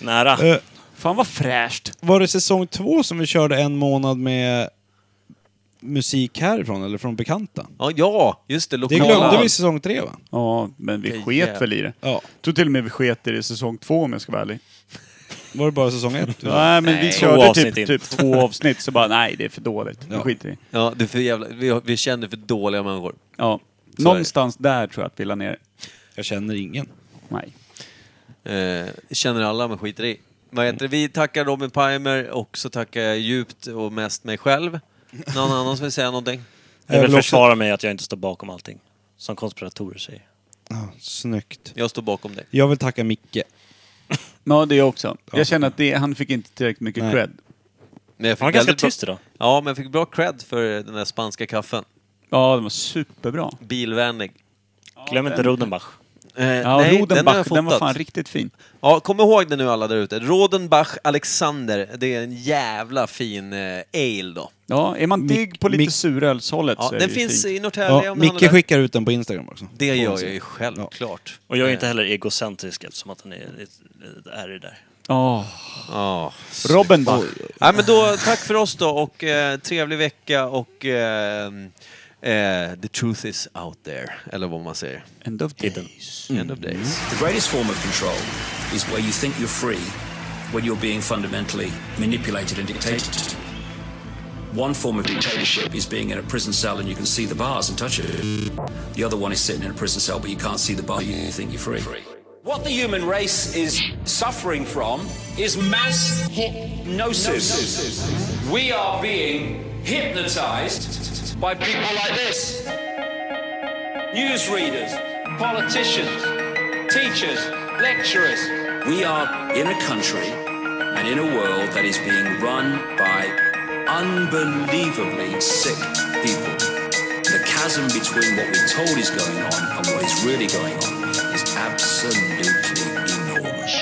Nära.
Eh,
Fan vad fräscht.
var det säsong två som vi körde en månad med musik härifrån eller från bekanta?
Ja, ja, just det.
Det
Lokala.
glömde vi i säsong tre va?
Ja, men vi
Okej,
sket
jävlar.
väl i det.
Ja.
Jag tror till och med vi sket i det i säsong två om jag ska vara ärlig.
Var det bara säsong ett? du sa?
Nej, men vi
[LAUGHS] Nej.
Två
körde
avsnitt
typ,
in.
typ två avsnitt, så bara nej, det är för dåligt. Vi
Ja.
skiter i.
Ja, det är för jävla, vi, har- vi känner för dåliga människor.
Ja. Någonstans där tror jag att vi la ner.
Jag känner ingen.
Nej.
Eh, känner alla men skiter i. Vad heter det? Vi tackar Robin Pimer och så tackar jag djupt och mest mig själv. Någon annan som vill säga någonting?
Jag
Jag
vill
vill också-
försvara mig att jag inte står bakom allting. Som konspiratorer säger.
Ah, snyggt.
Jag står bakom dig.
Jag vill tacka Micke.
Ja, det också. Jag känner att det, han fick inte tillräckligt mycket
Nej.
cred.
Men jag fick
Han var ganska
väldigt bra-
tyst idag.
Ja, men jag fick bra cred för den där spanska kaffen.
Ja, den var superbra.
Bilvänlig.
Glöm inte Rodenbach.
Ja,
Eh, nej, den har
Rodenbach,
jag
den, var
fotat.
fan riktigt fin.
Ja, kom ihåg det nu alla där ute. Rodenbach Alexander, det är en jävla fin eh, ale då.
Ja, är man digg på lite
Mick-
surölshållet
Ja,
så är
den
det
finns
ju fint.
i Norrtälje
Ja,
om ni handlar
Micke
där.
skickar ut den på Instagram också.
Det gör jag ju självklart.
Och jag är inte heller egocentrisk eftersom att han är ett- ett ärr där.
Ja.
Ja.
Rodenbach.
Nej, men då, tack för oss då och eh, trevlig vecka och eh, eh, the truth is out there, eller vad man säger.
End of
Hidden.
days.
End of days.
The greatest form of control is where you think you're free when you're being fundamentally manipulated and dictated. to. One form of dictatorship is being in a prison cell and you can see the bars and touch it. The other one is sitting in a prison cell but you can't see the bar, you think you're free. What the human race is suffering from is mass hypnosis. We are being hypnotized by people like this newsreaders, politicians, teachers, lecturers. We are in a country and in a world that is being run by unbelievably sick people. The chasm between what we're told is going on and what is really going on is absolutely enormous.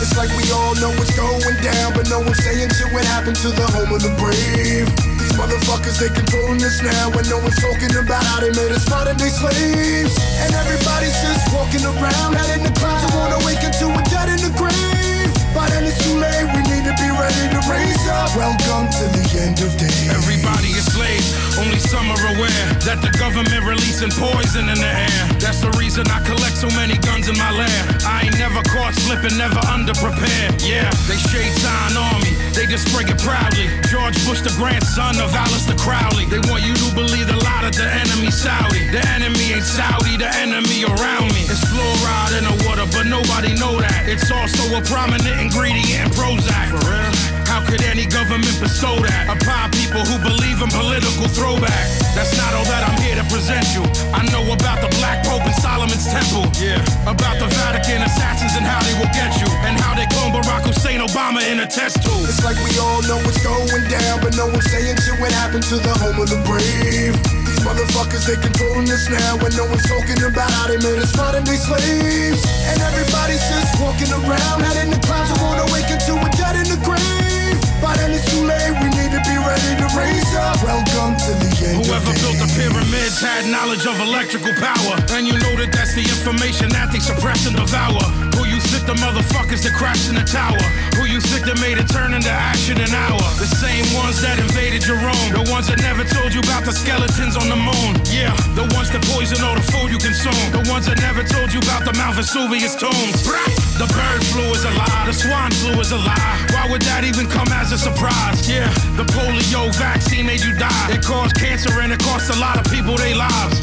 It's like we all know what's going down, but no one's saying shit what happened to the home of the brave. These motherfuckers, they controlling us now, and no one's talking about how they made us modern day slaves. And everybody's just walking around, out in the clouds, don't wanna wake up to a dead in the grave. By then it's too late, we need to be ready to raise up. Welcome to the end of days.
Everybody is slaves, only some are aware that the government releasing poison in the air. That's the reason I collect so many guns in my lair. I ain't never caught slipping, never underprepared. Yeah, they shade sign on me, they just bring it proudly. George Bush, the grandson of Alistair Crowley. They want you to believe the lie that the enemy Saudi. The enemy ain't Saudi, the enemy around me. It's fluoride in the water, but nobody know that. It's also a prominent ingredient in Prozac. For real? How could any government bestow that upon people who believe in political throwback? That's not all that I'm here to present you. I know about the Black Pope and Solomon's Temple. Yeah. About the Vatican assassins and how they will get you. And how they clone Barack Hussein Obama in a test tube.
It's like we all know what's going down, but no one's saying shit what happened to the home of the brave. These motherfuckers, they controlling us now, and no one's talking about how they made us modern day slaves. And everybody's just walking around, out in the clouds, don't wanna wake up to a dead in the grave. By then it's too late, we need to be ready to raise up. Welcome to the end.
Whoever
of
built the
days.
pyramids had knowledge of electrical power. And you know that that's the information that they suppress and devour. Who you sick the motherfuckers that crashed in the tower? Who you sick that made it turn into ash in an hour? The same ones that invaded your Jerome. The ones that never told you about the skeletons on the moon. Yeah, the ones that poison all the food you consume. The ones that never told you about the Mount Vesuvius tombs. Brah! The bird flu is a lie, the swan flu is a lie. Why would that even come as a surprise? Yeah, the polio vaccine made you die. It caused cancer and it cost a lot of people their lives.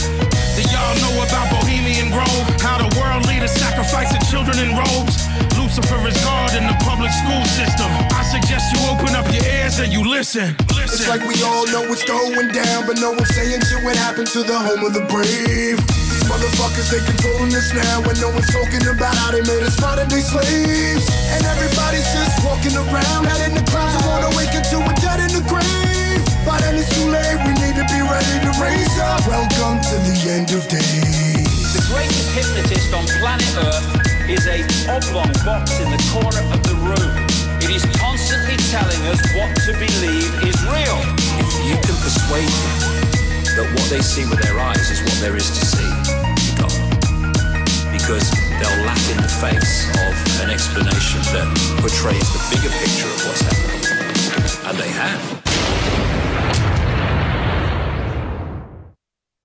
Do y'all know about Bohemian Grove? How the world leaders sacrificing children in robes? Lucifer is God in the public school system. I suggest you open up your ears and you listen. listen.
It's like we all know what's going down, but no one's saying shit what happened to the home of the brave. These motherfuckers, they controlling us now, and no one's talking about how they made us modern day slaves. And everybody's just walking around, out in the clouds, don't wanna wake up to a dead in the grave. By then it's too late, we need to be ready to raise up. Welcome to the end of days.
The greatest hypnotist on planet Earth is a oblong box in the corner of the room. It is constantly telling us what to believe is real. If you can persuade them that what they see with their eyes is what there is to see, you can't. Because they'll laugh in the face of an explanation that portrays the bigger picture.